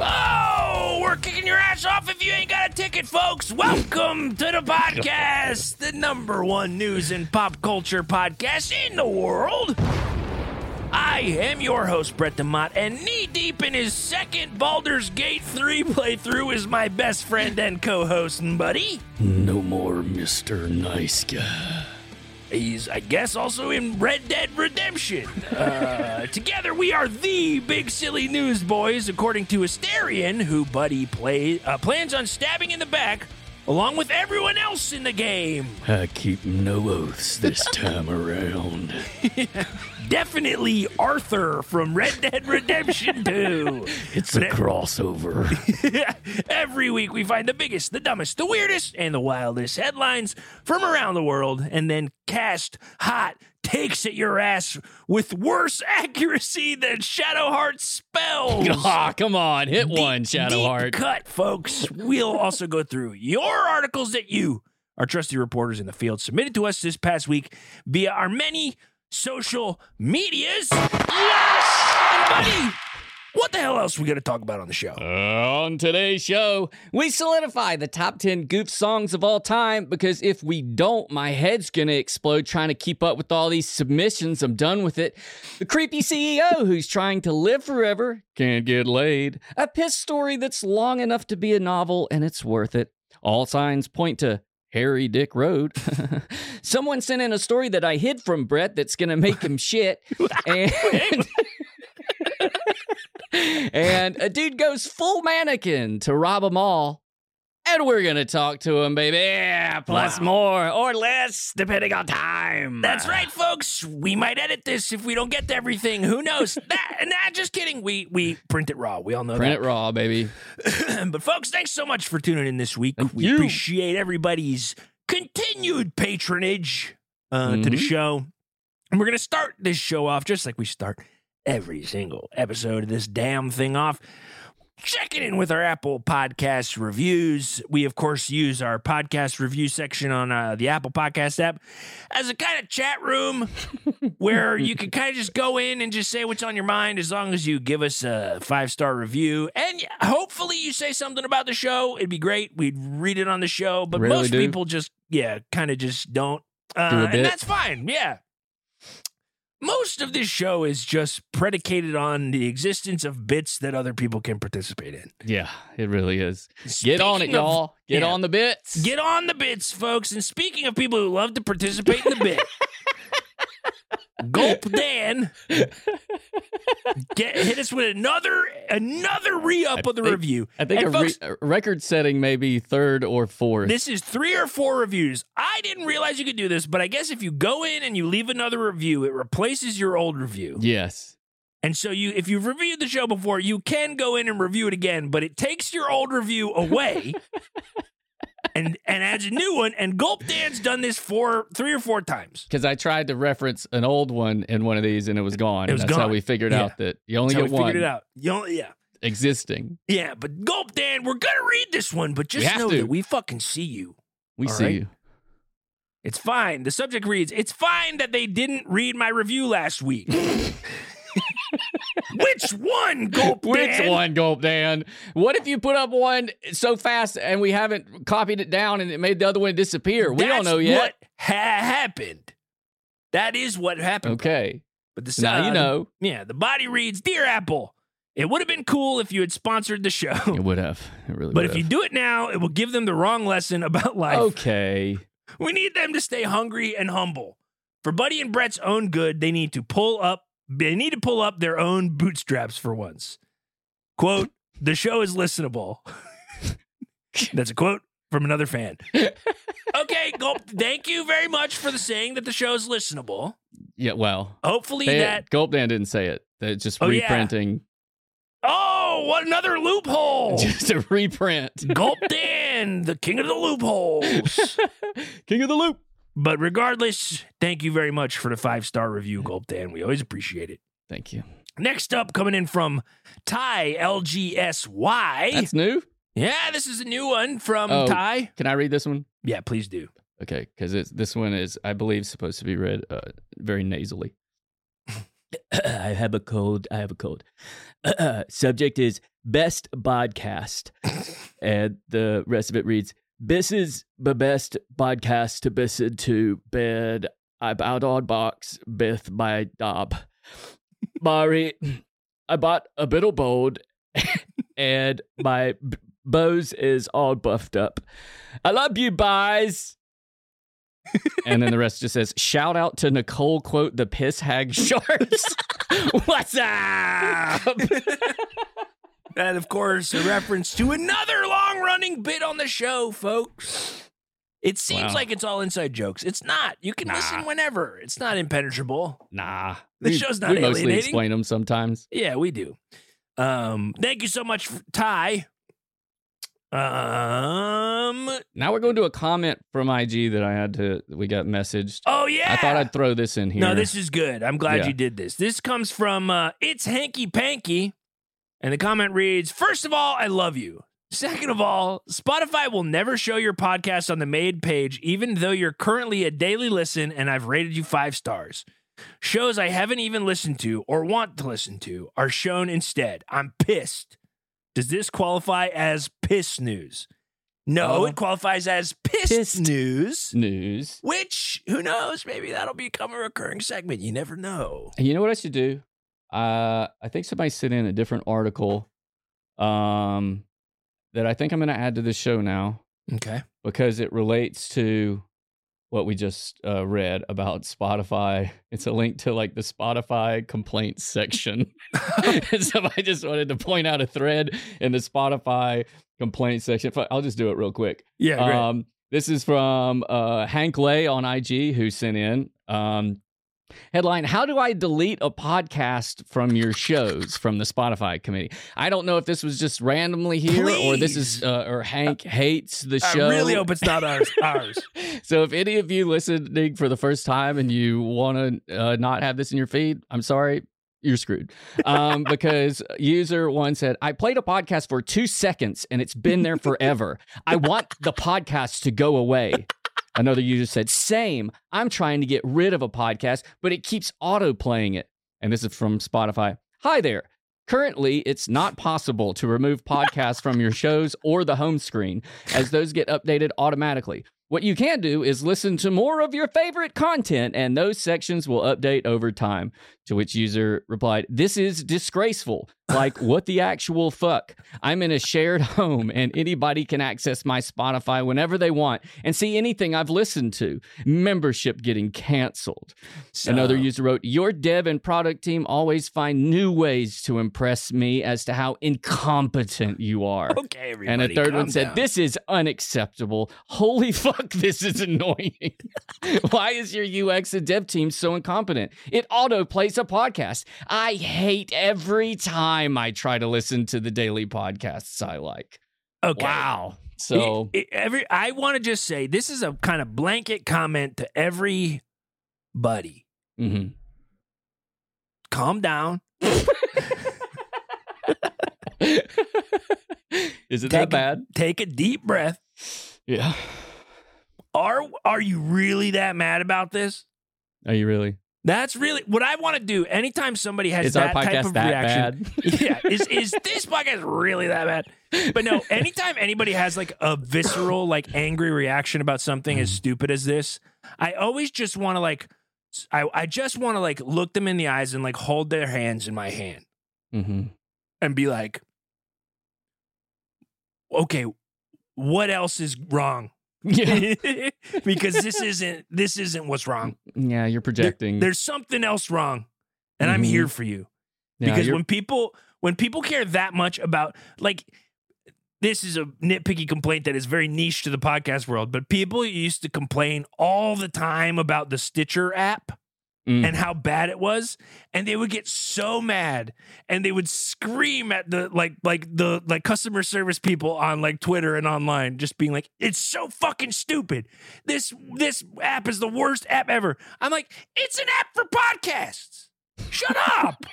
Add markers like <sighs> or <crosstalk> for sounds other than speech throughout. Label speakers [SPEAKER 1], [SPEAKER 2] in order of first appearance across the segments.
[SPEAKER 1] Oh, it, folks. Welcome to the podcast, the number one news and pop culture podcast in the world. I am your host, Brett DeMott, and knee deep in his second Baldur's Gate 3 playthrough is my best friend and co host and buddy.
[SPEAKER 2] No more Mr. Nice Guy.
[SPEAKER 1] He's, I guess, also in Red Dead Redemption. Uh, together, we are the Big Silly Newsboys, according to Asterion, who Buddy play, uh, plans on stabbing in the back, along with everyone else in the game.
[SPEAKER 2] I keep no oaths
[SPEAKER 1] <laughs>
[SPEAKER 2] this time around.
[SPEAKER 1] Definitely Arthur from Red Dead Redemption 2.
[SPEAKER 2] It's a
[SPEAKER 1] <laughs>
[SPEAKER 2] crossover. <laughs>
[SPEAKER 1] Every week, we find the biggest, the dumbest, the weirdest, and the wildest headlines from around the world, and then cast hot takes at your ass with worse <laughs> accuracy than Shadowheart
[SPEAKER 2] <laughs>
[SPEAKER 1] spells.
[SPEAKER 2] Ah, come on, hit
[SPEAKER 1] Deep-
[SPEAKER 2] one, Shadowheart.
[SPEAKER 1] deep cut, folks. We'll also go through your articles that you, our trusty reporters in the field, submitted to us this past week via our many social medias. Yes! And buddy, what the hell else we going to talk about on the show?
[SPEAKER 2] On today's show,
[SPEAKER 3] We solidify the top 10 goof songs of all time because if we don't, my head's gonna explode trying to keep up with all these submissions. I'm done with it. The creepy CEO who's trying to live forever can't get laid. A piss story that's long enough to be a novel and it's worth it. All signs point to Harry Dick Road. <laughs> Someone sent in a story that I hid from Brett that's gonna make
[SPEAKER 1] <laughs>
[SPEAKER 3] him shit. And. <laughs> and a dude goes full mannequin to rob them all. And we're gonna talk to him, baby. Yeah, plus
[SPEAKER 1] Wow.
[SPEAKER 3] more or less, depending on time.
[SPEAKER 1] That's right, folks. We might edit this if we don't get to everything. Who knows? <laughs> that, nah, just kidding. We we print it raw. We all know
[SPEAKER 3] Print
[SPEAKER 1] that.
[SPEAKER 3] it raw, baby.
[SPEAKER 1] <clears throat> But folks, thanks so much for tuning in this week.
[SPEAKER 3] Thank
[SPEAKER 1] we
[SPEAKER 3] you.
[SPEAKER 1] appreciate everybody's continued patronage uh, to the
[SPEAKER 3] Mhm.
[SPEAKER 1] show. And we're going to start this show off just like we start every single episode of this damn thing off. Checking in with our Apple Podcast reviews. We, of course, use our podcast review section on uh, the Apple Podcast app as a kind of chat
[SPEAKER 3] <laughs>
[SPEAKER 1] room where you can kind of just go in and just say what's on your mind as long as you give us a five star review and hopefully you say something about the show. It'd be great. We'd read it on the show, but
[SPEAKER 3] Really
[SPEAKER 1] most
[SPEAKER 3] do.
[SPEAKER 1] people just yeah, kind of just don't, uh,
[SPEAKER 3] Do a bit.
[SPEAKER 1] and that's fine. Yeah. Most of this show is just predicated on the existence of bits that other people can participate in.
[SPEAKER 3] Yeah, it really is. Get on it,
[SPEAKER 1] Speaking of-
[SPEAKER 3] y'all. Get
[SPEAKER 1] yeah.
[SPEAKER 3] on the bits.
[SPEAKER 1] Get on the bits, folks. And speaking of people who love to participate in the
[SPEAKER 3] <laughs>
[SPEAKER 1] bit, Gulp Dan, get, hit us with another another re up
[SPEAKER 3] I
[SPEAKER 1] of the
[SPEAKER 3] think-
[SPEAKER 1] review.
[SPEAKER 3] I think
[SPEAKER 1] And
[SPEAKER 3] a, re-
[SPEAKER 1] folks-
[SPEAKER 3] a record setting maybe third or fourth.
[SPEAKER 1] This is three or four reviews. I didn't realize you could do this, but I guess if you go in and you leave another review, it replaces your old review.
[SPEAKER 3] yes.
[SPEAKER 1] And so you, if you've reviewed the show before, you can go in and review it again, but it takes your old review
[SPEAKER 3] <laughs>
[SPEAKER 1] away. And, and adds a new one, and Gulp Dan's done this four, three or four times.
[SPEAKER 3] Because I tried to reference an old one in one of these and it was gone.
[SPEAKER 1] It was
[SPEAKER 3] That's how
[SPEAKER 1] gone.
[SPEAKER 3] we figured
[SPEAKER 1] Yeah.
[SPEAKER 3] out that you only
[SPEAKER 1] That's
[SPEAKER 3] get
[SPEAKER 1] how we
[SPEAKER 3] one
[SPEAKER 1] figured it out. You only- yeah.
[SPEAKER 3] existing.
[SPEAKER 1] Yeah, but Gulp Dan, we're gonna read this one, but just
[SPEAKER 3] have
[SPEAKER 1] know
[SPEAKER 3] to.
[SPEAKER 1] that we fucking see you.
[SPEAKER 3] We
[SPEAKER 1] All
[SPEAKER 3] see
[SPEAKER 1] right.
[SPEAKER 3] you.
[SPEAKER 1] It's fine. The subject reads, It's fine that they didn't read my review last week.
[SPEAKER 3] <laughs>
[SPEAKER 1] Which one,
[SPEAKER 3] <laughs>
[SPEAKER 1] Gulp
[SPEAKER 3] Which
[SPEAKER 1] Dan?
[SPEAKER 3] one, Gulp Dan? What if you put up one so fast and we haven't copied it down and it made the other one disappear? We
[SPEAKER 1] That's
[SPEAKER 3] don't know yet.
[SPEAKER 1] What ha- happened? That is what happened.
[SPEAKER 3] Okay.
[SPEAKER 1] But the
[SPEAKER 3] now you
[SPEAKER 1] uh,
[SPEAKER 3] know.
[SPEAKER 1] Yeah, the body reads, Dear Apple, it would have been cool if you had sponsored the show. <laughs>
[SPEAKER 3] It would have. It really
[SPEAKER 1] But
[SPEAKER 3] would
[SPEAKER 1] if you
[SPEAKER 3] have. Oh,
[SPEAKER 1] do it now, it will give them the wrong lesson about life.
[SPEAKER 3] Okay.
[SPEAKER 1] <laughs> We need them to stay hungry and humble. For Buddy and Brett's own good, they need to pull up they need to pull up their own bootstraps for once. Quote, the show is listenable. <laughs> That's a quote from another fan.
[SPEAKER 3] <laughs>
[SPEAKER 1] okay, Gulp, thank you very much for the saying that the show is listenable.
[SPEAKER 3] Yeah, well.
[SPEAKER 1] Hopefully
[SPEAKER 3] they-
[SPEAKER 1] that
[SPEAKER 3] Gulp Dan didn't say it. They're just
[SPEAKER 1] Oh, yeah.
[SPEAKER 3] reprinting. <laughs>
[SPEAKER 1] Oh, what another loophole.
[SPEAKER 3] Just a
[SPEAKER 1] <laughs>
[SPEAKER 3] reprint.
[SPEAKER 1] Gulp Dan, the king of the loopholes.
[SPEAKER 3] <laughs> King of the loop.
[SPEAKER 1] But regardless, thank you very much for the five star review, Gulp Dan. We always appreciate it.
[SPEAKER 3] Thank you.
[SPEAKER 1] Next up, coming in from Ty LGSY.
[SPEAKER 3] That's new.
[SPEAKER 1] yeah, this is a new one from
[SPEAKER 3] Oh.
[SPEAKER 1] Ty.
[SPEAKER 3] Can I read this one?
[SPEAKER 1] Yeah, please
[SPEAKER 3] <laughs>
[SPEAKER 1] do.
[SPEAKER 3] Okay, because this one is, I believe, supposed to be read uh, very nasally. <coughs> I have a cold. I have a cold. <clears throat> Subject is best podcast, and the rest of it reads: "This is the best podcast to listen to. Bed about on box with my knob. Mari, I bought a bit of bold, <laughs> and my b- bows is all buffed up. I love you, buys." and then the rest just says, shout out to Nicole, quote, the piss hag <laughs> sharks. What's up?
[SPEAKER 1] That, of course, a reference to another long running bit on the show, folks. It seems
[SPEAKER 3] Wow.
[SPEAKER 1] like it's all inside jokes. It's not. You can
[SPEAKER 3] Nah.
[SPEAKER 1] listen whenever. It's not impenetrable.
[SPEAKER 3] Nah.
[SPEAKER 1] The
[SPEAKER 3] we,
[SPEAKER 1] show's not
[SPEAKER 3] We mostly
[SPEAKER 1] alienating.
[SPEAKER 3] explain them sometimes.
[SPEAKER 1] Yeah, we do. Um, thank you so much, Ty. Um,
[SPEAKER 3] Now we're going to a comment from IG that I had to, we got messaged.
[SPEAKER 1] oh yeah.
[SPEAKER 3] I thought I'd throw this in here.
[SPEAKER 1] No, this is good. I'm glad
[SPEAKER 3] Yeah.
[SPEAKER 1] you did this. This comes from uh, It's Hanky Panky. And the comment reads First of all, I love you. Second of all, Spotify will never show your podcast on the made page, even though you're currently a daily listen and I've rated you five stars. Shows I haven't even listened to or want to listen to are shown instead. I'm pissed. Does this qualify as piss news? No,
[SPEAKER 3] Uh,
[SPEAKER 1] it qualifies as piss
[SPEAKER 3] pissed.
[SPEAKER 1] news.
[SPEAKER 3] news.
[SPEAKER 1] Which, who knows? Maybe that'll become a recurring segment. You never know.
[SPEAKER 3] You know what I should do? Uh, I think somebody sent in a different article um, that I think I'm going to add to the show now.
[SPEAKER 1] Okay.
[SPEAKER 3] because it relates to what we just uh, read about Spotify. It's a link to like the Spotify
[SPEAKER 1] <laughs>
[SPEAKER 3] complaints section. <laughs> and so I just wanted to point out a thread in the Spotify complaints section. Fu- I'll just do it real quick.
[SPEAKER 1] Yeah. Great.
[SPEAKER 3] Um, this is from uh, Hank Lay on IG who sent in. Um, Headline How do I delete a podcast from your shows from the Spotify committee? I don't know if this was just randomly here or this is,
[SPEAKER 1] Please.
[SPEAKER 3] uh, or Hank hates the
[SPEAKER 1] I
[SPEAKER 3] show.
[SPEAKER 1] really hope it's not ours. <laughs> ours.
[SPEAKER 3] So if any of you listening for the first time and you want to uh, not have this in your feed, I'm sorry, you're screwed. Um, because user one said, I played a podcast for two seconds and it's been there forever. I want the podcast to go away. Another user said, Same. I'm trying to get rid of a podcast, but it keeps auto playing it. And this is from Spotify. Hi there. Currently, it's not possible to remove podcasts from your shows or the home screen, as those get updated automatically. What you can do is listen to more of your favorite content, and those sections will update over time. To which user replied, This is disgraceful. Like, what the actual fuck? I'm in a shared home, and anybody can access my Spotify whenever they want and see anything I've listened to. Membership getting canceled.
[SPEAKER 1] So-
[SPEAKER 3] Another user wrote, Your dev and product team always find new ways to impress me as to how incompetent you are.
[SPEAKER 1] Okay. Everybody,
[SPEAKER 3] And a third
[SPEAKER 1] calm
[SPEAKER 3] one said,
[SPEAKER 1] down.
[SPEAKER 3] This is unacceptable. Holy <laughs> fuck, this is annoying. <laughs> Why is your UX and dev team so incompetent? It auto plays a podcast. I hate every time I try to listen to the daily podcasts I like.
[SPEAKER 1] Okay. <laughs>
[SPEAKER 3] Wow. So,
[SPEAKER 1] It- it- every I want to just say this is a kind of blanket comment to everybody.
[SPEAKER 3] mhm.
[SPEAKER 1] Calm down.
[SPEAKER 3] is it
[SPEAKER 1] Take a-
[SPEAKER 3] that bad?
[SPEAKER 1] Take a deep breath.
[SPEAKER 3] Yeah.
[SPEAKER 1] Are Are you really that mad about this?
[SPEAKER 3] Are you really?
[SPEAKER 1] That's really what I want to do. Anytime somebody has
[SPEAKER 3] Is our
[SPEAKER 1] that type
[SPEAKER 3] podcast
[SPEAKER 1] of
[SPEAKER 3] that
[SPEAKER 1] reaction,
[SPEAKER 3] bad?
[SPEAKER 1] yeah is is this podcast really that bad but no anytime anybody has like a visceral like angry reaction about something as stupid as this i always just want to like s- i, I just want to like look them in the eyes and like hold their hands in my hand <laughs>
[SPEAKER 3] hmm
[SPEAKER 1] and be like okay what else is wrong
[SPEAKER 3] Yeah.
[SPEAKER 1] <laughs> because this isn't this isn't what's wrong
[SPEAKER 3] <laughs> Yeah, you're projecting.
[SPEAKER 1] there's something else wrong and i'm
[SPEAKER 3] Mhm.
[SPEAKER 1] here for you
[SPEAKER 3] Yeah,
[SPEAKER 1] because
[SPEAKER 3] you're-
[SPEAKER 1] when people when people care that much about like this is a nitpicky complaint that is very niche to the podcast world but people used to complain all the time about the stitcher app
[SPEAKER 3] Mm.
[SPEAKER 1] and how bad it was and they would get so mad and they would scream at the like like the like customer service people on like twitter and online just being like it's so fucking stupid this this app is the worst app ever i'm like it's an app for podcasts
[SPEAKER 3] <laughs>
[SPEAKER 1] shut up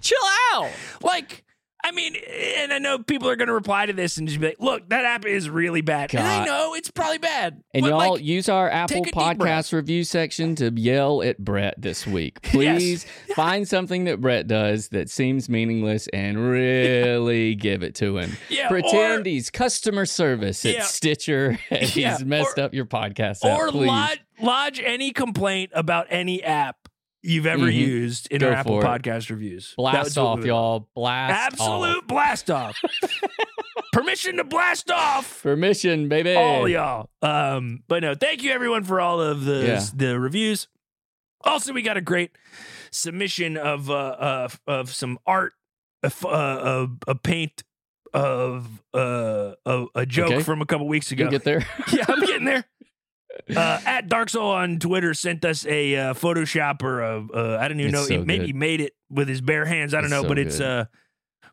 [SPEAKER 3] chill out.
[SPEAKER 1] Like, I mean, and I know people are going to reply to this and just be like, "Look, that app is really bad." And I
[SPEAKER 3] God.
[SPEAKER 1] know it's probably bad.
[SPEAKER 3] And
[SPEAKER 1] but,
[SPEAKER 3] y'all
[SPEAKER 1] like,
[SPEAKER 3] use our Apple
[SPEAKER 1] take a deep breath.
[SPEAKER 3] Podcast review section to yell at Brett
[SPEAKER 1] <laughs>
[SPEAKER 3] this week. Please find something that Brett does that seems meaningless and really give it to him.
[SPEAKER 1] yeah,
[SPEAKER 3] Pretend
[SPEAKER 1] or,
[SPEAKER 3] he's customer service at
[SPEAKER 1] Yeah.
[SPEAKER 3] Stitcher <laughs> and
[SPEAKER 1] Yeah,
[SPEAKER 3] he's messed
[SPEAKER 1] or-
[SPEAKER 3] up your podcast app.
[SPEAKER 1] or
[SPEAKER 3] Please.
[SPEAKER 1] lodge, lodge any complaint about any app you've ever
[SPEAKER 3] Mhm.
[SPEAKER 1] used in
[SPEAKER 3] Go
[SPEAKER 1] our Apple
[SPEAKER 3] for it.
[SPEAKER 1] Podcast reviews. That would
[SPEAKER 3] blast
[SPEAKER 1] do it
[SPEAKER 3] off,
[SPEAKER 1] with-
[SPEAKER 3] y'all. Blast
[SPEAKER 1] Absolute
[SPEAKER 3] off.
[SPEAKER 1] blast off.
[SPEAKER 3] <laughs>
[SPEAKER 1] Permission to blast off.
[SPEAKER 3] Permission, baby.
[SPEAKER 1] all y'all. Um, but no, thank you everyone for all of the
[SPEAKER 3] Yeah.
[SPEAKER 1] the reviews. Also, we got a great submission of uh, of, of some art, of, uh, of a paint of uh, a, a joke
[SPEAKER 3] Okay.
[SPEAKER 1] from a couple weeks ago.
[SPEAKER 3] You'll get there.
[SPEAKER 1] <laughs> yeah, I'm getting there. Uh, at Dark Soul on Twitter sent us a uh, Photoshop or a, uh, I don't even
[SPEAKER 3] It's
[SPEAKER 1] know.
[SPEAKER 3] so
[SPEAKER 1] he maybe
[SPEAKER 3] good.
[SPEAKER 1] made it with his bare hands. I don't
[SPEAKER 3] It's
[SPEAKER 1] know,
[SPEAKER 3] so
[SPEAKER 1] but it's
[SPEAKER 3] good.
[SPEAKER 1] uh,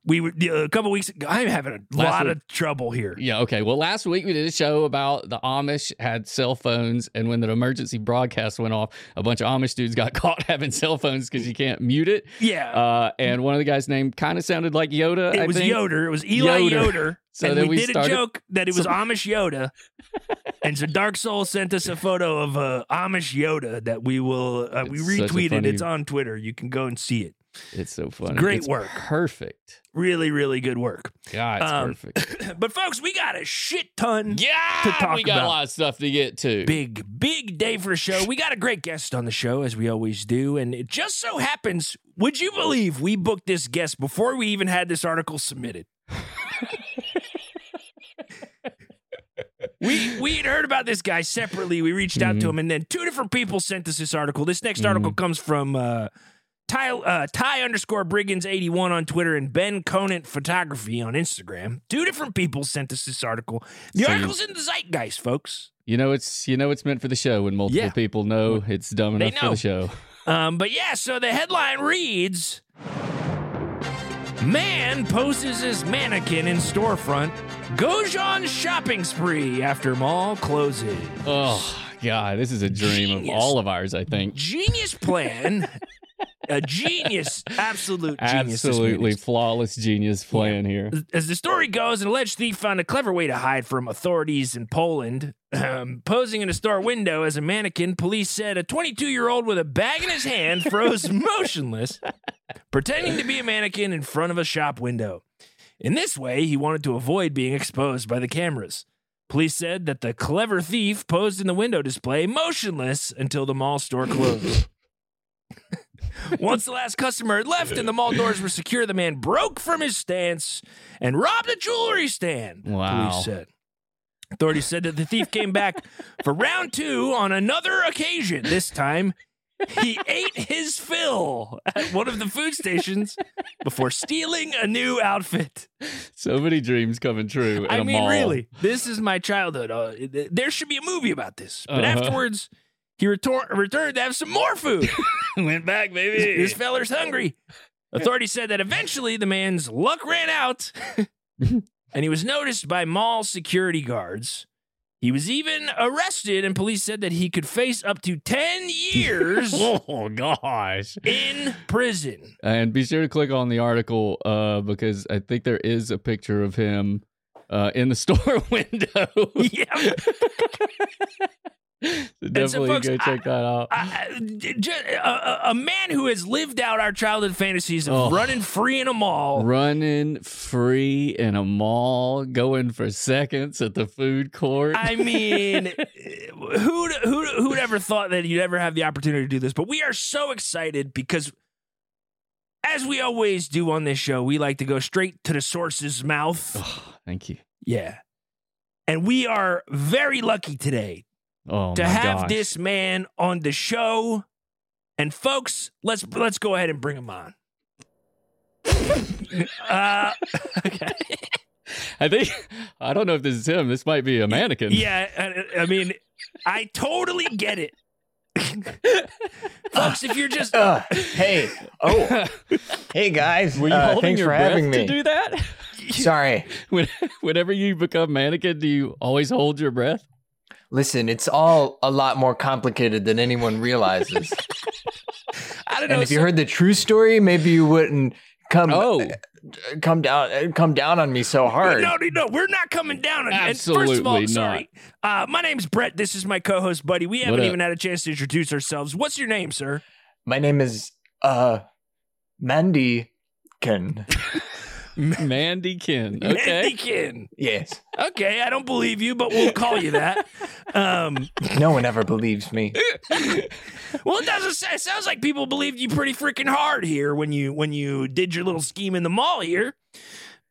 [SPEAKER 1] we were the- a couple weeks. ago, I'm having a
[SPEAKER 3] Last
[SPEAKER 1] lot
[SPEAKER 3] week-
[SPEAKER 1] of trouble here.
[SPEAKER 3] Yeah, okay. Well, last week we did a show about the Amish had cell phones, and when the emergency broadcast went off, a bunch of Amish dudes got <laughs> caught having cell phones because you can't mute it.
[SPEAKER 1] Yeah,
[SPEAKER 3] Uh, and one of the guys' name kind of sounded like Yoda.
[SPEAKER 1] It
[SPEAKER 3] I
[SPEAKER 1] was
[SPEAKER 3] think.
[SPEAKER 1] Yoder. It was Eli Yoder.
[SPEAKER 3] Yoder. So
[SPEAKER 1] and
[SPEAKER 3] then
[SPEAKER 1] we,
[SPEAKER 3] we
[SPEAKER 1] did a
[SPEAKER 3] started-
[SPEAKER 1] joke that it was
[SPEAKER 3] So-
[SPEAKER 1] Amish
[SPEAKER 3] <laughs>
[SPEAKER 1] Yoda. and so Dark Soul sent us a photo of uh, Amish Yoda that we will, uh, we
[SPEAKER 3] It's such a
[SPEAKER 1] retweeted.
[SPEAKER 3] funny-
[SPEAKER 1] It's on Twitter. You can go and see it.
[SPEAKER 3] It's so funny.
[SPEAKER 1] Great
[SPEAKER 3] It's
[SPEAKER 1] work.
[SPEAKER 3] Perfect.
[SPEAKER 1] Really, really good work. <clears throat>
[SPEAKER 3] God, it's
[SPEAKER 1] Um,
[SPEAKER 3] perfect.
[SPEAKER 1] But folks, we got a shit ton.
[SPEAKER 3] Yeah,
[SPEAKER 1] <clears throat> to talk
[SPEAKER 3] we got
[SPEAKER 1] about.
[SPEAKER 3] a lot of stuff to get to.
[SPEAKER 1] Big, big day for a show. We got a great guest on the show, as we always do. And it just so happens, would you believe we booked this guest before we even had this article submitted? we we had heard about this guy separately. We reached out to
[SPEAKER 3] Mhm.
[SPEAKER 1] him, and then two different people sent us this article. This next article comes from uh, Ty uh, Ty underscore Briggins eighty one on Twitter and Ben Conant Photography on Instagram. Two different people sent us this article. The
[SPEAKER 3] So you-
[SPEAKER 1] article's in the zeitgeist, folks.
[SPEAKER 3] You know it's you know it's meant for the show when multiple
[SPEAKER 1] Yeah.
[SPEAKER 3] people know it's dumb
[SPEAKER 1] They
[SPEAKER 3] enough for
[SPEAKER 1] know.
[SPEAKER 3] the show.
[SPEAKER 1] Um, but yeah, so the headline reads Man poses as mannequin in storefront, goes on shopping spree after mall closes.
[SPEAKER 3] Oh God, this is a dream of
[SPEAKER 1] Genius.
[SPEAKER 3] all of ours. I think.
[SPEAKER 1] Genius plan. A genius, absolute genius. this man
[SPEAKER 3] Absolutely
[SPEAKER 1] is.
[SPEAKER 3] flawless genius plan here.
[SPEAKER 1] As the story goes, an alleged thief found a clever way to hide from authorities in Poland. Um, posing in a store window as a mannequin, police said a 22 year old with a bag in his hand froze motionless, pretending to be a mannequin in front of a shop window. In this way, he wanted to avoid being exposed by the cameras. Police said that the clever thief posed in the window display motionless until the mall store closed. Once the last customer had left and the mall doors were secure, the man broke from his stance and robbed a jewelry stand.
[SPEAKER 3] Wow.
[SPEAKER 1] Police said. Authorities said that the thief came back for round two on another occasion. This time, he ate his fill at one of the food stations before stealing a new outfit.
[SPEAKER 3] So many dreams coming true. At
[SPEAKER 1] I
[SPEAKER 3] a
[SPEAKER 1] mean,
[SPEAKER 3] mall.
[SPEAKER 1] really, this is my childhood. Uh, th- there should be a movie about this. But
[SPEAKER 3] Uh-huh.
[SPEAKER 1] afterwards, he retor- returned to have some more
[SPEAKER 3] <laughs>
[SPEAKER 1] food.
[SPEAKER 3] <laughs> went back, baby.
[SPEAKER 1] this feller's hungry. Authorities said that eventually the man's luck ran
[SPEAKER 3] <laughs>
[SPEAKER 1] out and he was noticed by mall security guards. He was even arrested, and police said that he could face up to 10 years
[SPEAKER 3] <laughs> oh gosh!
[SPEAKER 1] in prison.
[SPEAKER 3] <laughs> And be sure to click on the article uh, because I think there is a picture of him uh, in the <laughs> store window.
[SPEAKER 1] Yeah.
[SPEAKER 3] so definitely
[SPEAKER 1] folks,
[SPEAKER 3] go check that out.
[SPEAKER 1] I- I- j- j- a- a- a man who has lived out our childhood fantasies of
[SPEAKER 3] Oh.
[SPEAKER 1] running free in a mall.
[SPEAKER 3] Running free in a mall, going for seconds at the food court.
[SPEAKER 1] I
[SPEAKER 3] <laughs>
[SPEAKER 1] mean, who who who'd ever thought that you'd ever have the opportunity to do this? But we are so excited because, as we always do on this show, we like to go straight to the source's mouth.
[SPEAKER 3] <sighs> Oh, thank you.
[SPEAKER 1] Yeah, and we are very lucky today
[SPEAKER 3] Oh
[SPEAKER 1] to
[SPEAKER 3] my
[SPEAKER 1] have
[SPEAKER 3] gosh.
[SPEAKER 1] this man on the show. And folks, let's let's go ahead and bring him
[SPEAKER 3] <laughs>
[SPEAKER 1] on. uh, okay.
[SPEAKER 3] I think <laughs> I don't know if this is him. This might be a mannequin.
[SPEAKER 1] Yeah, I, I mean, I totally get it. Folks, if you're just
[SPEAKER 4] Uh, hey,
[SPEAKER 3] <laughs>
[SPEAKER 4] oh, hey guys.
[SPEAKER 3] Were you
[SPEAKER 4] Uh,
[SPEAKER 3] holding
[SPEAKER 4] thanks
[SPEAKER 3] your
[SPEAKER 4] for
[SPEAKER 3] breath
[SPEAKER 4] having
[SPEAKER 3] to
[SPEAKER 4] me.
[SPEAKER 3] do that?
[SPEAKER 4] Sorry.
[SPEAKER 3] When, <laughs> whenever you become mannequin, do you always hold your breath?
[SPEAKER 4] Listen, it's all a lot more complicated than anyone
[SPEAKER 3] <laughs>
[SPEAKER 4] realizes.
[SPEAKER 1] I don't know.
[SPEAKER 4] and if you
[SPEAKER 1] some-
[SPEAKER 4] heard the true story, maybe you wouldn't come
[SPEAKER 3] Oh,
[SPEAKER 4] come down uh, come down on me so hard.
[SPEAKER 1] No, no, no, we're not coming down. on you. And first of all,
[SPEAKER 3] Absolutely not.
[SPEAKER 1] sorry. Uh, my name's Brett. This is my co-host, buddy. We haven't
[SPEAKER 3] up?
[SPEAKER 1] even had a chance to introduce ourselves. What's your name, sir?
[SPEAKER 4] My name is uh Mandy Ken.
[SPEAKER 3] <laughs> Mandy Kin. Okay.
[SPEAKER 1] Mandykin.
[SPEAKER 4] Yes.
[SPEAKER 1] Okay, I don't believe you, but we'll call you that. Um,
[SPEAKER 4] No one ever
[SPEAKER 3] <laughs>
[SPEAKER 4] believes me.
[SPEAKER 1] well, it doesn't. sa- It sounds like people believed you pretty freaking hard here when you when you did your little scheme in the mall here.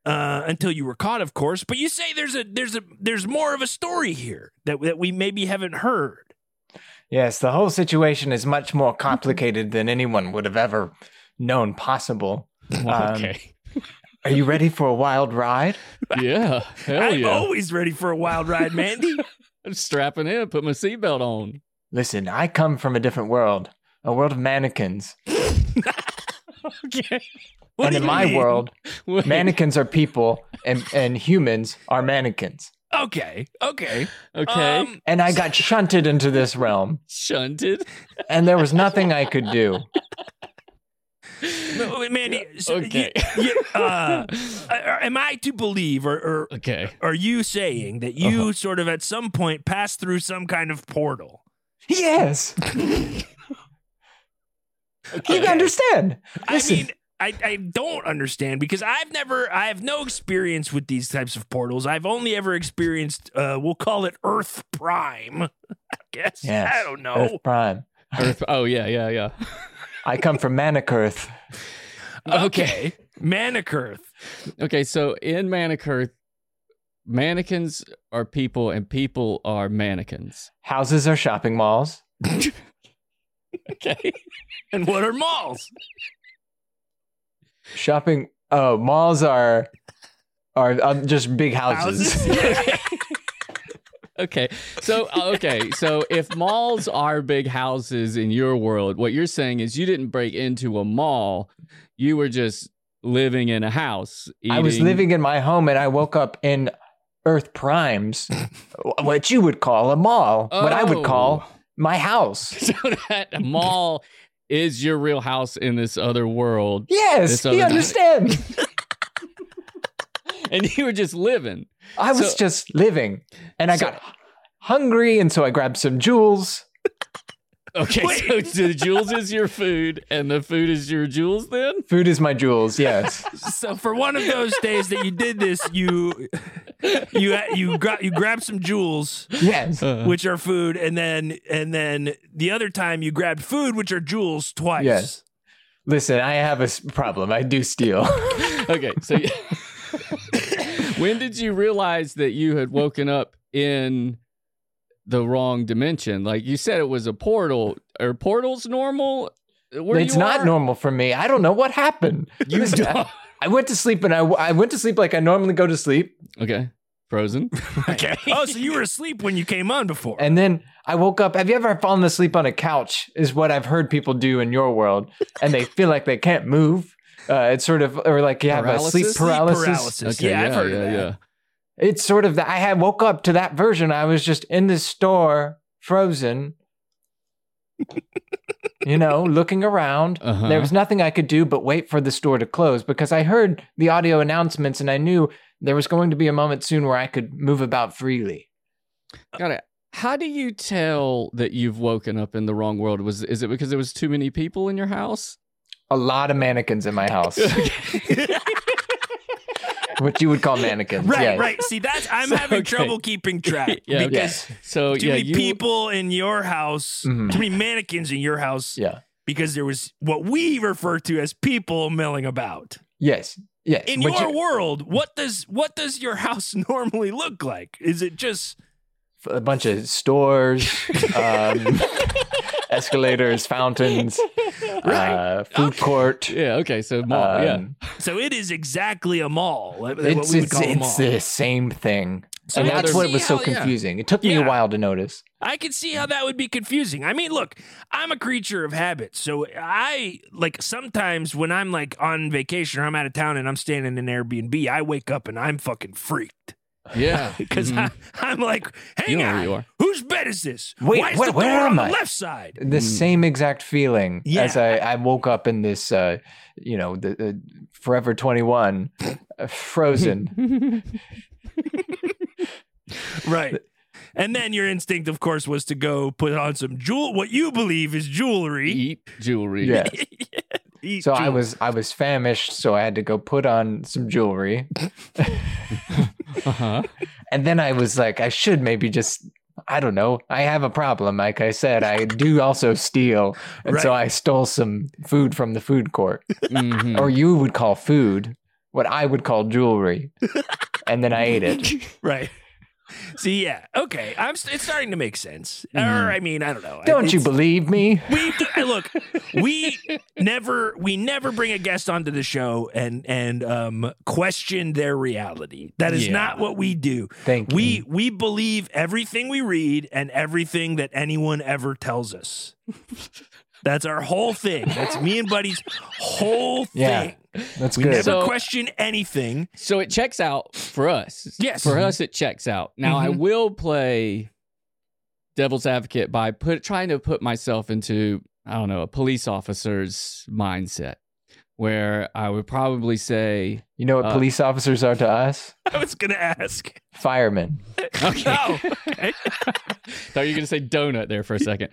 [SPEAKER 1] Uh, until you were caught, of course. But you say there's a there's a there's more of a story here that that we maybe haven't heard.
[SPEAKER 4] <laughs> Yes, the whole situation is much more complicated than anyone would have ever known possible. Um,
[SPEAKER 3] <laughs> okay.
[SPEAKER 4] Are you ready for a wild ride?
[SPEAKER 3] Yeah. Hell
[SPEAKER 1] I'm
[SPEAKER 3] yeah.
[SPEAKER 1] always ready for a wild ride,
[SPEAKER 4] <laughs>
[SPEAKER 1] Mandy.
[SPEAKER 3] I'm strapping in. Put my seatbelt on. <laughs>
[SPEAKER 4] Listen, I come from a different world, a world of mannequins.
[SPEAKER 3] Okay.
[SPEAKER 1] What
[SPEAKER 4] and
[SPEAKER 1] do
[SPEAKER 4] in
[SPEAKER 1] you
[SPEAKER 4] my
[SPEAKER 1] mean? <laughs>
[SPEAKER 4] world,
[SPEAKER 3] Wait.
[SPEAKER 4] mannequins are people and, and humans are mannequins.
[SPEAKER 1] Okay. Okay.
[SPEAKER 3] Okay.
[SPEAKER 1] Um,
[SPEAKER 4] And I got shunted into this realm,
[SPEAKER 3] Shunted. <laughs>
[SPEAKER 4] and there was nothing I could do.
[SPEAKER 1] no, Mandy. So
[SPEAKER 3] Okay.
[SPEAKER 1] You,
[SPEAKER 3] <laughs>
[SPEAKER 1] you, uh, are- am I to believe, or, or
[SPEAKER 3] Okay.
[SPEAKER 1] are you saying that you
[SPEAKER 3] Uh-huh.
[SPEAKER 1] sort of at some point passed through some kind of portal?
[SPEAKER 4] Yes, you
[SPEAKER 1] Okay.
[SPEAKER 4] understand.
[SPEAKER 1] I mean, I, I don't understand because I've never, I have no experience with these types of portals. I've only ever experienced, uh, we'll call it Earth Prime. <laughs> I guess.
[SPEAKER 4] Yes.
[SPEAKER 1] I don't know.
[SPEAKER 4] Earth Prime.
[SPEAKER 3] Earth. Oh yeah. Yeah. Yeah.
[SPEAKER 4] I come from Manicurth.
[SPEAKER 1] Okay. Manicurth.
[SPEAKER 3] Okay, so in Manicure, mannequins are people and people are mannequins.
[SPEAKER 4] Houses are shopping malls.
[SPEAKER 3] Okay.
[SPEAKER 1] And what are malls?
[SPEAKER 4] Shopping. Oh, malls are are uh, just big <laughs> houses. <laughs>
[SPEAKER 3] okay. So, uh, okay. So, if malls are big houses in your world, what you're saying is you didn't break into a mall. You were just living in a house.
[SPEAKER 4] I was
[SPEAKER 3] eating-
[SPEAKER 4] living in my home, and I woke up in
[SPEAKER 3] <laughs>
[SPEAKER 4] Earth Prime's, what you would call a mall, what I would call
[SPEAKER 3] Oh.
[SPEAKER 4] my house.
[SPEAKER 3] <laughs> So, that mall is your real house in this other world.
[SPEAKER 4] Yes,
[SPEAKER 3] This
[SPEAKER 4] you
[SPEAKER 3] other-
[SPEAKER 4] understand.
[SPEAKER 3] <laughs> And you were just living.
[SPEAKER 4] I was
[SPEAKER 3] So-
[SPEAKER 4] just living, and I
[SPEAKER 3] So-
[SPEAKER 4] got hungry, and so I grabbed some jewels. <laughs>
[SPEAKER 3] Okay. So, so, the jewels is your food and the food is your jewels then?
[SPEAKER 4] Food is my jewels. Yes,
[SPEAKER 3] <laughs>
[SPEAKER 1] So for one of those days that you did this, you you you got you grabbed some jewels,
[SPEAKER 4] yes.
[SPEAKER 3] Uh,
[SPEAKER 1] which are food, and then and then the other time you grabbed food, which are jewels twice.
[SPEAKER 4] Yes. Listen, I have a s- problem. I
[SPEAKER 3] <laughs>
[SPEAKER 4] do steal.
[SPEAKER 3] okay, so when did you realize that you had woken up in the wrong dimension? Like you said, it was a portal. Are portals normal? Where
[SPEAKER 4] it's
[SPEAKER 3] you
[SPEAKER 4] not
[SPEAKER 3] are?
[SPEAKER 4] normal for me. I don't know what happened.
[SPEAKER 3] You
[SPEAKER 4] Listen, I-
[SPEAKER 3] don't-
[SPEAKER 4] <laughs> I went to sleep, and I, w- I went to sleep like I normally go to sleep.
[SPEAKER 3] Okay, frozen.
[SPEAKER 1] Okay. <laughs> Oh, so you were asleep when you came on before.
[SPEAKER 4] And then I woke up. Have you ever fallen asleep on a couch? Is what I've heard people do in your world, and they feel like they can't move. Uh, it's sort of, or like you have a sleep
[SPEAKER 3] Paralysis? Sleep
[SPEAKER 4] paralysis.
[SPEAKER 3] Okay,
[SPEAKER 1] yeah, I've heard of that.
[SPEAKER 4] It's sort of that. I had woke up to that version. I was just in this store, frozen.
[SPEAKER 3] <laughs>
[SPEAKER 4] you know, looking around.
[SPEAKER 3] Uh-huh.
[SPEAKER 4] There was nothing I could do but wait for the store to close because I heard the audio announcements and I knew there was going to be a moment soon where I could move about freely.
[SPEAKER 3] Got it. How do you tell that you've woken up in the wrong world? Was is it because there was too many people in your house?
[SPEAKER 4] A lot of mannequins in
[SPEAKER 3] <laughs>
[SPEAKER 4] my house. what you would call
[SPEAKER 1] <laughs>
[SPEAKER 4] mannequins.
[SPEAKER 1] Right,
[SPEAKER 4] yes.
[SPEAKER 1] right. See, that's I'm
[SPEAKER 3] So,
[SPEAKER 1] having
[SPEAKER 3] okay.
[SPEAKER 1] trouble keeping track.
[SPEAKER 3] Yeah, okay.
[SPEAKER 1] because
[SPEAKER 3] So
[SPEAKER 1] too
[SPEAKER 3] yeah,
[SPEAKER 1] many
[SPEAKER 3] you
[SPEAKER 1] people in your house,
[SPEAKER 4] Mhm.
[SPEAKER 1] too many mannequins in your house,
[SPEAKER 4] Yeah.
[SPEAKER 1] because there was what we refer to as people milling about.
[SPEAKER 4] Yes. Yes.
[SPEAKER 1] in
[SPEAKER 4] What
[SPEAKER 1] your
[SPEAKER 4] you-
[SPEAKER 1] world what does what does your house <laughs> normally look like is it just
[SPEAKER 4] a bunch of stores,
[SPEAKER 1] <laughs>
[SPEAKER 4] um, escalators, fountains, uh, food court.
[SPEAKER 3] Yeah. Okay. So mall. yeah.
[SPEAKER 4] Um,
[SPEAKER 1] so it is exactly a mall what we
[SPEAKER 4] It's,
[SPEAKER 1] would
[SPEAKER 4] it's,
[SPEAKER 1] call a mall
[SPEAKER 4] it's the same thing.
[SPEAKER 1] So
[SPEAKER 4] and
[SPEAKER 1] I
[SPEAKER 4] that's
[SPEAKER 1] can
[SPEAKER 4] what
[SPEAKER 1] see
[SPEAKER 4] was so
[SPEAKER 1] how- yeah.
[SPEAKER 4] confusing. It took me
[SPEAKER 1] Yeah.
[SPEAKER 4] a while to notice.
[SPEAKER 1] i can see how that would be confusing i mean look i'm a creature of habit so i like sometimes when i'm like on vacation or i'm out of town and i'm staying in an airbnb i wake up and i'm fucking freaked
[SPEAKER 3] Yeah.
[SPEAKER 1] because
[SPEAKER 3] Mhm.
[SPEAKER 4] Mm-hmm.
[SPEAKER 1] I'm like, hang
[SPEAKER 3] You know where you
[SPEAKER 1] on,
[SPEAKER 3] are.
[SPEAKER 1] whose bed is this?
[SPEAKER 4] Wait,
[SPEAKER 1] Why is
[SPEAKER 4] where-
[SPEAKER 1] the
[SPEAKER 4] where
[SPEAKER 1] door
[SPEAKER 4] am
[SPEAKER 1] on
[SPEAKER 4] I?
[SPEAKER 1] the left side?
[SPEAKER 4] the same exact feeling
[SPEAKER 1] Mm. Yeah.
[SPEAKER 4] as I, I woke up in this, uh, you know, the uh, Forever 21, uh,
[SPEAKER 1] <laughs>
[SPEAKER 4] frozen.
[SPEAKER 1] Right. And then your instinct, of course, was to go put on some jewel, what you believe is jewelry.
[SPEAKER 3] Eat jewelry.
[SPEAKER 4] yeah.
[SPEAKER 1] Eat
[SPEAKER 4] So I
[SPEAKER 1] jewel-
[SPEAKER 4] was I was famished, so I had to go put on some jewelry,
[SPEAKER 3] Uh-huh.
[SPEAKER 4] and then I was like, I should maybe just. I don't know. I have a problem. Like I said, I do also steal. And so I stole some food from the food court.
[SPEAKER 3] Mhm.
[SPEAKER 4] or you would call food what I would call
[SPEAKER 1] <laughs>
[SPEAKER 4] jewelry. and then I ate it.
[SPEAKER 1] right. See, yeah, okay. I'm. St- it's starting to make sense. Or I mean, I don't know.
[SPEAKER 4] Mm-hmm. Don't you
[SPEAKER 1] It's-
[SPEAKER 4] believe me?
[SPEAKER 1] we <laughs> do, I- look we never we never bring a guest onto the show and and um question their reality that is
[SPEAKER 3] Yeah.
[SPEAKER 1] not what we do
[SPEAKER 4] Thank
[SPEAKER 1] we
[SPEAKER 4] you.
[SPEAKER 1] we believe everything we read and everything that anyone ever tells us that's our whole thing that's me and buddy's whole
[SPEAKER 4] Yeah,
[SPEAKER 1] thing
[SPEAKER 4] That's
[SPEAKER 1] we
[SPEAKER 4] good.
[SPEAKER 1] never
[SPEAKER 3] So-
[SPEAKER 1] question anything
[SPEAKER 3] So it checks out for us.
[SPEAKER 1] Yes.
[SPEAKER 3] For us, it checks out. Now I
[SPEAKER 1] Mhm.
[SPEAKER 3] will play devil's advocate by put trying to put myself into, I don't know, a police officer's mindset where I would probably say, <laughs>
[SPEAKER 4] you know what
[SPEAKER 3] uh,
[SPEAKER 4] police officers are to us?
[SPEAKER 1] i was gonna ask
[SPEAKER 4] Firemen.
[SPEAKER 1] <laughs>
[SPEAKER 3] okay.
[SPEAKER 1] no
[SPEAKER 3] Thought you were gonna say donut there for a second.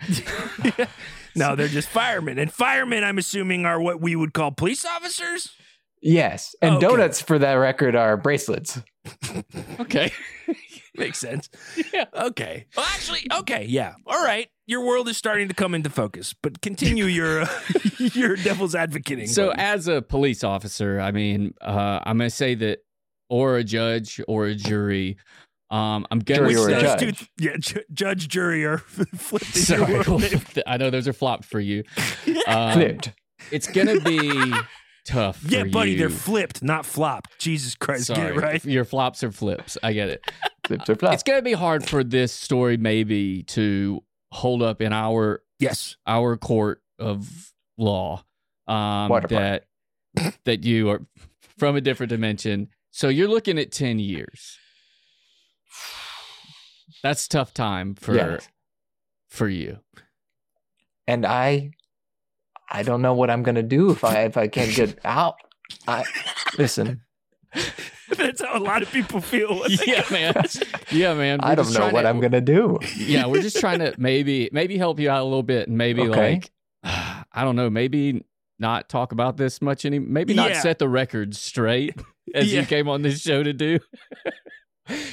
[SPEAKER 1] no they're just firemen and firemen i'm assuming are what we would call police officers
[SPEAKER 4] Yes. And
[SPEAKER 1] Oh, Okay.
[SPEAKER 4] donuts, for that record, are bracelets.
[SPEAKER 3] okay.
[SPEAKER 1] <laughs> Makes sense.
[SPEAKER 3] <laughs> Yeah.
[SPEAKER 1] Okay. Well, actually, okay. Yeah. All right. Your world is starting to come into focus, but continue your uh, <laughs> your devil's advocating.
[SPEAKER 3] <laughs> So
[SPEAKER 1] buddy.
[SPEAKER 3] as a police officer, I mean, uh, I'm gonna say that or a judge or a jury. Um, I'm gonna
[SPEAKER 4] Jury
[SPEAKER 1] Which
[SPEAKER 4] or a
[SPEAKER 3] say-
[SPEAKER 1] those
[SPEAKER 4] judge.
[SPEAKER 1] two- yeah, ju- judge, jury, <laughs> or flip the
[SPEAKER 3] <laughs> Sorry.
[SPEAKER 4] <laughs>
[SPEAKER 1] your world.
[SPEAKER 3] <laughs> I know those are flopped for you. Um,
[SPEAKER 4] Flipped.
[SPEAKER 3] It's gonna
[SPEAKER 4] <laughs>
[SPEAKER 3] be tough.
[SPEAKER 1] <laughs>
[SPEAKER 3] For
[SPEAKER 1] Yeah, buddy, they're
[SPEAKER 3] you.
[SPEAKER 1] flipped, not flopped. Jesus Christ,
[SPEAKER 3] Sorry,
[SPEAKER 1] get it right.
[SPEAKER 3] your flops are flips. I get
[SPEAKER 4] <laughs>
[SPEAKER 3] it.
[SPEAKER 4] Flipped or flopped.
[SPEAKER 3] It's gonna be hard for this story maybe to hold up in our
[SPEAKER 1] Yes.
[SPEAKER 3] our court of law um,
[SPEAKER 4] Water
[SPEAKER 3] that
[SPEAKER 4] park.
[SPEAKER 3] that you are from a different dimension. So you're looking at ten years. That's tough time for
[SPEAKER 4] Yes.
[SPEAKER 3] for you.
[SPEAKER 4] And I I don't know what I'm gonna do if I if I can't get out. I listen,
[SPEAKER 1] <laughs> That's how a lot of people feel. when they-
[SPEAKER 3] <laughs> yeah, man.
[SPEAKER 4] <laughs>
[SPEAKER 3] Yeah, man.
[SPEAKER 4] I
[SPEAKER 3] We're
[SPEAKER 4] don't
[SPEAKER 3] just
[SPEAKER 4] know
[SPEAKER 3] trying
[SPEAKER 4] what
[SPEAKER 3] to-
[SPEAKER 4] I'm gonna do.
[SPEAKER 3] yeah, we're just trying
[SPEAKER 4] <laughs>
[SPEAKER 3] to maybe maybe help you out a little bit and maybe
[SPEAKER 4] Okay.
[SPEAKER 3] like <sighs> I don't know, maybe not talk about this much any maybe not
[SPEAKER 1] Yeah.
[SPEAKER 3] set the record
[SPEAKER 4] <laughs>
[SPEAKER 3] straight as
[SPEAKER 1] Yeah.
[SPEAKER 3] you came on this show to do. <laughs>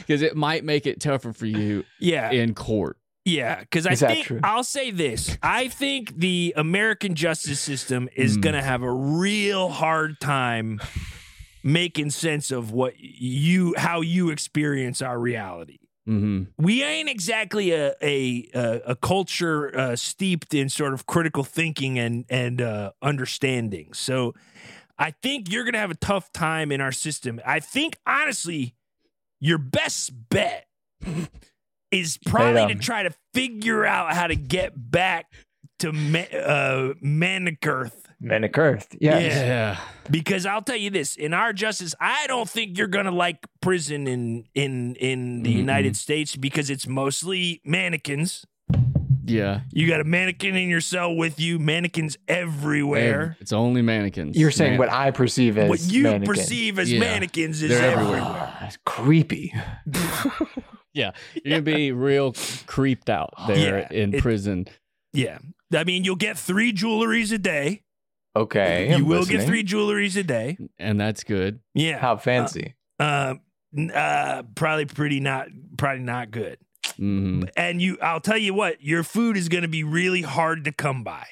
[SPEAKER 3] Cuz it might make it tougher for you
[SPEAKER 4] Uh,
[SPEAKER 1] Yeah.
[SPEAKER 3] in court.
[SPEAKER 1] Yeah, because I
[SPEAKER 4] Is that
[SPEAKER 1] think
[SPEAKER 4] true?
[SPEAKER 1] I'll say this: I think the American justice system is
[SPEAKER 4] Hmm.
[SPEAKER 3] Mm.
[SPEAKER 1] going to have a real hard time making sense of what you, how you experience our reality.
[SPEAKER 3] Mhm.
[SPEAKER 1] We ain't exactly a a a, a culture uh, steeped in sort of critical thinking and and uh, understanding. So, I think you're going to have a tough time in our system. I think honestly, your best bet is probably
[SPEAKER 4] on
[SPEAKER 1] to
[SPEAKER 4] me.
[SPEAKER 1] try to figure out how to get back to Ma- uh, Manikirth.
[SPEAKER 4] Manic Earth. Yes.
[SPEAKER 1] Yeah.
[SPEAKER 3] Yeah.
[SPEAKER 1] Because I'll tell you this: in our justice, I don't think you're gonna like prison in in in the
[SPEAKER 3] Mm-mm.
[SPEAKER 1] United States because it's mostly mannequins.
[SPEAKER 3] Yeah.
[SPEAKER 1] You got a mannequin in your cell with you, mannequins everywhere.
[SPEAKER 3] It's only mannequins.
[SPEAKER 4] You're saying
[SPEAKER 3] Man-
[SPEAKER 4] what I perceive as
[SPEAKER 1] what you
[SPEAKER 4] mannequin.
[SPEAKER 1] perceive as
[SPEAKER 3] Yeah.
[SPEAKER 1] mannequins is
[SPEAKER 3] They're
[SPEAKER 1] everywhere.
[SPEAKER 3] everywhere.
[SPEAKER 4] That's creepy.
[SPEAKER 3] you're going to be real creeped out
[SPEAKER 4] Oh,
[SPEAKER 3] there
[SPEAKER 1] Yeah,
[SPEAKER 3] in
[SPEAKER 1] it-
[SPEAKER 3] prison.
[SPEAKER 1] Yeah, I mean, you'll get three jewelries a day.
[SPEAKER 4] Okay.
[SPEAKER 1] you
[SPEAKER 4] I'm
[SPEAKER 1] will get
[SPEAKER 4] listening.
[SPEAKER 1] three jewelries a day.
[SPEAKER 3] And that's good.
[SPEAKER 1] Yeah,
[SPEAKER 4] How fancy.
[SPEAKER 1] uh, n- uh, probably pretty not probably not good.
[SPEAKER 3] Mhm.
[SPEAKER 1] And you, I'll tell you what, your food is going to be really hard to come by.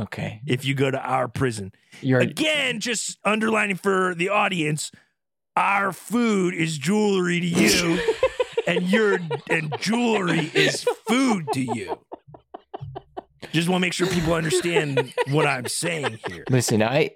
[SPEAKER 4] okay.
[SPEAKER 1] if you go to our prison.
[SPEAKER 4] You're
[SPEAKER 1] Again, just underlining for the audience, our food is jewelry to you,
[SPEAKER 3] <laughs>
[SPEAKER 1] and your and jewelry is food to you. Just want to make sure people understand what I'm saying
[SPEAKER 3] <laughs>
[SPEAKER 1] here.
[SPEAKER 4] listen, I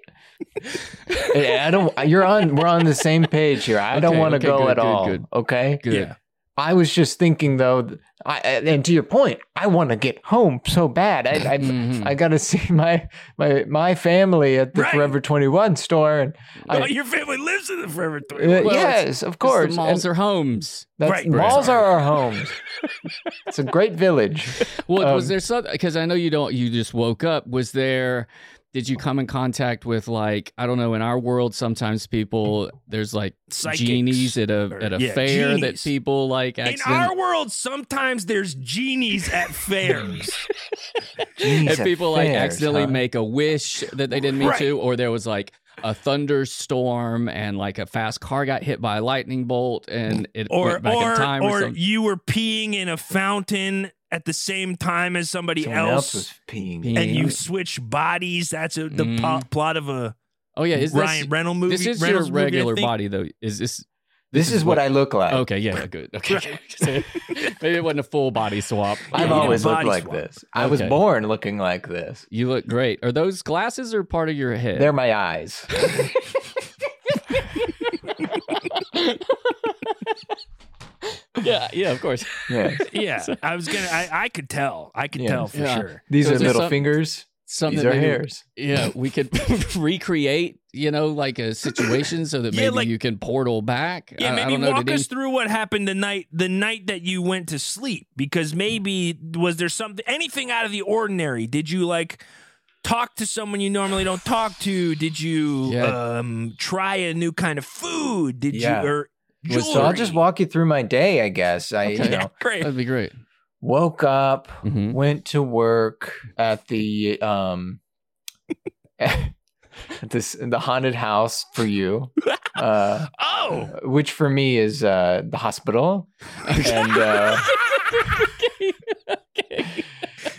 [SPEAKER 4] I I don't you're on we're on the same page here. I don't
[SPEAKER 3] Okay,
[SPEAKER 4] want to
[SPEAKER 3] okay,
[SPEAKER 4] go
[SPEAKER 3] good,
[SPEAKER 4] at
[SPEAKER 3] good,
[SPEAKER 4] all.
[SPEAKER 3] good.
[SPEAKER 4] Okay?
[SPEAKER 3] Good.
[SPEAKER 1] Yeah.
[SPEAKER 4] I was just thinking though, th- I, and to your point, I want to get home so bad.
[SPEAKER 3] <laughs>
[SPEAKER 4] I I,
[SPEAKER 3] Mhm.
[SPEAKER 4] I got to see my my my family at the
[SPEAKER 1] Right.
[SPEAKER 4] Forever Twenty One store, and I,
[SPEAKER 1] oh, your family lives in the Forever
[SPEAKER 4] uh,
[SPEAKER 1] 21.
[SPEAKER 3] Well, it's-
[SPEAKER 4] yes, of
[SPEAKER 3] 'Cause
[SPEAKER 4] course.
[SPEAKER 3] The
[SPEAKER 4] And
[SPEAKER 3] malls are homes.
[SPEAKER 4] that's,
[SPEAKER 1] Right, right.
[SPEAKER 4] malls are our homes.
[SPEAKER 3] <laughs>
[SPEAKER 4] it's a great village.
[SPEAKER 3] Well, was
[SPEAKER 4] Um,
[SPEAKER 3] there something? Because I know you don't. You just woke up. Was there? Did you come in contact with like I don't know? In our world, sometimes people there's like
[SPEAKER 1] Psychics.
[SPEAKER 3] genies at a
[SPEAKER 1] or-
[SPEAKER 3] at a
[SPEAKER 1] yeah,
[SPEAKER 3] fair that
[SPEAKER 1] genies.
[SPEAKER 3] people like
[SPEAKER 1] In
[SPEAKER 3] accident.
[SPEAKER 1] our world, sometimes there's genies
[SPEAKER 3] <laughs>
[SPEAKER 1] at fairs.
[SPEAKER 4] Jeez,
[SPEAKER 3] if people like
[SPEAKER 4] affairs,
[SPEAKER 3] accidentally
[SPEAKER 4] huh?
[SPEAKER 3] make a wish that they didn't mean
[SPEAKER 1] Right.
[SPEAKER 3] to, or there was like a thunderstorm and like a fast car got hit by a lightning bolt and it
[SPEAKER 1] or
[SPEAKER 3] went back
[SPEAKER 1] or,
[SPEAKER 3] in time or,
[SPEAKER 1] or
[SPEAKER 3] something.
[SPEAKER 1] you were peeing in a fountain at the same time as somebody
[SPEAKER 4] Someone
[SPEAKER 1] else,
[SPEAKER 4] was peeing.
[SPEAKER 3] Peeing.
[SPEAKER 1] and you switch bodies. That's a, the
[SPEAKER 3] Mm.
[SPEAKER 1] po- plot of a
[SPEAKER 3] oh yeah, is this,
[SPEAKER 1] Ryan Reynolds movie.
[SPEAKER 3] this is
[SPEAKER 1] Reynolds
[SPEAKER 3] your
[SPEAKER 1] movie, I
[SPEAKER 3] regular
[SPEAKER 1] think.
[SPEAKER 3] body though? Is this
[SPEAKER 4] This, is what, I
[SPEAKER 1] <laughs>
[SPEAKER 4] look like.
[SPEAKER 3] okay? Yeah, yeah, good. Okay, <laughs> maybe it wasn't a full body swap.
[SPEAKER 1] Yeah,
[SPEAKER 4] I've
[SPEAKER 1] you need
[SPEAKER 4] always
[SPEAKER 1] a
[SPEAKER 4] looked
[SPEAKER 1] body
[SPEAKER 4] like
[SPEAKER 1] swap.
[SPEAKER 4] this. I was
[SPEAKER 3] Okay.
[SPEAKER 4] born looking like this.
[SPEAKER 3] You look great. Are those glasses or part of your head?
[SPEAKER 4] They're my
[SPEAKER 3] <laughs>
[SPEAKER 4] eyes.
[SPEAKER 3] yeah, yeah, of course.
[SPEAKER 4] Yes.
[SPEAKER 1] <laughs> Yeah, I was gonna. I, I could tell. I could
[SPEAKER 4] Yeah.
[SPEAKER 1] tell for
[SPEAKER 3] Yeah.
[SPEAKER 1] sure.
[SPEAKER 4] These
[SPEAKER 3] Those
[SPEAKER 4] are
[SPEAKER 3] are
[SPEAKER 4] little
[SPEAKER 3] some-
[SPEAKER 4] fingers.
[SPEAKER 3] Something
[SPEAKER 4] These
[SPEAKER 3] that
[SPEAKER 4] are
[SPEAKER 3] maybe-
[SPEAKER 4] hairs.
[SPEAKER 3] Yeah, we could <laughs> recreate, you know, like a situation so that
[SPEAKER 1] Yeah,
[SPEAKER 3] maybe
[SPEAKER 1] like-
[SPEAKER 3] you can portal back.
[SPEAKER 1] Yeah,
[SPEAKER 3] I, I
[SPEAKER 1] maybe
[SPEAKER 3] don't know.
[SPEAKER 1] walk
[SPEAKER 3] did
[SPEAKER 1] us through what happened the night the night that you went to sleep because maybe was there something anything out of the ordinary? Did you like talk to someone you normally don't talk to? Did you
[SPEAKER 3] Yeah.
[SPEAKER 1] um try a new kind of food? Did
[SPEAKER 4] Yeah.
[SPEAKER 1] you or jewelry?
[SPEAKER 3] Was-
[SPEAKER 4] So I'll just walk you through my day, I guess. I
[SPEAKER 3] Okay.
[SPEAKER 4] you
[SPEAKER 1] <laughs> Yeah,
[SPEAKER 4] know,
[SPEAKER 1] great.
[SPEAKER 3] That'd be great.
[SPEAKER 4] <laughs> woke up,
[SPEAKER 1] Mm-hmm.
[SPEAKER 4] <laughs>
[SPEAKER 3] Mhm.
[SPEAKER 4] went to work at the um <laughs> at this the haunted house for
[SPEAKER 1] <laughs>
[SPEAKER 4] you. Uh
[SPEAKER 1] Oh,
[SPEAKER 4] which for me is uh the hospital.
[SPEAKER 1] <laughs>
[SPEAKER 4] And uh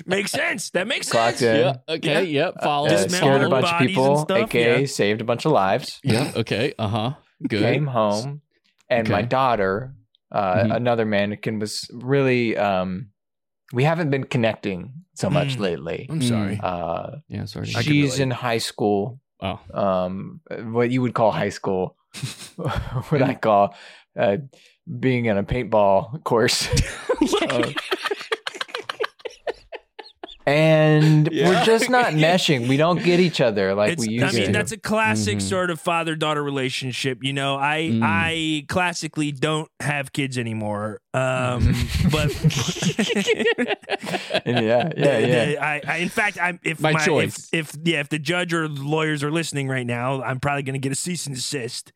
[SPEAKER 1] makes sense. That makes
[SPEAKER 4] clocked
[SPEAKER 1] sense.
[SPEAKER 4] in.
[SPEAKER 3] Yeah. Okay. Yep. Follow.
[SPEAKER 4] uh,
[SPEAKER 1] Just
[SPEAKER 4] scared a
[SPEAKER 1] dismembered
[SPEAKER 4] bunch of
[SPEAKER 1] bodies and
[SPEAKER 4] people,
[SPEAKER 1] stuff,
[SPEAKER 4] aka
[SPEAKER 1] yeah.
[SPEAKER 4] saved a bunch of lives.
[SPEAKER 3] Yeah. Okay. Uh huh. Good.
[SPEAKER 4] Came home, and my
[SPEAKER 3] Okay.
[SPEAKER 4] daughter, uh,
[SPEAKER 1] Mm-hmm.
[SPEAKER 3] Mhm.
[SPEAKER 4] another mannequin, was really. Um, we haven't been connecting so much
[SPEAKER 1] Mm.
[SPEAKER 4] lately.
[SPEAKER 1] I'm sorry.
[SPEAKER 4] Uh,
[SPEAKER 3] Yeah. Sorry.
[SPEAKER 1] I can
[SPEAKER 4] she's
[SPEAKER 1] relate.
[SPEAKER 4] in high school.
[SPEAKER 3] Oh.
[SPEAKER 4] Um, what you would call high school, <laughs> what I call uh, being in a paintball course. Uh, and
[SPEAKER 3] Yeah.
[SPEAKER 4] we're just not meshing. We don't get each other like
[SPEAKER 1] It's-
[SPEAKER 4] we Mm-hmm. used
[SPEAKER 1] I mean,
[SPEAKER 4] to.
[SPEAKER 1] that's a classic
[SPEAKER 3] Mhm.
[SPEAKER 1] sort of father daughter relationship. You know, I
[SPEAKER 3] Mm.
[SPEAKER 1] I classically don't have kids anymore.
[SPEAKER 4] <laughs>
[SPEAKER 1] Um, but
[SPEAKER 4] <laughs> yeah, yeah, yeah.
[SPEAKER 1] I, I, in fact, I'm if
[SPEAKER 3] By
[SPEAKER 1] my, if-
[SPEAKER 3] choice.
[SPEAKER 1] If, yeah, if the judge or the lawyers are listening right now, I'm probably going to get a cease and desist.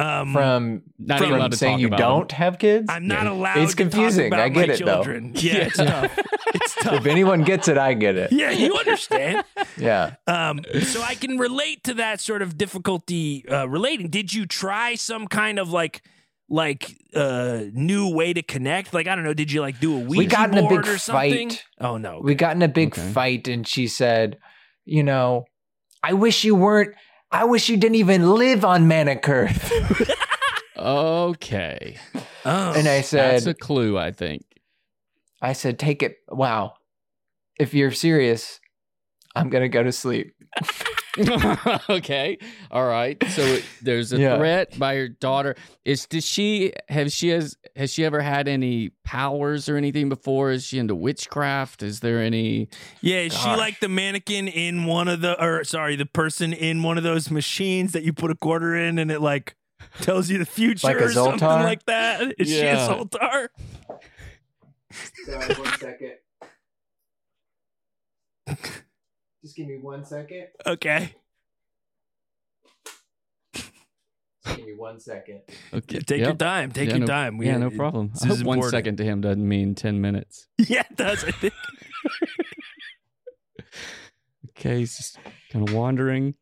[SPEAKER 1] Um,
[SPEAKER 4] from
[SPEAKER 3] Not
[SPEAKER 4] from
[SPEAKER 3] even allowed to
[SPEAKER 4] saying
[SPEAKER 3] talk
[SPEAKER 4] you
[SPEAKER 3] about
[SPEAKER 4] don't have kids.
[SPEAKER 1] I'm not allowed.
[SPEAKER 4] It's
[SPEAKER 1] to talk
[SPEAKER 4] confusing.
[SPEAKER 1] about
[SPEAKER 4] I get
[SPEAKER 1] my
[SPEAKER 4] it, though.
[SPEAKER 1] children. Yeah, it's tough. It's tough.
[SPEAKER 4] if anyone gets it, I get
[SPEAKER 1] <laughs>
[SPEAKER 4] it.
[SPEAKER 1] Yeah, you understand.
[SPEAKER 4] Yeah.
[SPEAKER 1] Um, so I can relate to that sort of difficulty uh, relating. Did you try some kind of like, like uh, new way to connect? Like I don't know. Did you like do a Ouija
[SPEAKER 4] we got in a
[SPEAKER 1] board
[SPEAKER 4] big
[SPEAKER 1] or something?
[SPEAKER 4] fight.
[SPEAKER 1] Oh no.
[SPEAKER 4] We got in a big
[SPEAKER 3] Okay.
[SPEAKER 4] fight, and she said, "You know, I wish you weren't. I wish you didn't even live on
[SPEAKER 3] <laughs>
[SPEAKER 4] Manic Earth."
[SPEAKER 3] Okay.
[SPEAKER 1] oh.
[SPEAKER 4] And I
[SPEAKER 3] That's
[SPEAKER 4] said,
[SPEAKER 3] a clue. I think.
[SPEAKER 4] "I said, take it. Wow, if you're serious, I'm gonna go to sleep."
[SPEAKER 3] <laughs> okay. All right. So it, there's a
[SPEAKER 4] Yeah.
[SPEAKER 3] threat by your daughter. Is does she have she has has she ever had any powers or anything before? Is she into witchcraft? Is there any?
[SPEAKER 1] yeah, is she
[SPEAKER 4] Gosh.
[SPEAKER 1] like the mannequin in one of the, or sorry, the person in one of those machines that you put a quarter in and it like tells you the future
[SPEAKER 4] Like a
[SPEAKER 1] or something
[SPEAKER 4] Zoltar?
[SPEAKER 1] like that? Is
[SPEAKER 3] Yeah.
[SPEAKER 1] she a Zoltar?
[SPEAKER 4] Sorry, one
[SPEAKER 1] <laughs>
[SPEAKER 4] second. Just give me one second.
[SPEAKER 1] Okay,
[SPEAKER 4] Just give me one second.
[SPEAKER 3] Okay.
[SPEAKER 1] take your
[SPEAKER 3] Yep.
[SPEAKER 1] time. Take
[SPEAKER 3] Yeah,
[SPEAKER 1] your
[SPEAKER 3] no-
[SPEAKER 1] time. We-
[SPEAKER 3] yeah, no problem.
[SPEAKER 1] this
[SPEAKER 3] I
[SPEAKER 1] is
[SPEAKER 3] hope one
[SPEAKER 1] important.
[SPEAKER 3] second to him doesn't mean ten minutes.
[SPEAKER 1] <laughs> Yeah, it
[SPEAKER 3] <laughs>
[SPEAKER 1] does. I think.
[SPEAKER 3] Okay, he's just kind of wandering.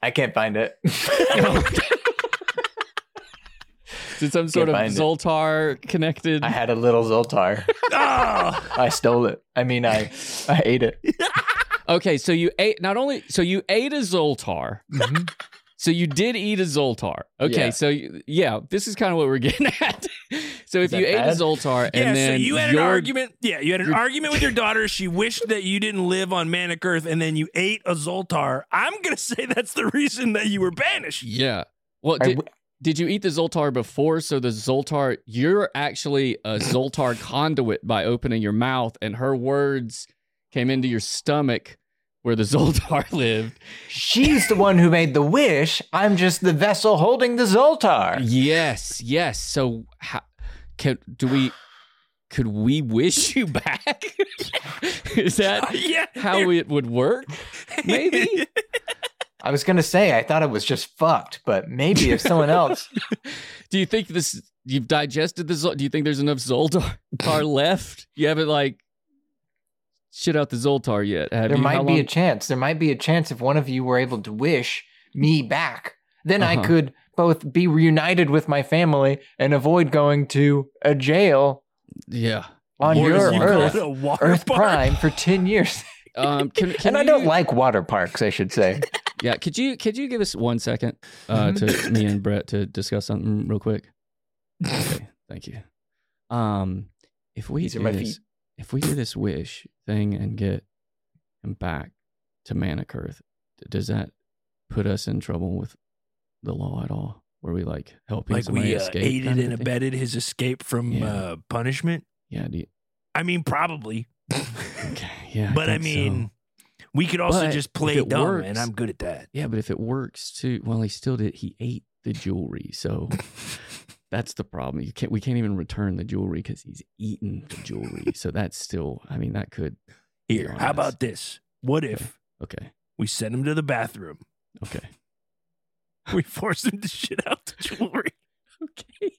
[SPEAKER 4] I can't find it. <laughs>
[SPEAKER 3] Oh. Is it some sort of
[SPEAKER 4] find it.
[SPEAKER 3] Zoltar connected?
[SPEAKER 4] I had a little Zoltar.
[SPEAKER 1] <laughs> oh.
[SPEAKER 4] I stole it. I mean, I I ate it.
[SPEAKER 3] Okay, so you ate not only so you ate a Zoltar. So you did eat a Zoltar. Okay,
[SPEAKER 4] Yeah.
[SPEAKER 3] so you, yeah, this is kind of what we're <laughs> getting at. so if
[SPEAKER 4] that
[SPEAKER 3] you ate a
[SPEAKER 4] bad?
[SPEAKER 3] Zoltar and
[SPEAKER 1] yeah,
[SPEAKER 3] then
[SPEAKER 1] so you had an
[SPEAKER 3] your-
[SPEAKER 1] argument. Yeah, you had an
[SPEAKER 3] your-
[SPEAKER 1] argument with your daughter. She wished that you didn't live on Manic Earth, and then you ate a Zoltar. I'm gonna say that's the reason that you were banished. <laughs>
[SPEAKER 3] Yeah. Well,
[SPEAKER 4] I,
[SPEAKER 3] did, did you eat the Zoltar before? So the Zoltar, you're actually
[SPEAKER 4] <coughs>
[SPEAKER 3] a Zoltar conduit by opening your mouth, and her words came into your stomach where the <laughs> Zoltar lived.
[SPEAKER 4] She's the one who made the wish. I'm just the vessel holding the Zoltar.
[SPEAKER 3] Yes, yes. So how, can do we? Could we wish you back? <laughs> Is that
[SPEAKER 1] yeah.
[SPEAKER 4] <laughs>
[SPEAKER 3] how it would work? Maybe.
[SPEAKER 1] <laughs>
[SPEAKER 4] I was gonna say I thought it was just fucked, but maybe if someone else
[SPEAKER 3] Do you think this? You've digested the. Zol- Do you think there's enough Zoltar
[SPEAKER 4] <laughs>
[SPEAKER 3] tar left? You haven't like shit out the Zoltar yet. Have you?
[SPEAKER 4] there
[SPEAKER 3] How
[SPEAKER 4] might be a
[SPEAKER 3] long-
[SPEAKER 4] chance. There might be a chance if one of you were able to wish me back. Then I
[SPEAKER 3] Uh-huh.
[SPEAKER 4] could both be reunited with my family and avoid going to a jail
[SPEAKER 3] yeah.
[SPEAKER 4] on
[SPEAKER 3] Or
[SPEAKER 4] your
[SPEAKER 3] as you call <laughs>
[SPEAKER 4] Earth,
[SPEAKER 1] a water
[SPEAKER 4] Earth
[SPEAKER 1] park.
[SPEAKER 4] Prime, for ten years.
[SPEAKER 3] Um.
[SPEAKER 4] <laughs>
[SPEAKER 3] Can, <laughs> can
[SPEAKER 4] and I
[SPEAKER 3] you-
[SPEAKER 4] don't like water parks, I should say.
[SPEAKER 3] Yeah. Could you could you give us one second uh,
[SPEAKER 1] Mm-hmm.
[SPEAKER 3] to me and Brett to discuss something real quick? Okay. Thank you. Um. If we
[SPEAKER 4] These are
[SPEAKER 3] do
[SPEAKER 4] my
[SPEAKER 3] this,
[SPEAKER 4] feet.
[SPEAKER 3] if we do this wish thing and get him back to Manic Earth, does that put us in trouble with the law at all? Were we like helping
[SPEAKER 1] Like
[SPEAKER 3] somebody
[SPEAKER 1] we uh,
[SPEAKER 3] escape?
[SPEAKER 1] aided
[SPEAKER 3] kind of
[SPEAKER 1] and
[SPEAKER 3] thing?
[SPEAKER 1] abetted his escape from
[SPEAKER 3] Yeah.
[SPEAKER 1] uh, punishment.
[SPEAKER 3] Yeah. Do you,
[SPEAKER 1] I mean, probably. <laughs>
[SPEAKER 3] okay. Yeah.
[SPEAKER 1] but I,
[SPEAKER 3] think so.
[SPEAKER 1] mean, we could also
[SPEAKER 3] But
[SPEAKER 1] just
[SPEAKER 3] if
[SPEAKER 1] play
[SPEAKER 3] it
[SPEAKER 1] dumb, and
[SPEAKER 3] works-
[SPEAKER 1] I'm good at that.
[SPEAKER 3] Yeah, but if it works too, well, he still did. He ate the jewelry, <laughs> so that's the problem. You can't. We can't even return the jewelry because he's eaten the jewelry. so that's still. I mean, that could.
[SPEAKER 1] Here,
[SPEAKER 3] Yeah,
[SPEAKER 1] how
[SPEAKER 3] that's-
[SPEAKER 1] about this? What if
[SPEAKER 3] Okay.
[SPEAKER 1] we send him to the bathroom? <laughs>
[SPEAKER 3] Okay.
[SPEAKER 1] We force him to shit out the jewelry.
[SPEAKER 3] <laughs> Okay.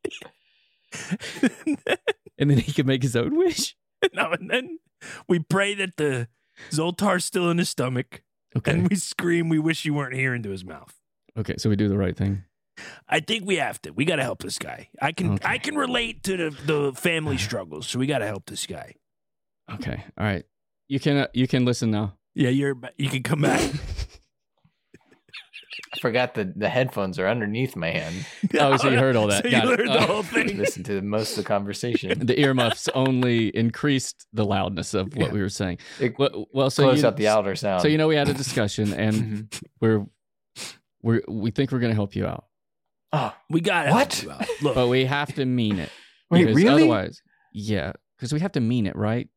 [SPEAKER 3] And then he could make his own wish.
[SPEAKER 1] <laughs> now and then we pray that the Zoltar's still in his stomach,
[SPEAKER 3] Okay.
[SPEAKER 1] and we scream, "We wish you weren't here!" into his mouth.
[SPEAKER 3] okay. So we do the right thing.
[SPEAKER 1] I think we have to. We got to help this guy. I can
[SPEAKER 3] Okay.
[SPEAKER 1] I can relate to the, the family struggles, so we got to help this guy.
[SPEAKER 3] Okay. All right. You can. Uh, you can listen <laughs> now.
[SPEAKER 1] Yeah, you're you can come
[SPEAKER 3] <laughs>
[SPEAKER 1] back.
[SPEAKER 3] Oh,
[SPEAKER 4] I forgot that the headphones are underneath my hand.
[SPEAKER 3] Oh, so you heard all
[SPEAKER 1] <laughs>
[SPEAKER 3] that.
[SPEAKER 1] So
[SPEAKER 3] Got
[SPEAKER 1] you
[SPEAKER 3] it.
[SPEAKER 1] heard
[SPEAKER 3] Uh,
[SPEAKER 1] the whole thing.
[SPEAKER 4] Listen to most of the conversation.
[SPEAKER 3] <laughs> The earmuffs only increased the loudness of what
[SPEAKER 4] Yeah.
[SPEAKER 3] we were saying.
[SPEAKER 4] It
[SPEAKER 3] Well, well so
[SPEAKER 4] close
[SPEAKER 3] you,
[SPEAKER 4] out the outer sound.
[SPEAKER 3] So you know we had a discussion and
[SPEAKER 4] Mhm.
[SPEAKER 3] we're we're we think we're gonna help you out,
[SPEAKER 4] Oh,
[SPEAKER 1] We got to
[SPEAKER 4] What?
[SPEAKER 1] help you out. Look,
[SPEAKER 3] but we have to mean it.
[SPEAKER 4] wait,
[SPEAKER 3] because
[SPEAKER 4] really?
[SPEAKER 3] Otherwise, yeah, because we have to mean it, right?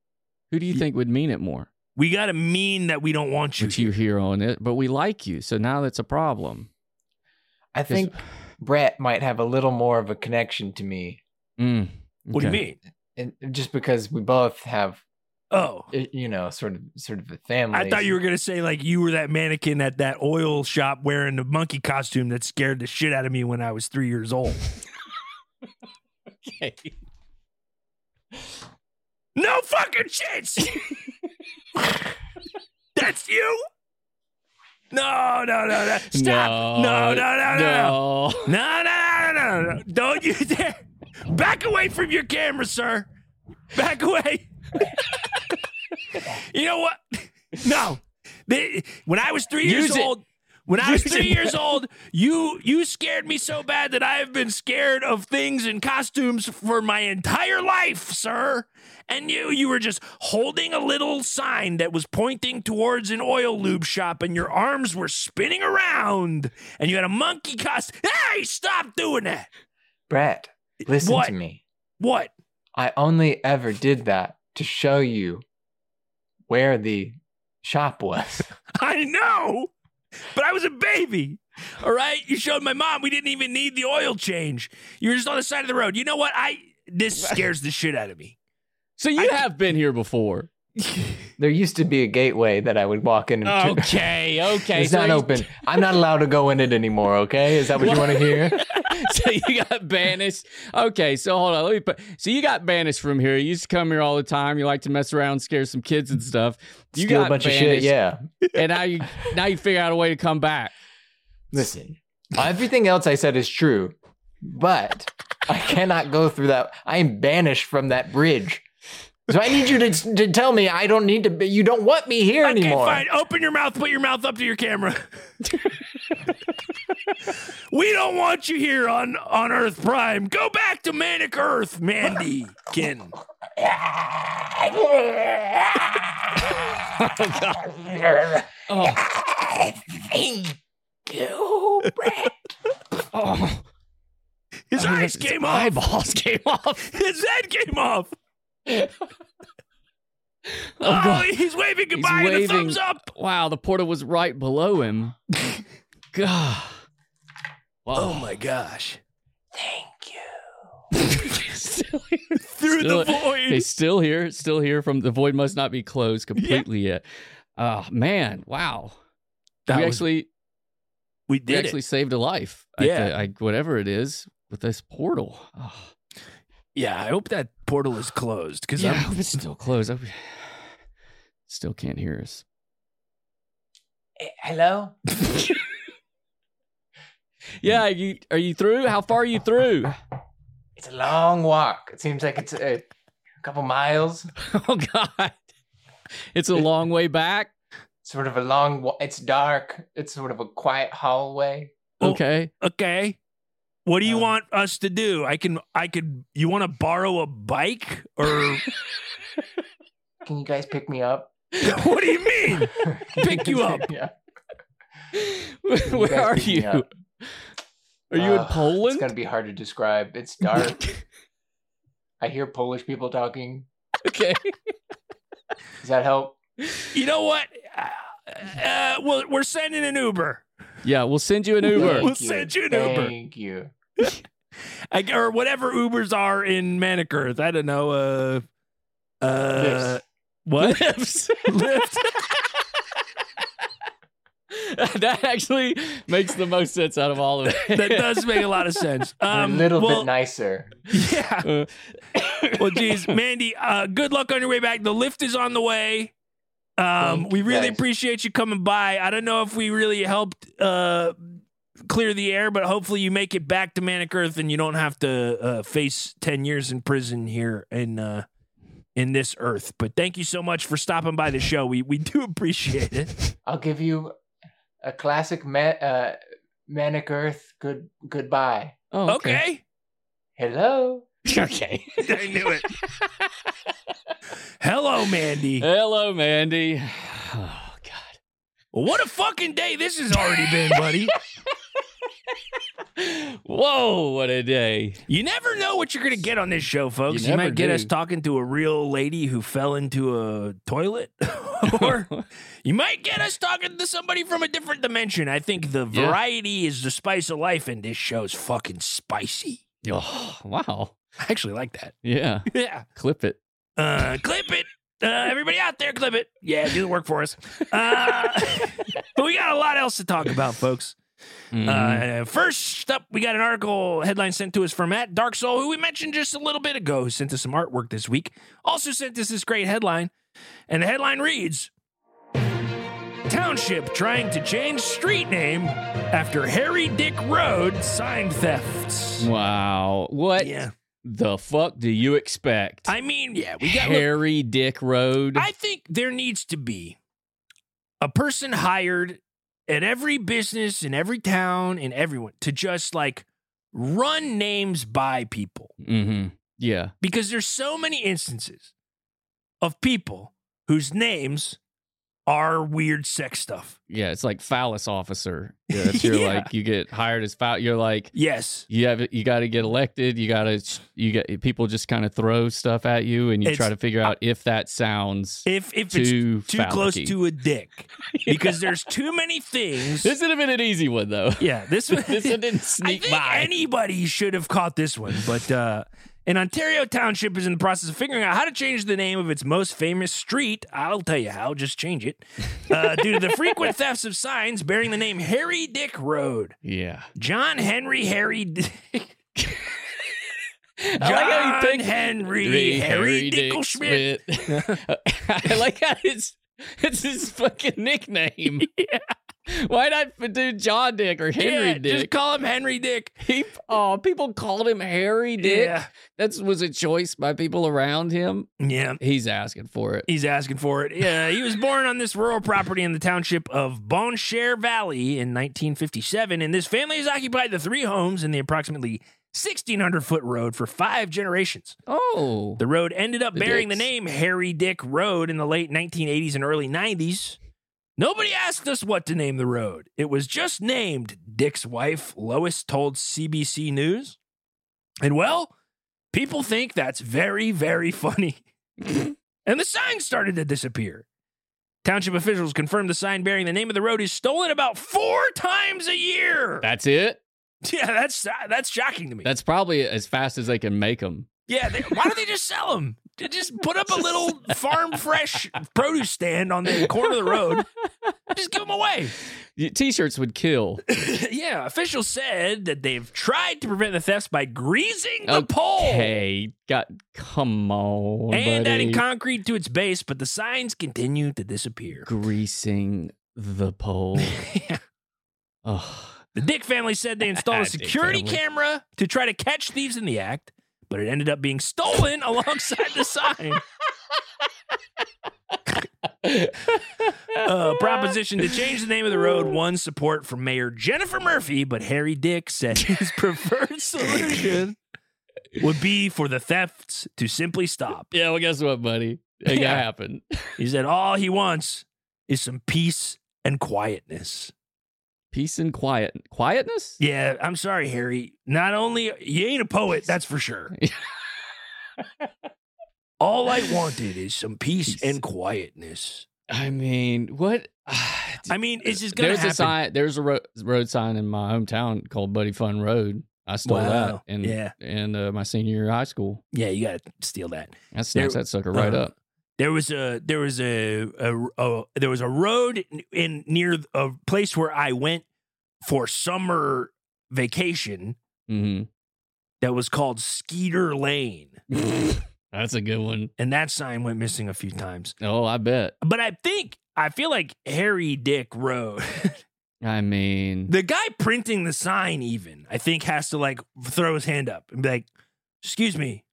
[SPEAKER 3] Who do you
[SPEAKER 1] Ye-
[SPEAKER 3] think would mean it more?
[SPEAKER 1] we got to mean that we don't want you.
[SPEAKER 3] Which you hear on it, but we like you, so now that's a problem.
[SPEAKER 4] I
[SPEAKER 3] 'Cause-
[SPEAKER 4] think Brett might have a little more of a connection to me,
[SPEAKER 3] Mm,
[SPEAKER 1] What do
[SPEAKER 3] okay.
[SPEAKER 1] you mean? <laughs>
[SPEAKER 4] and just because we both have,
[SPEAKER 1] Oh,
[SPEAKER 4] eh, you know, sort of, sort of a family.
[SPEAKER 1] I thought you were gonna say like you were that mannequin at that oil shop wearing the monkey costume that scared the shit out of me when I was three years old.
[SPEAKER 3] Okay.
[SPEAKER 1] No fucking chance. That's you. No, no, no, no. Stop. No, no, no, no,
[SPEAKER 3] no. <laughs>
[SPEAKER 1] no, no, no, no, no, no. Don't you dare. Back away from your camera, sir. Back away. <laughs> you know what? No. They- when I was three
[SPEAKER 3] Use
[SPEAKER 1] years
[SPEAKER 3] it.
[SPEAKER 1] old. When I was
[SPEAKER 3] Use
[SPEAKER 1] three
[SPEAKER 3] it.
[SPEAKER 1] <laughs> years old, you you scared me so bad that I have been scared of things and costumes for my entire life, sir. And you you were just holding a little sign that was pointing towards an oil lube shop, and your arms were spinning around, and you had a monkey costume. Hey, stop doing that!
[SPEAKER 4] Brett. Listen
[SPEAKER 1] What?
[SPEAKER 4] to me.
[SPEAKER 1] What? <laughs>
[SPEAKER 4] I only ever did that to show you where the shop was. <laughs>
[SPEAKER 1] I know, but I was a baby. All right, you showed my mom we didn't even need the oil change. You were just on the side of the road. You know what? I <laughs> this scares the shit out of me.
[SPEAKER 3] So you have been here before.
[SPEAKER 4] there used to be a gateway that I would walk in. and-
[SPEAKER 3] Okay, okay.
[SPEAKER 4] Oh. It's not
[SPEAKER 3] you-
[SPEAKER 4] open. I'm not allowed to go in it anymore. Okay, is that what you want to hear?
[SPEAKER 3] <laughs> so you got banished. Okay, so hold on. Let me put, so you got banished from here. You used to come here all the time. You like to mess around, scare some kids and stuff. You
[SPEAKER 4] Steal
[SPEAKER 3] got
[SPEAKER 4] a bunch
[SPEAKER 3] banished,
[SPEAKER 4] of shit. Yeah.
[SPEAKER 3] And now you now you figure out a way to come
[SPEAKER 4] <laughs>
[SPEAKER 3] back.
[SPEAKER 4] Listen, everything else I said is true, but I cannot go through that. I am banished from that bridge. So I need you to, to tell me I don't need to. Be, you don't want me here
[SPEAKER 1] okay,
[SPEAKER 4] anymore.
[SPEAKER 1] fine. Open your mouth. Put your mouth up to your
[SPEAKER 3] <laughs>
[SPEAKER 1] camera. we don't want you here on on Earth Prime. Go back to Manic Earth, Mandy. Kin.
[SPEAKER 3] Oh,
[SPEAKER 4] Thank you, Brett.
[SPEAKER 3] <laughs> oh.
[SPEAKER 1] His eyes came off.
[SPEAKER 3] Eyeballs came off.
[SPEAKER 1] <laughs> His head came off.
[SPEAKER 3] Oh,
[SPEAKER 1] Oh,
[SPEAKER 3] God.
[SPEAKER 1] he's waving goodbye
[SPEAKER 3] waving.
[SPEAKER 1] and a thumbs up.
[SPEAKER 3] Wow, the portal was right below
[SPEAKER 4] <laughs>
[SPEAKER 3] him. God. Wow.
[SPEAKER 1] Oh my gosh.
[SPEAKER 3] <laughs> Still-
[SPEAKER 1] Through the
[SPEAKER 3] Still-
[SPEAKER 1] void.
[SPEAKER 3] they still here, still here from the void must not be closed completely yet. Oh man, wow.
[SPEAKER 1] That
[SPEAKER 3] we
[SPEAKER 1] was-
[SPEAKER 3] actually
[SPEAKER 1] we
[SPEAKER 3] we
[SPEAKER 1] did
[SPEAKER 3] actually
[SPEAKER 1] it.
[SPEAKER 3] saved a life. I
[SPEAKER 1] Yeah.
[SPEAKER 3] thi- I- whatever it is with this portal. Oh,
[SPEAKER 1] Yeah, I hope that portal is closed because
[SPEAKER 3] yeah, I <laughs> hope it's still closed. I hope- <sighs> still can't hear us.
[SPEAKER 4] Hello?
[SPEAKER 3] Yeah, you are you through? How far are you through?
[SPEAKER 4] It's a long walk. It seems like it's a couple miles.
[SPEAKER 3] <laughs> Oh god. It's a long way back.
[SPEAKER 4] Sort of a long wa- It's dark. It's sort of a quiet hallway.
[SPEAKER 1] Oh.
[SPEAKER 3] Okay.
[SPEAKER 1] I'm okay. What do you
[SPEAKER 4] Um,
[SPEAKER 1] want us to do? I can, I could. You want to borrow a bike
[SPEAKER 4] <laughs>
[SPEAKER 1] or <laughs>
[SPEAKER 4] Can you guys pick me up?
[SPEAKER 1] what do you mean? Pick you
[SPEAKER 4] <laughs>
[SPEAKER 1] up.
[SPEAKER 4] Yeah.
[SPEAKER 3] <laughs> Where are
[SPEAKER 4] pick me
[SPEAKER 3] you?
[SPEAKER 4] up.
[SPEAKER 3] Are you in
[SPEAKER 4] Ugh, It's
[SPEAKER 3] Poland?
[SPEAKER 4] going to be hard to describe. It's dark. I hear Polish people talking.
[SPEAKER 3] <laughs> okay.
[SPEAKER 4] Does that help?
[SPEAKER 1] You know what? Uh, uh, well, we're sending an Uber.
[SPEAKER 3] Yeah, <laughs> we'll send you an Uber.
[SPEAKER 1] We'll send you an
[SPEAKER 4] Thank
[SPEAKER 1] Uber.
[SPEAKER 4] Thank you.
[SPEAKER 1] I, or whatever Ubers are in Manicurth. I don't know. Uh, uh,
[SPEAKER 4] Lifts. <laughs>
[SPEAKER 3] <laughs>
[SPEAKER 1] what?
[SPEAKER 3] Lips.
[SPEAKER 1] <laughs> Lyft.
[SPEAKER 3] that actually makes the most sense out of all of <laughs> it.
[SPEAKER 1] That does make a lot of sense.
[SPEAKER 4] We're
[SPEAKER 1] Um,
[SPEAKER 4] <laughs> a little
[SPEAKER 1] well,
[SPEAKER 4] bit nicer.
[SPEAKER 1] Yeah.
[SPEAKER 3] Uh,
[SPEAKER 1] Well, <laughs> geez, Mandy, uh, good luck on your way back. The lift is on the way. Um,
[SPEAKER 4] Thank
[SPEAKER 1] we
[SPEAKER 4] you,
[SPEAKER 1] really
[SPEAKER 4] guys.
[SPEAKER 1] appreciate you coming by. I don't know if we really helped uh, clear the air, but hopefully you make it back to Manic Earth and you don't have to uh, face ten years in prison here in uh, in this Earth. But thank you so much for stopping by the show. We we do appreciate it.
[SPEAKER 4] I'll give you a classic ma- uh, Manic Earth good goodbye.
[SPEAKER 3] oh, okay.
[SPEAKER 1] Okay,
[SPEAKER 4] Hello. <laughs>
[SPEAKER 3] Okay.
[SPEAKER 1] <laughs> I knew it. <laughs> Hello, <sighs> Mandy.
[SPEAKER 3] Hello, Mandy. <sighs> Oh, God.
[SPEAKER 1] What a fucking day this has already been, <laughs> buddy.
[SPEAKER 3] Whoa, what a day.
[SPEAKER 1] You never know what you're going to get on this show, folks.
[SPEAKER 3] You
[SPEAKER 1] You,
[SPEAKER 3] never
[SPEAKER 1] might get
[SPEAKER 3] do.
[SPEAKER 1] us talking to a real lady who fell into a toilet, <laughs> or you might get us talking to somebody from a different dimension. I think the
[SPEAKER 3] Yeah.
[SPEAKER 1] variety is the spice of life, and this show's fucking spicy.
[SPEAKER 3] <laughs> Oh, wow.
[SPEAKER 1] I actually like that.
[SPEAKER 3] Yeah.
[SPEAKER 1] <laughs> Yeah.
[SPEAKER 3] Clip it.
[SPEAKER 1] Uh, clip it. Uh, everybody out there, clip it. Yeah, do the work for us. Uh, <laughs> but we got a lot else to talk about, folks.
[SPEAKER 3] Mhm.
[SPEAKER 1] Uh, first up, we got an article headline sent to us from at Dark Soul, who we mentioned just a little bit ago, who sent us some artwork this week. Also sent us this great headline, and the headline reads: "Township trying to change street name after Harry Dick Road sign thefts."
[SPEAKER 3] Mm-hmm. wow. What
[SPEAKER 1] Yeah,
[SPEAKER 3] the fuck do you expect?
[SPEAKER 1] I mean, yeah, we got. look,
[SPEAKER 3] Harry Dick Road.
[SPEAKER 1] I think there needs to be a person hired at every business in every town and everyone to just like run names by people.
[SPEAKER 3] mm-hmm. Yeah.
[SPEAKER 1] because there's so many instances of people whose names are weird sex stuff.
[SPEAKER 3] Yeah, it's like phallus officer.
[SPEAKER 1] <laughs>
[SPEAKER 3] Yeah, that's your
[SPEAKER 1] Yeah.
[SPEAKER 3] like you get hired as foul. You're like
[SPEAKER 1] Yes.
[SPEAKER 3] you have you got to get elected. You got to you get people just kind of throw stuff at you, and you
[SPEAKER 1] It's-
[SPEAKER 3] try to figure out if that sounds
[SPEAKER 1] If if it's too
[SPEAKER 3] too
[SPEAKER 1] close
[SPEAKER 3] phallic-y.
[SPEAKER 1] to a <laughs> dick. Because there's too many things.
[SPEAKER 3] <laughs> This would have been an easy one though. <laughs>
[SPEAKER 1] yeah, <laughs> this one
[SPEAKER 3] this one didn't
[SPEAKER 1] I
[SPEAKER 3] sneak
[SPEAKER 1] think
[SPEAKER 3] by.
[SPEAKER 1] anybody should have caught this one, but uh an Ontario township is in the process of figuring out how to change the name of its most famous street. I'll tell you how, just change it.
[SPEAKER 3] <laughs>
[SPEAKER 1] Uh, due to the frequent thefts of signs bearing the name Harry Dick Road.
[SPEAKER 3] yeah,
[SPEAKER 1] John Henry Harry Dick.
[SPEAKER 3] I
[SPEAKER 1] John
[SPEAKER 3] like how you think
[SPEAKER 1] Henry, Harry,
[SPEAKER 3] Harry Dick
[SPEAKER 1] Dickle Schmidt.
[SPEAKER 3] Schmidt. <laughs> I like how it's it's his fucking nickname. <laughs> Why not do John Dick or
[SPEAKER 1] <laughs>
[SPEAKER 3] Henry
[SPEAKER 1] Yeah,
[SPEAKER 3] Dick?
[SPEAKER 1] Just call him Henry Dick.
[SPEAKER 3] He, oh, people called him Harry Dick.
[SPEAKER 1] Yeah.
[SPEAKER 3] That was a choice by people around him.
[SPEAKER 1] Yeah.
[SPEAKER 3] He's asking for it.
[SPEAKER 1] He's asking for it. Yeah, he was born on this rural property in the township of Bonshare Valley in 1957, and this family has occupied the three homes in the approximately 1,600 foot road for five generations.
[SPEAKER 3] Oh,
[SPEAKER 1] The road ended up
[SPEAKER 3] The
[SPEAKER 1] bearing the
[SPEAKER 3] dicks.
[SPEAKER 1] name Harry Dick Road in the late 1980s and early 90s. Nobody asked us what to name the road. It was just named. Dick's wife, Lois, told CBC News. And well, people think that's very, very
[SPEAKER 3] <laughs>
[SPEAKER 1] funny. and the sign started to disappear. Township officials confirmed the sign bearing the name of the road is stolen about four times a year.
[SPEAKER 3] That's it.
[SPEAKER 1] <laughs> yeah, that's that's shocking to me.
[SPEAKER 3] That's probably as fast as they can make them.
[SPEAKER 1] yeah, they, why don't they just sell them? Just put up a <laughs> little farm fresh produce stand on the corner of the road. Just give them away.
[SPEAKER 3] T-shirts would kill.
[SPEAKER 1] <laughs> yeah, officials said that they've tried to prevent the thefts by greasing the pole
[SPEAKER 3] Okay, got come on,
[SPEAKER 1] and
[SPEAKER 3] buddy.
[SPEAKER 1] adding concrete to its base, but the signs continue to disappear.
[SPEAKER 3] greasing the <laughs> pole.
[SPEAKER 1] Yeah.
[SPEAKER 3] oh,
[SPEAKER 1] The Dick family said they installed a
[SPEAKER 3] <laughs> Dick
[SPEAKER 1] security
[SPEAKER 3] family.
[SPEAKER 1] camera to try to catch thieves in the act, but it ended up being stolen <laughs> alongside the sign. Uh, proposition to change the name of the road won support from Mayor Jennifer Murphy, but Harry Dick said
[SPEAKER 3] <laughs>
[SPEAKER 1] his preferred solution would be for the thefts to simply stop.
[SPEAKER 3] Yeah, well, guess what, buddy? It ain't
[SPEAKER 1] Yeah.
[SPEAKER 3] gonna happen.
[SPEAKER 1] He said all he wants is some peace and quietness.
[SPEAKER 3] Peace and quiet, quietness.
[SPEAKER 1] Yeah, I'm sorry, Harry. Not only you ain't a poet, that's for
[SPEAKER 3] <laughs>
[SPEAKER 1] sure. all I wanted is some peace,
[SPEAKER 3] Peace.
[SPEAKER 1] and quietness.
[SPEAKER 3] I mean, what? <sighs>
[SPEAKER 1] I mean, it's just gonna
[SPEAKER 3] there's
[SPEAKER 1] happen.
[SPEAKER 3] a sign. There's a ro- road sign in my hometown called Buddy Fun Road. I stole
[SPEAKER 1] Wow.
[SPEAKER 3] that in
[SPEAKER 1] Yeah.
[SPEAKER 3] in uh, my senior year of high school.
[SPEAKER 1] Yeah, you gotta steal that.
[SPEAKER 3] I snatched that sucker right
[SPEAKER 1] uh,
[SPEAKER 3] up.
[SPEAKER 1] There was a there was a, a, a there was a road in near a place where I went for summer vacation
[SPEAKER 3] hmm
[SPEAKER 1] that was called Skeeter Lane,
[SPEAKER 3] Mm-hmm.
[SPEAKER 1] <laughs>
[SPEAKER 3] That's a good one.
[SPEAKER 1] and that sign went missing a few times.
[SPEAKER 3] Oh, I bet.
[SPEAKER 1] But I think I feel like Harry Dick Road.
[SPEAKER 3] I mean,
[SPEAKER 1] <laughs> The guy printing the sign, even I think, has to like throw his hand up and be like, "Excuse me,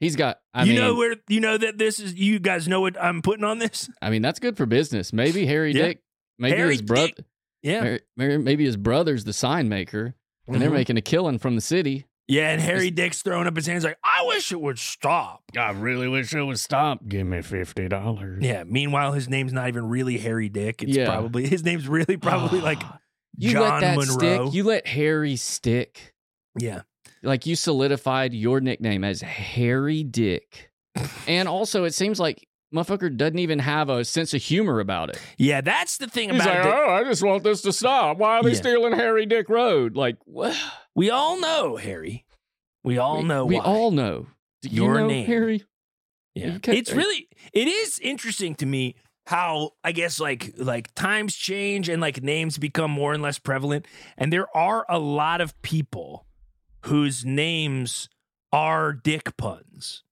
[SPEAKER 3] he's got. I
[SPEAKER 1] you
[SPEAKER 3] mean,
[SPEAKER 1] know where you know that this is. You guys know what I'm putting on this? <laughs>
[SPEAKER 3] I mean, that's good for business. Maybe Harry
[SPEAKER 1] Yeah.
[SPEAKER 3] Dick. Maybe
[SPEAKER 1] Harry
[SPEAKER 3] his brother.
[SPEAKER 1] Dick. Yeah,
[SPEAKER 3] Maybe his brother's the sign maker, and they're
[SPEAKER 1] Mhm.
[SPEAKER 3] making a killing from the city.
[SPEAKER 1] yeah." And Harry Dick's throwing up his hands like, "I wish it would stop."
[SPEAKER 2] I really wish it would stop. Give me fifty dollars.
[SPEAKER 1] Yeah. Meanwhile, his name's not even really Harry Dick. It's
[SPEAKER 3] Yeah.
[SPEAKER 1] probably his name's really probably like
[SPEAKER 3] Ah, you
[SPEAKER 1] John
[SPEAKER 3] let that
[SPEAKER 1] Monroe.
[SPEAKER 3] stick. You let Harry stick.
[SPEAKER 1] yeah,
[SPEAKER 3] Like you solidified your nickname as Harry Dick, and also it seems like motherfucker doesn't even have a sense of humor about it.
[SPEAKER 1] yeah. That's the thing about Dick.
[SPEAKER 3] oh, I just want this to stop. Why are
[SPEAKER 1] Yeah.
[SPEAKER 3] stealing Harry Dick Road? Like, what?
[SPEAKER 1] we all know Harry. We all
[SPEAKER 3] we,
[SPEAKER 1] know
[SPEAKER 3] We
[SPEAKER 1] why.
[SPEAKER 3] all know. Do you
[SPEAKER 1] Your
[SPEAKER 3] know
[SPEAKER 1] name.
[SPEAKER 3] Harry?
[SPEAKER 1] Yeah.
[SPEAKER 3] You can't- uh,
[SPEAKER 1] It's really it is interesting to me how I guess like like times change and like names become more and less prevalent and there are a lot of people whose names are dick puns.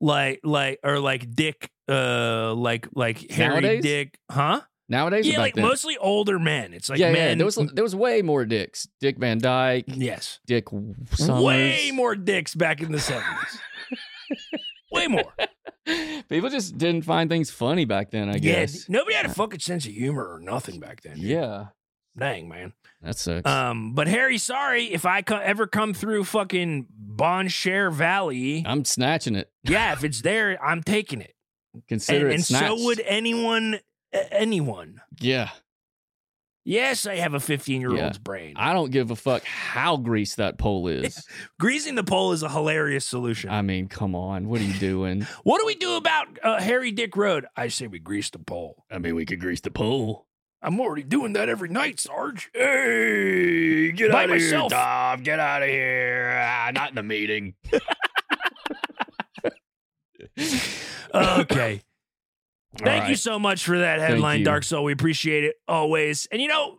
[SPEAKER 1] Like like or like dick uh like like Harry
[SPEAKER 3] Nowadays?
[SPEAKER 1] Dick, huh?
[SPEAKER 3] Nowadays,
[SPEAKER 1] Yeah,
[SPEAKER 3] about
[SPEAKER 1] like
[SPEAKER 3] that.
[SPEAKER 1] mostly older men. It's like
[SPEAKER 3] yeah, yeah.
[SPEAKER 1] men
[SPEAKER 3] There was there was way more dicks. Dick Van Dyke,
[SPEAKER 1] yes.
[SPEAKER 3] Dick Summers.
[SPEAKER 1] Way more dicks back in the 70s. way more.
[SPEAKER 3] <laughs> People just didn't find things funny back then. I guess.
[SPEAKER 1] Yeah, nobody had a fucking sense of humor or nothing back then.
[SPEAKER 3] Yeah,
[SPEAKER 1] Dang, man.
[SPEAKER 3] that sucks.
[SPEAKER 1] Um, but Harry, sorry if I co- ever come through fucking Bonshare Valley.
[SPEAKER 3] I'm snatching it.
[SPEAKER 1] yeah, if it's there, I'm taking it. And,
[SPEAKER 3] Consider it
[SPEAKER 1] and so
[SPEAKER 3] snatched.
[SPEAKER 1] would anyone, a- anyone.
[SPEAKER 3] Yeah,
[SPEAKER 1] Yes, I have a 15 year old's brain.
[SPEAKER 3] I don't give a fuck how greased that
[SPEAKER 1] <laughs>
[SPEAKER 3] pole is.
[SPEAKER 1] Greasing the pole is a hilarious solution.
[SPEAKER 3] I mean, come on, what are you doing?
[SPEAKER 1] what do we do about uh, Harry Dick Road? I say we grease the pole.
[SPEAKER 2] I mean, we could grease the pole.
[SPEAKER 1] I'm already doing that every night, Sarge.
[SPEAKER 2] Hey,
[SPEAKER 3] <laughs>
[SPEAKER 2] get
[SPEAKER 1] By
[SPEAKER 2] out
[SPEAKER 1] myself.
[SPEAKER 2] of here, Tom. Get out of here. Ah, not in the meeting.
[SPEAKER 1] Okay. Thank
[SPEAKER 2] All
[SPEAKER 1] you
[SPEAKER 2] right.
[SPEAKER 1] so much for that headline,
[SPEAKER 3] you.
[SPEAKER 1] Dark Soul. We appreciate it always. And you know,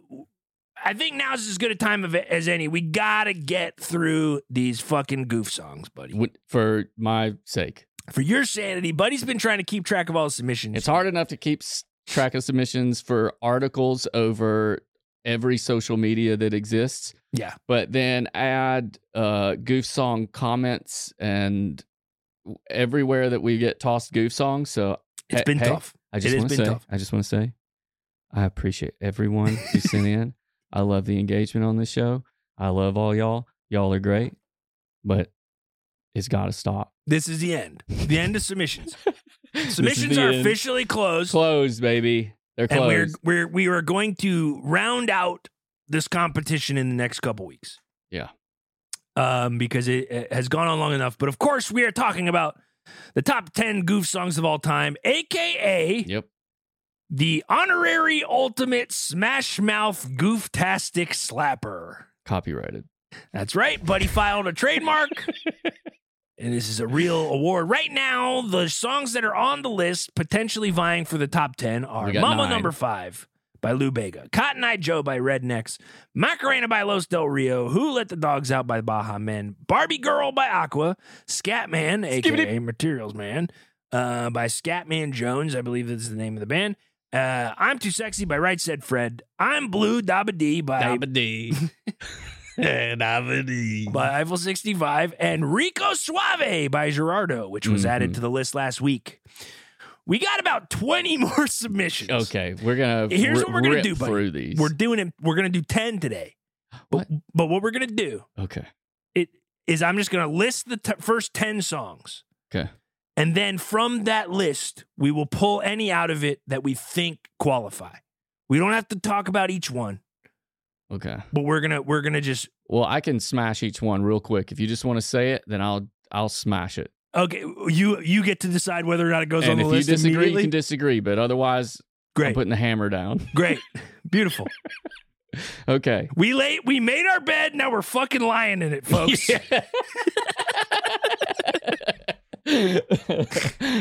[SPEAKER 1] I think now's as good a time of it as any. We gotta get through these fucking goof songs, buddy.
[SPEAKER 3] What- For my sake,
[SPEAKER 1] For your sanity, buddy's been trying to keep track of all the submissions.
[SPEAKER 3] it's hard enough to keep s- track of submissions for articles over every social media that exists.
[SPEAKER 1] Yeah.
[SPEAKER 3] but then add uh, goof song comments and everywhere that we get tossed goof songs. So
[SPEAKER 1] it's
[SPEAKER 3] Hey-
[SPEAKER 1] been
[SPEAKER 3] hey,
[SPEAKER 1] tough.
[SPEAKER 3] I
[SPEAKER 1] It
[SPEAKER 3] just
[SPEAKER 1] has
[SPEAKER 3] want to
[SPEAKER 1] been
[SPEAKER 3] say,
[SPEAKER 1] tough.
[SPEAKER 3] I just want to say, I appreciate everyone
[SPEAKER 1] <laughs>
[SPEAKER 3] who sent in. I love the engagement on this show. I love all y'all. Y'all are great, but it's got to stop.
[SPEAKER 1] This is the end. The end of submissions.
[SPEAKER 3] <laughs> This is
[SPEAKER 1] submissions
[SPEAKER 3] the
[SPEAKER 1] are
[SPEAKER 3] end.
[SPEAKER 1] officially closed.
[SPEAKER 3] closed, baby. They're
[SPEAKER 1] and we're
[SPEAKER 3] closed.
[SPEAKER 1] we're we are going to round out this competition in the next couple weeks.
[SPEAKER 3] Yeah.
[SPEAKER 1] um, because it, it has gone on long enough. But of course, we are talking about the top 10 goof songs of all time, aka
[SPEAKER 3] Yep.
[SPEAKER 1] the honorary ultimate smash mouth gooftastic slapper.
[SPEAKER 3] Copyrighted.
[SPEAKER 1] That's right. Buddy filed a
[SPEAKER 3] <laughs>
[SPEAKER 1] trademark. and this is a real award. Right now, the songs that are on the list potentially vying for the top 10 are
[SPEAKER 3] We got
[SPEAKER 1] Mama
[SPEAKER 3] nine.
[SPEAKER 1] Number 5 by Lou Bega, Cotton Eye Joe by Rednecks, Macarena by Los Del Rio, Who Let the Dogs Out by Baja Men, Barbie Girl by Aqua, Scatman, aka Materials Man, uh, by Scatman Jones, I believe that's the name of the band. Uh, I'm Too Sexy by Right Said Fred. I'm Blue Dabba Dee by <laughs>
[SPEAKER 3] D.
[SPEAKER 1] by Eiffel 65 and Rico Suave by Gerardo, which was
[SPEAKER 3] Mhm.
[SPEAKER 1] added to the list last week. We got about 20 <laughs> more submissions.
[SPEAKER 3] Okay, we're gonna.
[SPEAKER 1] Here's
[SPEAKER 3] ri-
[SPEAKER 1] what we're gonna
[SPEAKER 3] rip
[SPEAKER 1] do, buddy.
[SPEAKER 3] Through these.
[SPEAKER 1] We're doing it. We're going to do 10 today. But, but what we're going to do
[SPEAKER 3] okay.
[SPEAKER 1] is I'm just going to list the t- first 10 songs.
[SPEAKER 3] Okay.
[SPEAKER 1] And then from that list, we will pull any out of it that we think qualify. We don't have to talk about each one,
[SPEAKER 3] Okay.
[SPEAKER 1] but we're going to we're going to just
[SPEAKER 3] Well, I can smash each one real quick. If you just want to say it, then I'll I'll smash it.
[SPEAKER 1] okay, you you get to decide whether or not it goes on
[SPEAKER 3] and
[SPEAKER 1] the
[SPEAKER 3] if you
[SPEAKER 1] list
[SPEAKER 3] disagree, you
[SPEAKER 1] immediately.
[SPEAKER 3] can disagree. But otherwise, I'm
[SPEAKER 1] Great.
[SPEAKER 3] putting the hammer down. <laughs>
[SPEAKER 1] Great. Beautiful.
[SPEAKER 3] Okay.
[SPEAKER 1] We lay, we made our bed. Now we're fucking lying in it,
[SPEAKER 3] <laughs>
[SPEAKER 1] folks.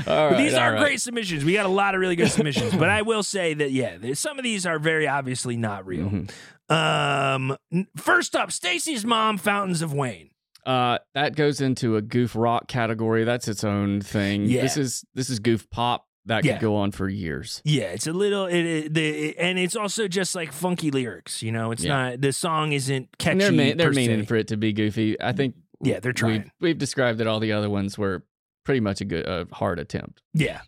[SPEAKER 3] all right.
[SPEAKER 1] these
[SPEAKER 3] all
[SPEAKER 1] are
[SPEAKER 3] right.
[SPEAKER 1] great submissions. We got a lot of really good submissions,
[SPEAKER 3] <laughs>
[SPEAKER 1] but I will say that yeah, there- some of these are very obviously not real.
[SPEAKER 3] Mhm.
[SPEAKER 1] Um, n- first up, Stacy's mom, Fountains of Wayne.
[SPEAKER 3] Uh, that goes into a goof rock category. That's its own thing.
[SPEAKER 1] Yeah.
[SPEAKER 3] This is this is goof pop. That
[SPEAKER 1] Yeah.
[SPEAKER 3] could go on for years.
[SPEAKER 1] Yeah, it's a little, it, it, the, it- and it's also just like funky lyrics. You know, it's
[SPEAKER 3] Yeah.
[SPEAKER 1] not the song isn't catchy.
[SPEAKER 3] And they're mean, they're
[SPEAKER 1] per se.
[SPEAKER 3] meaning for it to be goofy. I think.
[SPEAKER 1] Yeah, they're trying.
[SPEAKER 3] We've, we've described that all the other ones were pretty much a good a hard attempt.
[SPEAKER 1] yeah.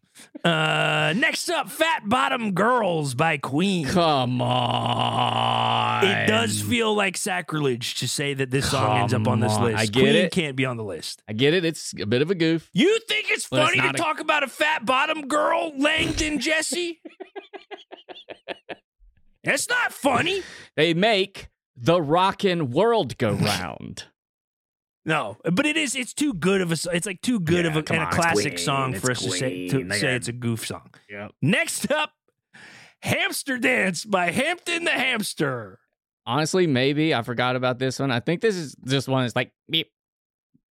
[SPEAKER 1] Uh, next up, Fat Bottom Girls by Queen.
[SPEAKER 3] Come on.
[SPEAKER 1] It does feel like sacrilege to say that this song ends up on this
[SPEAKER 3] Come on.
[SPEAKER 1] list.
[SPEAKER 3] I get
[SPEAKER 1] Queen
[SPEAKER 3] it.
[SPEAKER 1] can't be on the list.
[SPEAKER 3] I get it. It's a bit of a goof.
[SPEAKER 1] You think it's
[SPEAKER 3] Well, it's
[SPEAKER 1] funny
[SPEAKER 3] not
[SPEAKER 1] to
[SPEAKER 3] a-
[SPEAKER 1] talk about a fat bottom girl, Langdon
[SPEAKER 3] <laughs>
[SPEAKER 1] Jesse? That's not funny.
[SPEAKER 3] They make the rockin'
[SPEAKER 1] <laughs>
[SPEAKER 3] world go round.
[SPEAKER 1] No, but it is. It's too good of a. s- It's like too good
[SPEAKER 2] Yeah,
[SPEAKER 1] of a,
[SPEAKER 2] come
[SPEAKER 1] and
[SPEAKER 2] on,
[SPEAKER 1] a
[SPEAKER 2] it's
[SPEAKER 1] classic
[SPEAKER 2] Queen,
[SPEAKER 1] song for us
[SPEAKER 2] it's
[SPEAKER 1] to say to
[SPEAKER 2] Queen, they
[SPEAKER 1] say
[SPEAKER 2] got-
[SPEAKER 1] it's a goof song.
[SPEAKER 2] Yep.
[SPEAKER 1] Next up, Hamster Dance by Hampton the Hamster.
[SPEAKER 3] Honestly, maybe I forgot about this one. I think this is just one that's like beep,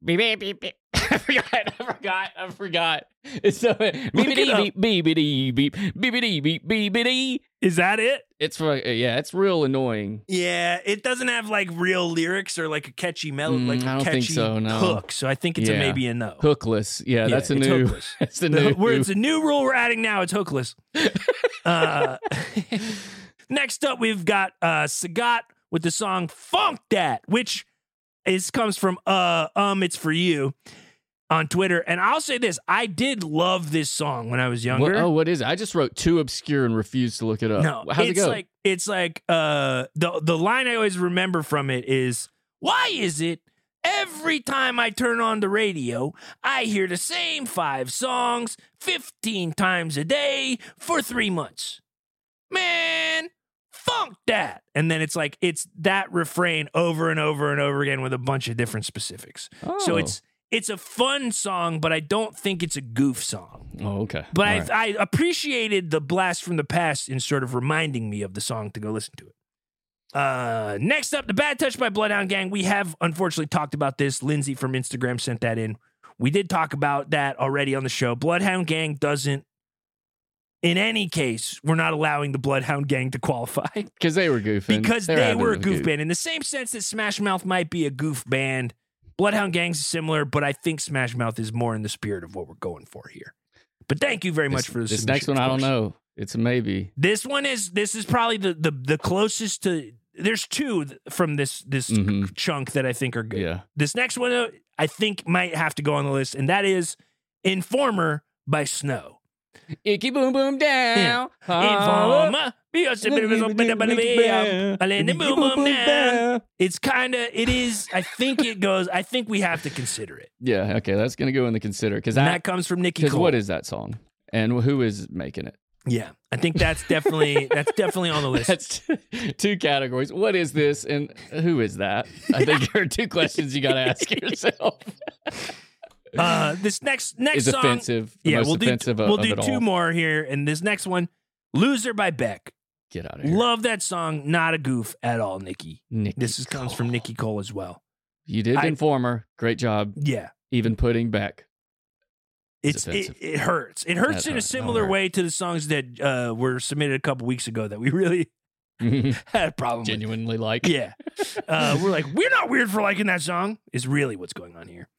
[SPEAKER 3] beep, beep, beep, <laughs> beep. I forgot. I forgot. I forgot. It's so beepity beep beepity beep beepity beep beepity.
[SPEAKER 1] Is that it?
[SPEAKER 3] It's for yeah. It's real annoying.
[SPEAKER 1] Yeah, it doesn't have like real lyrics or like a catchy melody,
[SPEAKER 3] Mm,
[SPEAKER 1] like
[SPEAKER 3] I
[SPEAKER 1] a
[SPEAKER 3] don't think
[SPEAKER 1] catchy
[SPEAKER 3] so, no.
[SPEAKER 1] hook. So I think it's a
[SPEAKER 3] Yeah.
[SPEAKER 1] maybe a no.
[SPEAKER 3] Hookless. Yeah,
[SPEAKER 1] Yeah,
[SPEAKER 3] that's a
[SPEAKER 1] it's
[SPEAKER 3] new.
[SPEAKER 1] hookless.
[SPEAKER 3] <laughs> That's
[SPEAKER 1] The-
[SPEAKER 3] a new.
[SPEAKER 1] we're- it's a new rule we're adding now. It's hookless. uh, <laughs> next up, we've got uh, Sagat with the song "Funk That," which is comes from uh um, it's for you on Twitter. And I'll say this: I did love this song when I was
[SPEAKER 3] <laughs> What-
[SPEAKER 1] younger.
[SPEAKER 3] oh, what is it? I just wrote too obscure and refused to look it up.
[SPEAKER 1] No,
[SPEAKER 3] Uh, how's
[SPEAKER 1] it's
[SPEAKER 3] it go?
[SPEAKER 1] like it's like uh the the line I always remember from it is why is it every time I turn on the radio I hear the same five songs 15 times a day for 3 months. Man, funk that. And then it's like it's that refrain over and over and over again with a bunch of different specifics. So
[SPEAKER 3] Oh.
[SPEAKER 1] it's it's a fun song, but I don't think it's a goof song.
[SPEAKER 3] oh okay.
[SPEAKER 1] But
[SPEAKER 3] All
[SPEAKER 1] I,
[SPEAKER 3] right.
[SPEAKER 1] I appreciated the blast from the past in sort of reminding me of the song to go listen to it. Uh, next up, the Bad Touch by Bloodhound Gang. We have unfortunately talked about this. Lindsay from Instagram sent that in. We did talk about that already on the show. Bloodhound Gang doesn't. In any case, we're not allowing the Bloodhound Gang to qualify <laughs>
[SPEAKER 3] because they were goofing.
[SPEAKER 1] because
[SPEAKER 3] They're
[SPEAKER 1] they
[SPEAKER 3] having
[SPEAKER 1] were a goof
[SPEAKER 3] goof.
[SPEAKER 1] band. In the same sense that Smash Mouth might be a goof band, Bloodhound Gang's similar, but I think Smash Mouth is more in the spirit of what we're going for here. But thank you very
[SPEAKER 3] This,
[SPEAKER 1] much for the
[SPEAKER 3] this
[SPEAKER 1] submission,
[SPEAKER 3] next one,
[SPEAKER 1] of
[SPEAKER 3] I don't
[SPEAKER 1] course.
[SPEAKER 3] know. It's a maybe.
[SPEAKER 1] This one is this is probably the the, the closest to. There's two th- from this this
[SPEAKER 3] Mhm.
[SPEAKER 1] chunk that I think are good.
[SPEAKER 3] Yeah.
[SPEAKER 1] This next one uh, I think might have to go on the list, and that is Informer by Snow.
[SPEAKER 3] Icky boom boom down. Ah.
[SPEAKER 1] Informer, because I let the boom boom down. It's kind of it is. I think it goes. I think we have to consider it.
[SPEAKER 3] Yeah. Okay. That's gonna go in the consider because
[SPEAKER 1] And that
[SPEAKER 3] that
[SPEAKER 1] comes from Nikki
[SPEAKER 3] because
[SPEAKER 1] Cole.
[SPEAKER 3] what is that song and who is making it?
[SPEAKER 1] Yeah, I think that's definitely that's definitely on the list.
[SPEAKER 3] That's <laughs> two categories. What is this and who is that? I think there are two questions you got to ask yourself.
[SPEAKER 1] Uh, this next next
[SPEAKER 3] is
[SPEAKER 1] song,
[SPEAKER 3] offensive. The
[SPEAKER 1] yeah,
[SPEAKER 3] most
[SPEAKER 1] we'll do
[SPEAKER 3] offensive of,
[SPEAKER 1] we'll
[SPEAKER 3] of
[SPEAKER 1] do
[SPEAKER 3] it
[SPEAKER 1] two
[SPEAKER 3] all.
[SPEAKER 1] more here, and this next one, "Loser" by Beck.
[SPEAKER 3] Get out of here.
[SPEAKER 1] Love that song. Not a goof at all, Nikki.
[SPEAKER 3] Nikki
[SPEAKER 1] This is, comes from
[SPEAKER 3] Cole.
[SPEAKER 1] Nikki Cole as well.
[SPEAKER 3] You did
[SPEAKER 1] I-
[SPEAKER 3] inform her. Great job,
[SPEAKER 1] Yeah,
[SPEAKER 3] even putting back. <laughs>
[SPEAKER 1] it's it,
[SPEAKER 3] It's offensive.
[SPEAKER 1] it hurts. It hurts
[SPEAKER 3] That
[SPEAKER 1] in a
[SPEAKER 3] hurt. That
[SPEAKER 1] similar
[SPEAKER 3] hurt.
[SPEAKER 1] way to the songs that uh, were submitted a couple weeks ago that we <laughs> really had a problem with.
[SPEAKER 3] Genuinely like.
[SPEAKER 1] Oh Yeah. Uh, we're like, we're not weird for liking that song, is really what's going on here.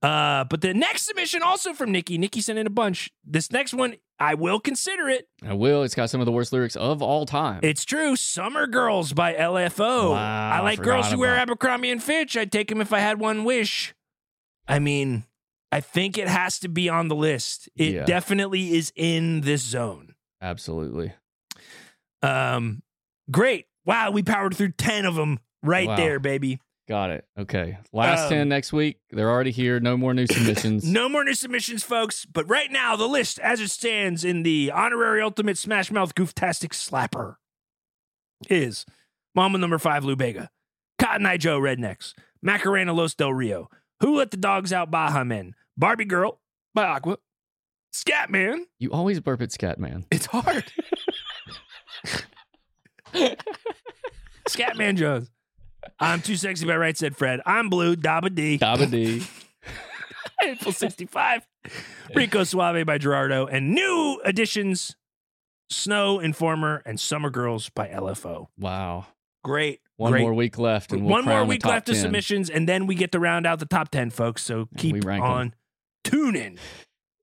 [SPEAKER 1] Uh, but the next submission, also from Nikki. Nikki sent in a bunch. This next one, I will consider it.
[SPEAKER 3] I will. It's got some of the worst lyrics of all time.
[SPEAKER 1] It's true. Summer Girls by LFO.
[SPEAKER 3] Wow,
[SPEAKER 1] I
[SPEAKER 3] I
[SPEAKER 1] like girls
[SPEAKER 3] forgot
[SPEAKER 1] who wear
[SPEAKER 3] about-
[SPEAKER 1] Abercrombie and Fitch. I'd take them if I had one wish. I mean, I think it has to be on the list. It
[SPEAKER 3] Yeah.
[SPEAKER 1] definitely is in this zone.
[SPEAKER 3] Absolutely.
[SPEAKER 1] Um, great. Wow, we powered through 10 of them right
[SPEAKER 3] Wow.
[SPEAKER 1] there, baby.
[SPEAKER 3] Got it. Okay. Last
[SPEAKER 1] Um,
[SPEAKER 3] 10 next week. They're already here. No
[SPEAKER 1] <coughs>
[SPEAKER 3] more new submissions.
[SPEAKER 1] No more new submissions, folks. But right now, the list as it stands in the honorary ultimate Smash Mouth Gooftastic Slapper is Mama Number Five Lou Bega, Cotton Eye Joe Rednecks, Macarena Los Del Rio, Who Let the Dogs Out Baja Men, Barbie Girl by Aqua, Scatman.
[SPEAKER 3] You always burp at Scat Man.
[SPEAKER 1] It's hard. <laughs> Scatman Jones. I'm too sexy by right, said Fred. I'm blue, Dabba D. <laughs>
[SPEAKER 3] Dabba D.
[SPEAKER 1] Hateful 65. Rico Suave by Gerardo. And new additions Snow Informer and Summer Girls by LFO.
[SPEAKER 3] Wow.
[SPEAKER 1] Great.
[SPEAKER 3] One
[SPEAKER 1] great.
[SPEAKER 3] more week left, and we'll
[SPEAKER 1] One more
[SPEAKER 3] crown the
[SPEAKER 1] week
[SPEAKER 3] top
[SPEAKER 1] left of
[SPEAKER 3] 10.
[SPEAKER 1] submissions, and then we get to round out the top 10, folks. So
[SPEAKER 3] And we
[SPEAKER 1] keep
[SPEAKER 3] rank 'em.
[SPEAKER 1] on tuning.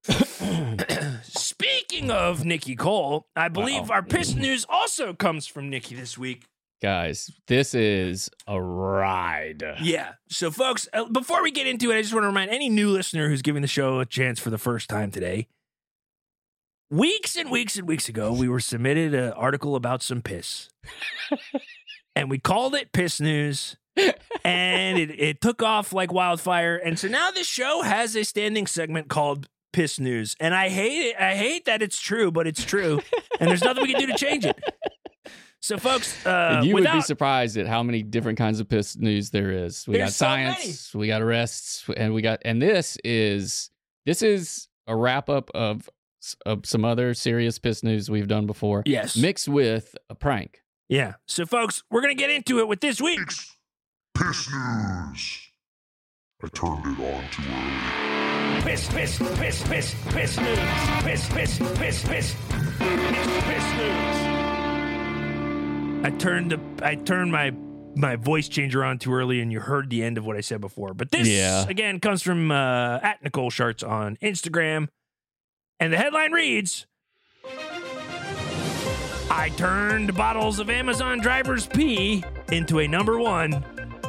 [SPEAKER 1] <coughs> Speaking of Nikki Cole, I believe
[SPEAKER 3] Wow.
[SPEAKER 1] our piss news also comes from Nikki this week.
[SPEAKER 3] Guys, this is a ride.
[SPEAKER 1] Yeah. So, folks, uh, before we get into it, I just want to remind any new listener who's giving the show a chance for the first time today. Weeks and weeks and weeks ago, we were submitted an article about some piss, and we called it Piss News, and it, it took off like wildfire. And so now this show has a standing segment called Piss News, and I hate it. I hate that it's true, but it's true, and there's nothing we can do to change it. So, folks, uh,
[SPEAKER 3] and you
[SPEAKER 1] without
[SPEAKER 3] would be surprised at how many different kinds of piss news there is. We got
[SPEAKER 1] There's so
[SPEAKER 3] science, we got arrests, and we got and this is this is a wrap up of, s- of some other serious piss news we've done before,
[SPEAKER 1] yes,
[SPEAKER 3] mixed with a prank.
[SPEAKER 1] Yeah. So, folks, we're going to get into it with this week's.
[SPEAKER 5] Piss news. I turned it on too early.
[SPEAKER 1] Piss, piss, piss, piss, piss news. Piss, piss, piss, piss. Piss news. I turned the I turned my my voice changer on too early, and you heard the end of what I said before. But this
[SPEAKER 3] Yeah.
[SPEAKER 1] again comes from uh, at Nicole Sharts on Instagram, and the headline reads: I turned bottles of Amazon driver's pee into a number one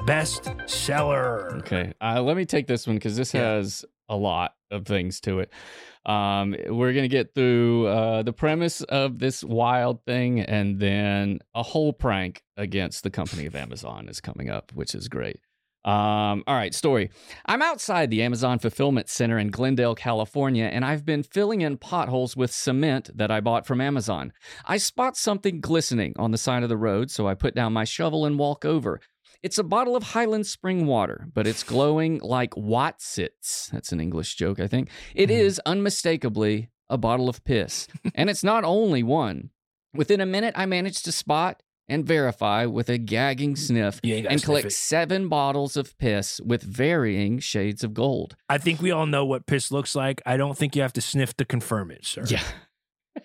[SPEAKER 1] best seller.
[SPEAKER 3] Okay, uh, let me take this one because this
[SPEAKER 1] Yeah.
[SPEAKER 3] has a lot of things to it. Um, we're gonna get through uh, the premise of this wild thing, and then a whole prank against the company of Amazon is coming up, which is great. Um, all right, story. I'm outside the Amazon Fulfillment Center in Glendale, California, and I've been filling in potholes with cement that I bought from Amazon. I spot something glistening on the side of the road, so I put down my shovel and walk over. It's a bottle of Highland spring water, but it's glowing like Watsits. That's an English joke, I think. It
[SPEAKER 1] Mhm.
[SPEAKER 3] is unmistakably a bottle of piss, and it's not only one. Within a minute, I managed to spot and verify with a gagging sniff
[SPEAKER 1] You ain't gotta
[SPEAKER 3] and
[SPEAKER 1] sniff
[SPEAKER 3] collect
[SPEAKER 1] it.
[SPEAKER 3] seven bottles of piss with varying shades of gold.
[SPEAKER 1] I think we all know what piss looks like. I don't think you have to sniff to confirm it, sir. <laughs>
[SPEAKER 3] Yeah. <laughs>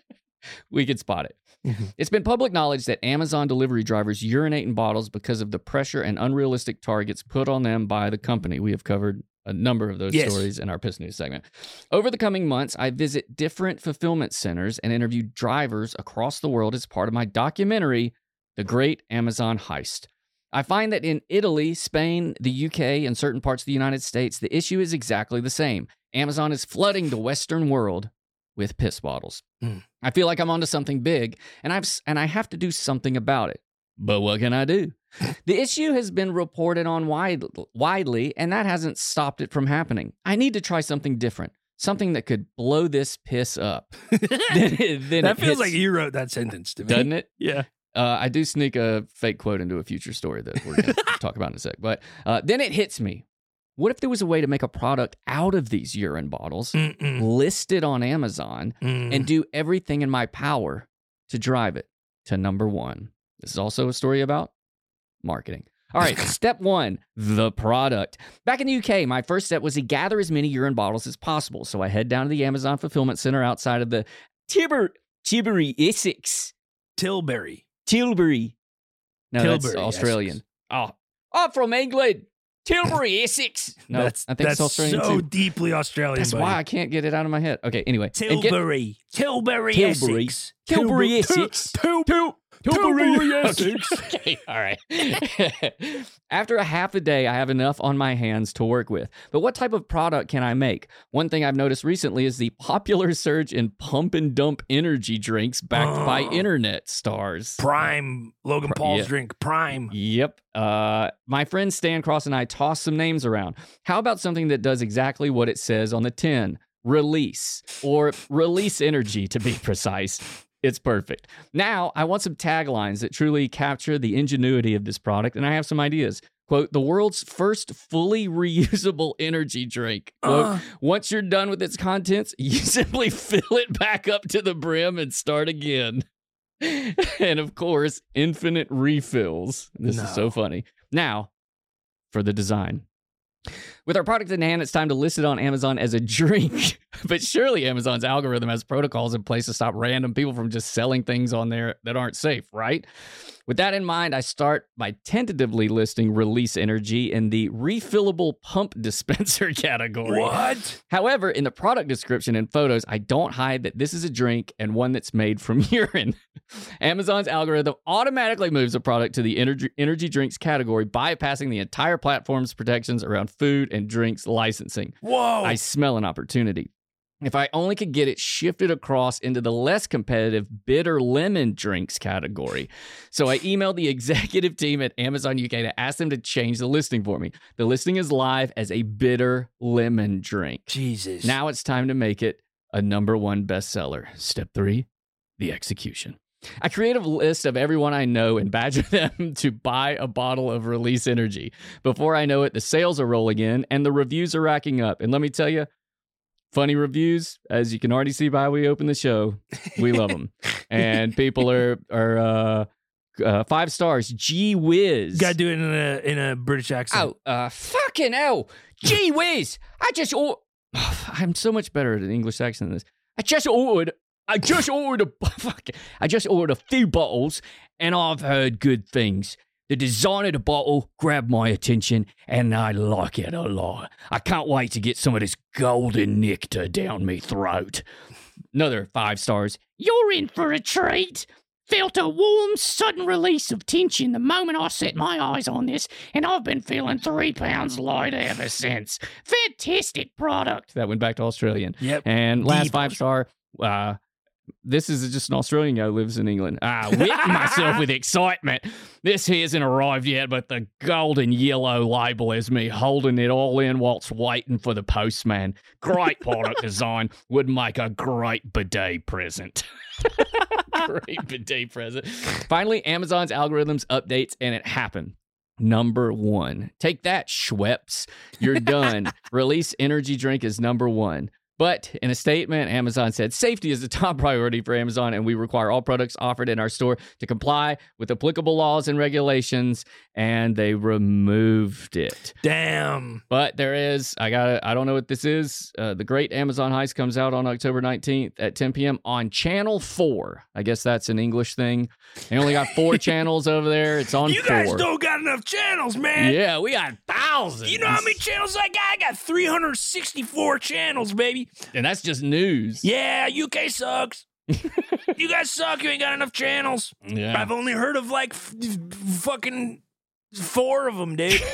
[SPEAKER 3] we could spot it.
[SPEAKER 1] Mhm.
[SPEAKER 3] It's been public knowledge that Amazon delivery drivers urinate in bottles because of the pressure and unrealistic targets put on them by the company. We have covered a number of those
[SPEAKER 1] Yes.
[SPEAKER 3] stories in our Piss News segment. Over the coming months, I visit different fulfillment centers and interview drivers across the world as part of my documentary, The Great Amazon Heist. I find that in Italy, Spain, the UK, and certain parts of the United States, the issue is exactly the same. Amazon is flooding the Western world with piss bottles.
[SPEAKER 1] Mm.
[SPEAKER 3] I feel like I'm onto something big, and I've s- and I have to do something about it. But what can
[SPEAKER 1] <laughs>
[SPEAKER 3] I do? the issue has been reported on wide, widely, and that hasn't stopped it from happening. I need to try something different, something that could blow this
[SPEAKER 1] <laughs>
[SPEAKER 3] piss up. <laughs> then it, then
[SPEAKER 1] that
[SPEAKER 3] it
[SPEAKER 1] feels
[SPEAKER 3] hits-
[SPEAKER 1] like you wrote that sentence
[SPEAKER 3] <laughs>
[SPEAKER 1] to me.
[SPEAKER 3] doesn't it?
[SPEAKER 1] Yeah.
[SPEAKER 3] Uh, I do sneak a fake quote into a future story that we're
[SPEAKER 1] <laughs>
[SPEAKER 3] going to talk about in a sec. But uh, then it hits me. What if there was a way to make a product out of these urine bottles,
[SPEAKER 1] Mm-mm.
[SPEAKER 3] listed on Amazon,
[SPEAKER 1] Mm.
[SPEAKER 3] and do everything in my power to drive it to number one? This is also a story about marketing.
[SPEAKER 1] <laughs>
[SPEAKER 3] All right, step one the product. Back in the UK, my first step was to gather as many urine bottles as possible. So I head down to the Amazon fulfillment center outside of the Tiber, Tibury, Essex.
[SPEAKER 1] Tilbury.
[SPEAKER 3] Tilbury. No, that's
[SPEAKER 1] Tilbury,
[SPEAKER 3] Australian. Oh, I'm from England.
[SPEAKER 1] <laughs>
[SPEAKER 3] Tilbury, Essex. No,
[SPEAKER 1] that's,
[SPEAKER 3] I think
[SPEAKER 1] that's
[SPEAKER 3] it's Australian
[SPEAKER 1] so
[SPEAKER 3] too.
[SPEAKER 1] deeply Australian.
[SPEAKER 3] That's
[SPEAKER 1] buddy.
[SPEAKER 3] why I can't get it out of my head. Okay, anyway. And get-
[SPEAKER 1] Tilbury. Tilbury.
[SPEAKER 3] Tilbury.
[SPEAKER 1] Essex.
[SPEAKER 3] Tilbury,
[SPEAKER 1] Tilbu-
[SPEAKER 3] Essex.
[SPEAKER 1] Til- Til- Tilbury, Essex.
[SPEAKER 3] <laughs> Okay, all right. After a half a day, I have enough on my hands to work with. But what type of product can I make? One thing I've noticed recently is the popular surge in pump and dump energy drinks backed by
[SPEAKER 1] Oh.
[SPEAKER 3] internet stars.
[SPEAKER 1] Prime. Logan
[SPEAKER 3] Pri-
[SPEAKER 1] Paul's
[SPEAKER 3] yeah.
[SPEAKER 1] drink. Prime.
[SPEAKER 3] Yep. Uh, my friend Stan Cross and I tossed some names around. How about something that does exactly what it says on the tin? Release or release energy to be precise. It's perfect. Now, I want some taglines that truly capture the ingenuity of this product, and I have some ideas. Quote, the world's first fully <laughs> reusable energy drink. Quote,
[SPEAKER 1] Uh,
[SPEAKER 3] once you're done with its contents, <laughs> you simply fill it back up to the brim and start again. <laughs> and of course, infinite refills. This is
[SPEAKER 1] No.
[SPEAKER 3] so funny. Now, for the design. With our product in hand, it's time to list it on Amazon as a drink. <laughs> but surely Amazon's algorithm has protocols in place to stop random people from just selling things on there that aren't safe, right? With that in mind, I start by tentatively listing release energy in the refillable pump <laughs> dispenser category.
[SPEAKER 1] what?
[SPEAKER 3] However, in the product description and photos, I don't hide that this is a drink and one that's made from <laughs> urine. Amazon's algorithm automatically moves a product to the energy, energy drinks category, bypassing the entire platform's protections around food and drinks licensing.
[SPEAKER 1] Whoa.
[SPEAKER 3] I smell an opportunity. If I only could get it shifted across into the less competitive bitter lemon drinks category. So I emailed the <laughs> executive team at Amazon UK to ask them to change the listing for me. The listing is live as a bitter lemon drink.
[SPEAKER 1] Jesus.
[SPEAKER 3] Now it's time to make it a number one bestseller. Step three, the execution. I create a list of everyone I know and badger <laughs> them to buy a bottle of Release Energy. Before I know it, the sales are rolling in and the reviews are racking up. And let me tell you, funny reviews, as you can already see by how we open the show, we love them. and people are are uh, uh, five stars. Gee whiz!
[SPEAKER 1] Got to do it in a in a British accent.
[SPEAKER 3] Oh, uh, fucking hell. Gee whiz. I just or- <sighs> I'm so much better at an English accent than this. I just ordered. I just ordered a <laughs> fuck. I just ordered a few bottles, and I've heard good things. The design of the bottle grabbed my attention, and I like it a lot. I can't wait to get some of this golden nectar down me throat. Another five stars. You're in for a treat. Felt a warm, sudden release of tension the moment I set my eyes on this, and I've been feeling three pounds lighter ever since. Fantastic product. That went back to Australian.
[SPEAKER 1] Yep.
[SPEAKER 3] And last
[SPEAKER 1] Deep.
[SPEAKER 3] five star, uh, this is just an Australian guy who lives in England. I whip
[SPEAKER 1] <laughs>
[SPEAKER 3] myself with excitement. This hasn't arrived yet, but the golden yellow label is me holding it all in whilst waiting for the postman. Great
[SPEAKER 1] <laughs>
[SPEAKER 3] product design would make a great bidet present. <laughs> great bidet present. Finally, Amazon's algorithms updates and it happened. Number one. Take that, Schweppes.
[SPEAKER 1] <laughs>
[SPEAKER 3] You're done. Release energy drink is number one. But in a statement, Amazon said safety is the <laughs> top priority for Amazon, and we require all products offered in our store to comply with applicable laws and regulations. And they removed it.
[SPEAKER 1] Damn.
[SPEAKER 3] But there is, I got, to I don't know what this is. Uh, the Great Amazon Heist comes out on October 19th at 10 p.m. on Channel Four. I guess that's an English thing. They only got
[SPEAKER 1] <laughs>
[SPEAKER 3] four channels over there. It's on
[SPEAKER 1] You
[SPEAKER 3] four.
[SPEAKER 1] guys don't got enough channels, man.
[SPEAKER 3] yeah, we got thousands.
[SPEAKER 1] You know how many channels I got? I got 364 channels, baby.
[SPEAKER 3] and that's just news.
[SPEAKER 1] Yeah, UK
[SPEAKER 3] <laughs>
[SPEAKER 1] sucks. you guys suck. You ain't got enough channels.
[SPEAKER 3] yeah.
[SPEAKER 1] I've only heard of like f- f- fucking four of them,
[SPEAKER 3] <laughs>
[SPEAKER 1] dude. <laughs>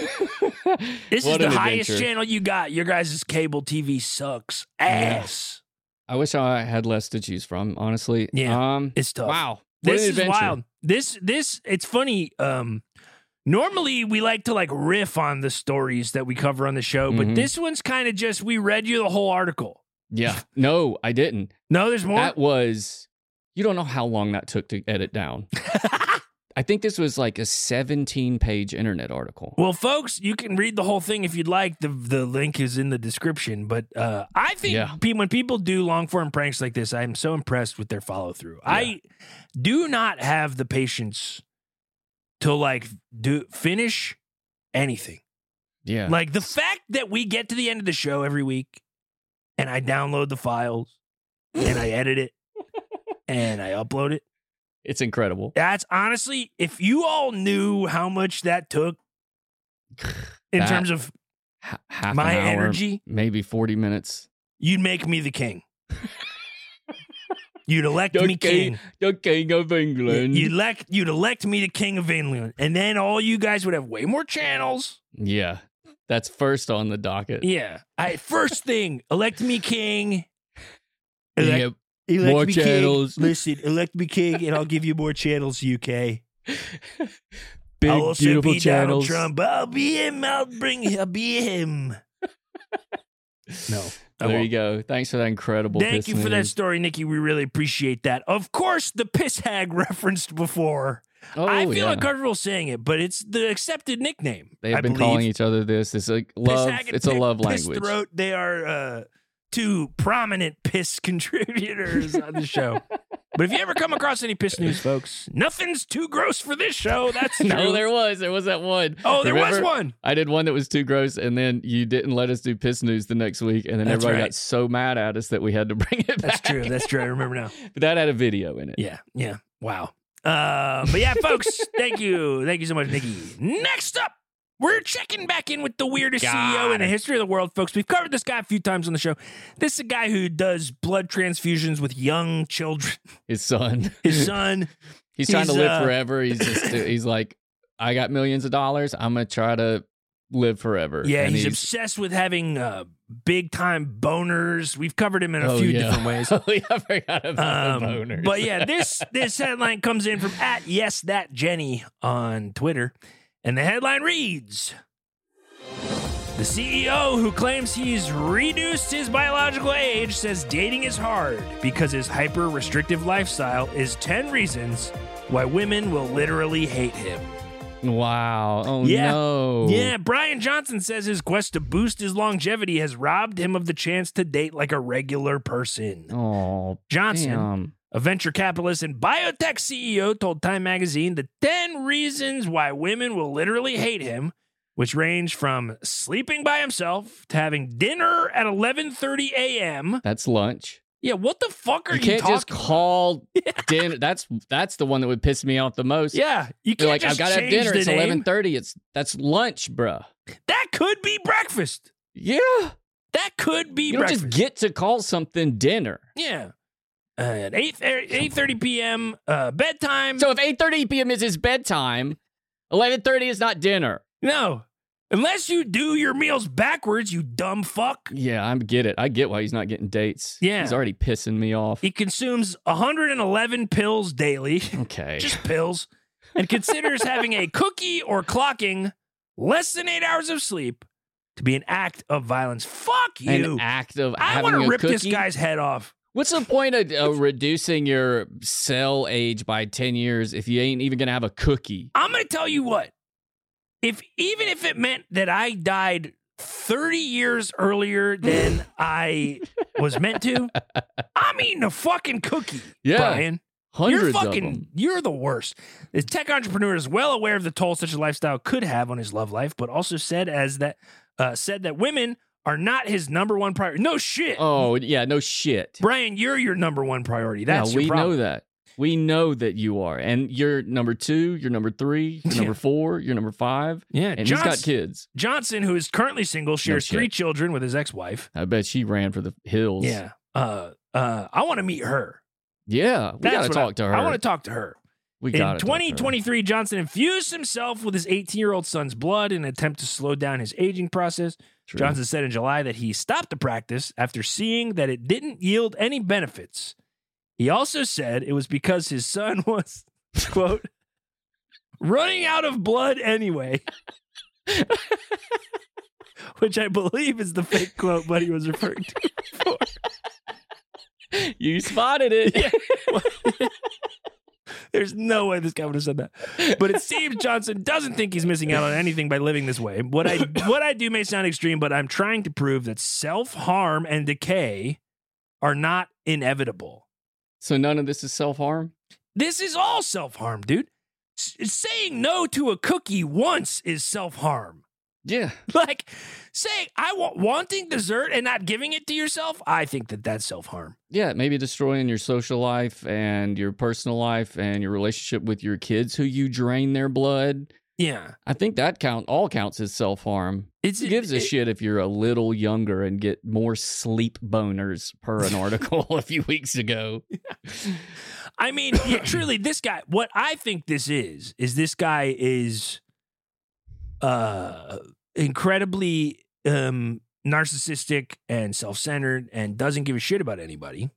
[SPEAKER 1] This is
[SPEAKER 3] What
[SPEAKER 1] the
[SPEAKER 3] an
[SPEAKER 1] highest
[SPEAKER 3] adventure.
[SPEAKER 1] channel you got. Your guys' cable TV sucks ass.
[SPEAKER 3] I wish I had less to choose from, honestly.
[SPEAKER 1] Yeah.
[SPEAKER 3] Um,
[SPEAKER 1] It's tough.
[SPEAKER 3] wow. What
[SPEAKER 1] This is
[SPEAKER 3] an adventure.
[SPEAKER 1] wild. This this it's funny. Um normally we like to like riff on the stories that we cover on the show, but
[SPEAKER 3] Mhm.
[SPEAKER 1] this one's kind of just we read you the whole article.
[SPEAKER 3] Yeah. No, I didn't.
[SPEAKER 1] No, there's more.
[SPEAKER 3] That was, you don't know how long that took to edit down.
[SPEAKER 1] <laughs>
[SPEAKER 3] I think this was like a 17 page internet article.
[SPEAKER 1] well, folks, you can read the whole thing if you'd like. The the link is in the description. But uh, I think
[SPEAKER 3] Yeah.
[SPEAKER 1] pe- when people do long form pranks like this, I'm so impressed with their follow through. I do not have the patience to like do finish anything.
[SPEAKER 3] Yeah.
[SPEAKER 1] Like the fact that we get to the end of the show every week and I download the files and I edit
[SPEAKER 3] <laughs>
[SPEAKER 1] it and I upload it.
[SPEAKER 3] It's incredible.
[SPEAKER 1] That's honestly, if you all knew how much that
[SPEAKER 3] <sighs>
[SPEAKER 1] took in
[SPEAKER 3] That-
[SPEAKER 1] terms of
[SPEAKER 3] H- half
[SPEAKER 1] my
[SPEAKER 3] an hour,
[SPEAKER 1] energy,
[SPEAKER 3] Maybe 40 minutes.
[SPEAKER 1] you'd make me the
[SPEAKER 3] <laughs>
[SPEAKER 1] king. you'd elect
[SPEAKER 3] The
[SPEAKER 1] me
[SPEAKER 3] king
[SPEAKER 1] king.
[SPEAKER 3] The King of England.
[SPEAKER 1] You'd elect, you'd elect me the king of England. And then all you guys would have way more channels.
[SPEAKER 3] yeah. That's first on the docket.
[SPEAKER 1] Yeah. I, first thing, elect me king. Elect
[SPEAKER 3] Yep.
[SPEAKER 1] Elect
[SPEAKER 3] More
[SPEAKER 1] me
[SPEAKER 3] channels.
[SPEAKER 1] King. Listen, elect me king, and I'll give you more channels, UK.
[SPEAKER 3] Big,
[SPEAKER 1] I'll also
[SPEAKER 3] beautiful
[SPEAKER 1] be Donald
[SPEAKER 3] channels.
[SPEAKER 1] Trump. but I'll be him. I'll bring. I'll be him. No, I
[SPEAKER 3] There you
[SPEAKER 1] won't.
[SPEAKER 3] go. Thanks for that incredible.
[SPEAKER 1] Thank
[SPEAKER 3] piss
[SPEAKER 1] you for that
[SPEAKER 3] news.
[SPEAKER 1] story, Nikki. We really appreciate that. Of course, the piss hag <laughs> referenced before.
[SPEAKER 3] Oh,
[SPEAKER 1] I feel
[SPEAKER 3] yeah.
[SPEAKER 1] uncomfortable saying it, but it's the accepted nickname.
[SPEAKER 3] They have
[SPEAKER 1] I
[SPEAKER 3] been
[SPEAKER 1] believe.
[SPEAKER 3] calling each other this. It's like
[SPEAKER 1] Piss
[SPEAKER 3] love.
[SPEAKER 1] hag and
[SPEAKER 3] It's a
[SPEAKER 1] piss-
[SPEAKER 3] love
[SPEAKER 1] piss
[SPEAKER 3] language.
[SPEAKER 1] Throat. They are uh, two prominent piss <laughs> contributors on the show. But if you ever come across any piss news, folks, nothing's too gross for this show. That's
[SPEAKER 3] <laughs> No,
[SPEAKER 1] true.
[SPEAKER 3] there was. There was that one.
[SPEAKER 1] Oh, there was
[SPEAKER 3] Remember?
[SPEAKER 1] one.
[SPEAKER 3] I did one that was too gross, and then you didn't let us do piss news the next week, and then
[SPEAKER 1] That's
[SPEAKER 3] everybody
[SPEAKER 1] right.
[SPEAKER 3] got so mad at us that we had to <laughs> bring it
[SPEAKER 1] That's
[SPEAKER 3] back.
[SPEAKER 1] true. That's true. I remember now.
[SPEAKER 3] But that had a video in it.
[SPEAKER 1] Yeah. Yeah. Wow. Uh, but yeah,
[SPEAKER 3] <laughs>
[SPEAKER 1] folks, thank you. Thank you so much, Nikki. Next up, we're checking back in with the weirdest CEO in the history of the world, folks. We've covered this guy a few times on the show. This is a guy who does blood transfusions with young
[SPEAKER 3] <laughs>
[SPEAKER 1] children,
[SPEAKER 3] His son.
[SPEAKER 1] his son.
[SPEAKER 3] <laughs> He's trying
[SPEAKER 1] He's,
[SPEAKER 3] to live
[SPEAKER 1] uh,
[SPEAKER 3] forever. He's
[SPEAKER 1] <coughs>
[SPEAKER 3] just he's like, I got millions of dollars. I'm gonna try to live forever.
[SPEAKER 1] Yeah,
[SPEAKER 3] And
[SPEAKER 1] he's,
[SPEAKER 3] <laughs>
[SPEAKER 1] obsessed with having uh, big time boners. We've covered him in a
[SPEAKER 3] Oh,
[SPEAKER 1] few
[SPEAKER 3] yeah.
[SPEAKER 1] different ways.
[SPEAKER 3] Oh, yeah, I forgot <laughs>
[SPEAKER 1] Um,
[SPEAKER 3] about the boners.
[SPEAKER 1] but yeah, this this headline comes in from at yes that Jenny on Twitter, and the headline reads: The CEO who claims he's reduced his biological age says dating is hard because his hyper restrictive lifestyle is ten reasons why women will literally hate him.
[SPEAKER 3] <laughs> wow. Oh
[SPEAKER 1] Yeah.
[SPEAKER 3] no.
[SPEAKER 1] Yeah, Brian Johnson says his quest to boost his longevity has robbed him of the chance to date like a regular person.
[SPEAKER 3] Oh
[SPEAKER 1] Johnson,
[SPEAKER 3] damn.
[SPEAKER 1] a venture capitalist and biotech CEO told Time magazine the 10 reasons why women will literally hate him, which range from sleeping by himself to having dinner at 11:30 a.m.
[SPEAKER 3] That's lunch.
[SPEAKER 1] Yeah, what the fuck are
[SPEAKER 3] You
[SPEAKER 1] you,
[SPEAKER 3] can't
[SPEAKER 1] talking? <laughs>
[SPEAKER 3] just call dinner. That's that's the one that would piss me off the most.
[SPEAKER 1] yeah, you
[SPEAKER 3] You're
[SPEAKER 1] can't
[SPEAKER 3] like,
[SPEAKER 1] just
[SPEAKER 3] I've got to have
[SPEAKER 1] change
[SPEAKER 3] dinner.
[SPEAKER 1] the
[SPEAKER 3] It's
[SPEAKER 1] name.
[SPEAKER 3] eleven thirty. It's that's lunch, bruh.
[SPEAKER 1] That could be breakfast.
[SPEAKER 3] Yeah.
[SPEAKER 1] That could be
[SPEAKER 3] You don't
[SPEAKER 1] breakfast.
[SPEAKER 3] just get to call something dinner.
[SPEAKER 1] yeah. Uh, at 8 8:30 p.m. Uh, bedtime.
[SPEAKER 3] So if eight thirty p.m. is his bedtime, eleven thirty is not dinner.
[SPEAKER 1] no. Unless you do your meals backwards, you dumb fuck.
[SPEAKER 3] Yeah, I get it. I get why he's not getting dates.
[SPEAKER 1] Yeah.
[SPEAKER 3] He's already pissing me off.
[SPEAKER 1] He consumes 111 pills daily,
[SPEAKER 3] Okay.
[SPEAKER 1] just pills, and considers having a cookie or clocking less than eight hours of sleep to be an act of violence. Fuck you.
[SPEAKER 3] An act of
[SPEAKER 1] I
[SPEAKER 3] having
[SPEAKER 1] want
[SPEAKER 3] a
[SPEAKER 1] to rip
[SPEAKER 3] cookie.
[SPEAKER 1] this guy's head off.
[SPEAKER 3] What's the point of uh, reducing your cell age by 10 years if you ain't even going to have a cookie?
[SPEAKER 1] I'm going to tell you what. If even if it meant that I died 30 years earlier than I was meant
[SPEAKER 3] <laughs>
[SPEAKER 1] to, I'm eating a fucking cookie,
[SPEAKER 3] Yeah.
[SPEAKER 1] Brian.
[SPEAKER 3] Hundreds
[SPEAKER 1] you're
[SPEAKER 3] of them.
[SPEAKER 1] fucking, You're the worst. The tech entrepreneur is well aware of the toll such a lifestyle could have on his love life, but also said as that uh, said that women are not his number one priority. No shit,
[SPEAKER 3] <laughs> Oh, yeah, no shit.
[SPEAKER 1] Brian, you're your number one priority. That's
[SPEAKER 3] yeah,
[SPEAKER 1] your
[SPEAKER 3] we
[SPEAKER 1] problem.
[SPEAKER 3] know that. We know that you are. And you're number two, you're number three, you're
[SPEAKER 1] Yeah. <laughs>
[SPEAKER 3] number four, you're number five.
[SPEAKER 1] Yeah,
[SPEAKER 3] And
[SPEAKER 1] Johnson,
[SPEAKER 3] he's got kids.
[SPEAKER 1] Johnson, who is currently single, shares
[SPEAKER 3] No shit.
[SPEAKER 1] three children with his ex-wife.
[SPEAKER 3] I bet she ran for the hills.
[SPEAKER 1] Yeah, uh, uh, I want to meet her.
[SPEAKER 3] Yeah. We
[SPEAKER 1] That's
[SPEAKER 3] got to
[SPEAKER 1] what
[SPEAKER 3] talk to her.
[SPEAKER 1] I want to talk to her.
[SPEAKER 3] we
[SPEAKER 1] In
[SPEAKER 3] got to.
[SPEAKER 1] 2023, Johnson infused himself with his 18 year old son's blood in an attempt to slow down his aging process. Johnson said in July that he stopped the practice after seeing that it didn't yield any benefits. He also said it was because his son <laughs> was, quote, running out of blood anyway. <laughs> Which I believe is the fake quote Buddy was referring to. before.
[SPEAKER 3] <laughs> You spotted it.
[SPEAKER 1] There's no way this guy would have said that. But it seems Johnson doesn't think he's missing out on anything by living this way. What I what I do may sound extreme, but I'm trying to prove that self-harm and decay are not inevitable.
[SPEAKER 3] So none of this is self harm.
[SPEAKER 1] This is all self-harm, dude. S- saying no to a cookie once is self-harm. <laughs>
[SPEAKER 3] Yeah.
[SPEAKER 1] Like saying I want wanting dessert and not giving it to yourself, I think that that's self-harm.
[SPEAKER 3] Yeah, maybe destroying your social life and your personal life and your relationship with your kids who you drain their blood.
[SPEAKER 1] Yeah.
[SPEAKER 3] I think that count all counts as self harm.
[SPEAKER 1] It's
[SPEAKER 3] It gives a
[SPEAKER 1] it-
[SPEAKER 3] shit if you're a little younger and get more sleep boners per an article <laughs> a few weeks ago.
[SPEAKER 1] I mean,
[SPEAKER 3] <coughs>
[SPEAKER 1] yeah, truly, this guy. What I think this is is this guy is, uh, incredibly um narcissistic and self-centered and doesn't give a shit about anybody.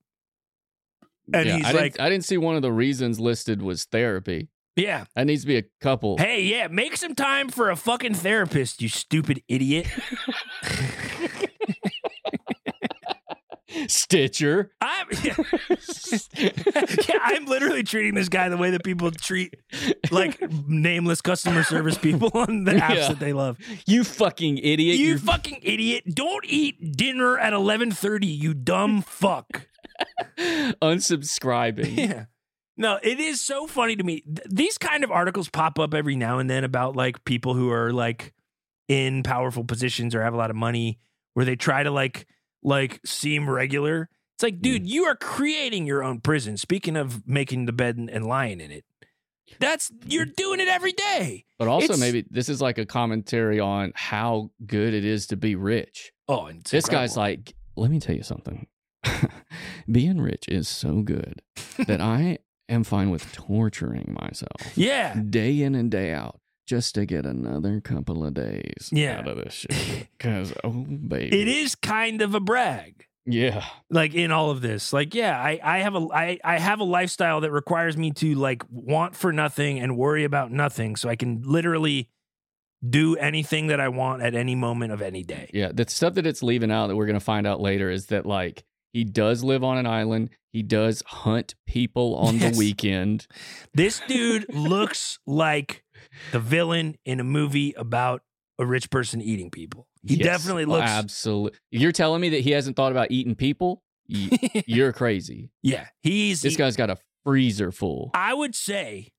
[SPEAKER 1] And
[SPEAKER 3] Yeah,
[SPEAKER 1] he's
[SPEAKER 3] I
[SPEAKER 1] like,
[SPEAKER 3] didn't, I didn't see one of the reasons listed was therapy.
[SPEAKER 1] yeah,
[SPEAKER 3] That needs to be a couple.
[SPEAKER 1] hey, yeah, make some time for a fucking therapist, you stupid idiot.
[SPEAKER 3] <laughs> Stitcher.
[SPEAKER 1] I'm, <laughs> yeah, I'm literally treating this guy the way that people treat like nameless customer service people <laughs> on the apps
[SPEAKER 3] Yeah.
[SPEAKER 1] that they love.
[SPEAKER 3] you fucking idiot.
[SPEAKER 1] you
[SPEAKER 3] You're-
[SPEAKER 1] fucking idiot! Don't eat dinner at eleven thirty. You dumb fuck.
[SPEAKER 3] <laughs> unsubscribing.
[SPEAKER 1] <laughs> yeah. No, it is so funny to me. Th- these kind of articles pop up every now and then about like people who are like in powerful positions or have a lot of money, where they try to like like seem regular. It's like, dude, you are creating your own prison. Speaking of making the bed and, and lying in it, that's you're doing it every day.
[SPEAKER 3] But also,
[SPEAKER 1] It's-
[SPEAKER 3] maybe this is like a commentary on how good it is to be rich.
[SPEAKER 1] Oh, and it's
[SPEAKER 3] This guy's
[SPEAKER 1] incredible.
[SPEAKER 3] like, let me tell you something. <laughs> Being rich is so good
[SPEAKER 1] <laughs>
[SPEAKER 3] that I am fine with torturing myself <laughs>
[SPEAKER 1] yeah.
[SPEAKER 3] day in and day out just to get another couple of days
[SPEAKER 1] Yeah.
[SPEAKER 3] out of
[SPEAKER 1] <laughs>
[SPEAKER 3] this shit. Because, oh, baby.
[SPEAKER 1] It is kind of a brag.
[SPEAKER 3] Yeah.
[SPEAKER 1] like in all of this like yeah i i have a i i have a lifestyle that requires me to like want for nothing and worry about nothing so i can literally do anything that i want at any moment of any day
[SPEAKER 3] Yeah, the stuff that it's leaving out that we're gonna find out later is that like he does live on an island. He does hunt people on
[SPEAKER 1] Yes.
[SPEAKER 3] the weekend.
[SPEAKER 1] this dude
[SPEAKER 3] <laughs>
[SPEAKER 1] looks like the villain in a movie about a rich person eating people he
[SPEAKER 3] Yes. Oh,
[SPEAKER 1] definitely looks
[SPEAKER 3] absolutely. You're telling me that he hasn't thought about eating people?
[SPEAKER 1] <laughs>
[SPEAKER 3] Y- You're crazy.
[SPEAKER 1] <laughs> yeah he's
[SPEAKER 3] This guy's got a freezer full.
[SPEAKER 1] i would say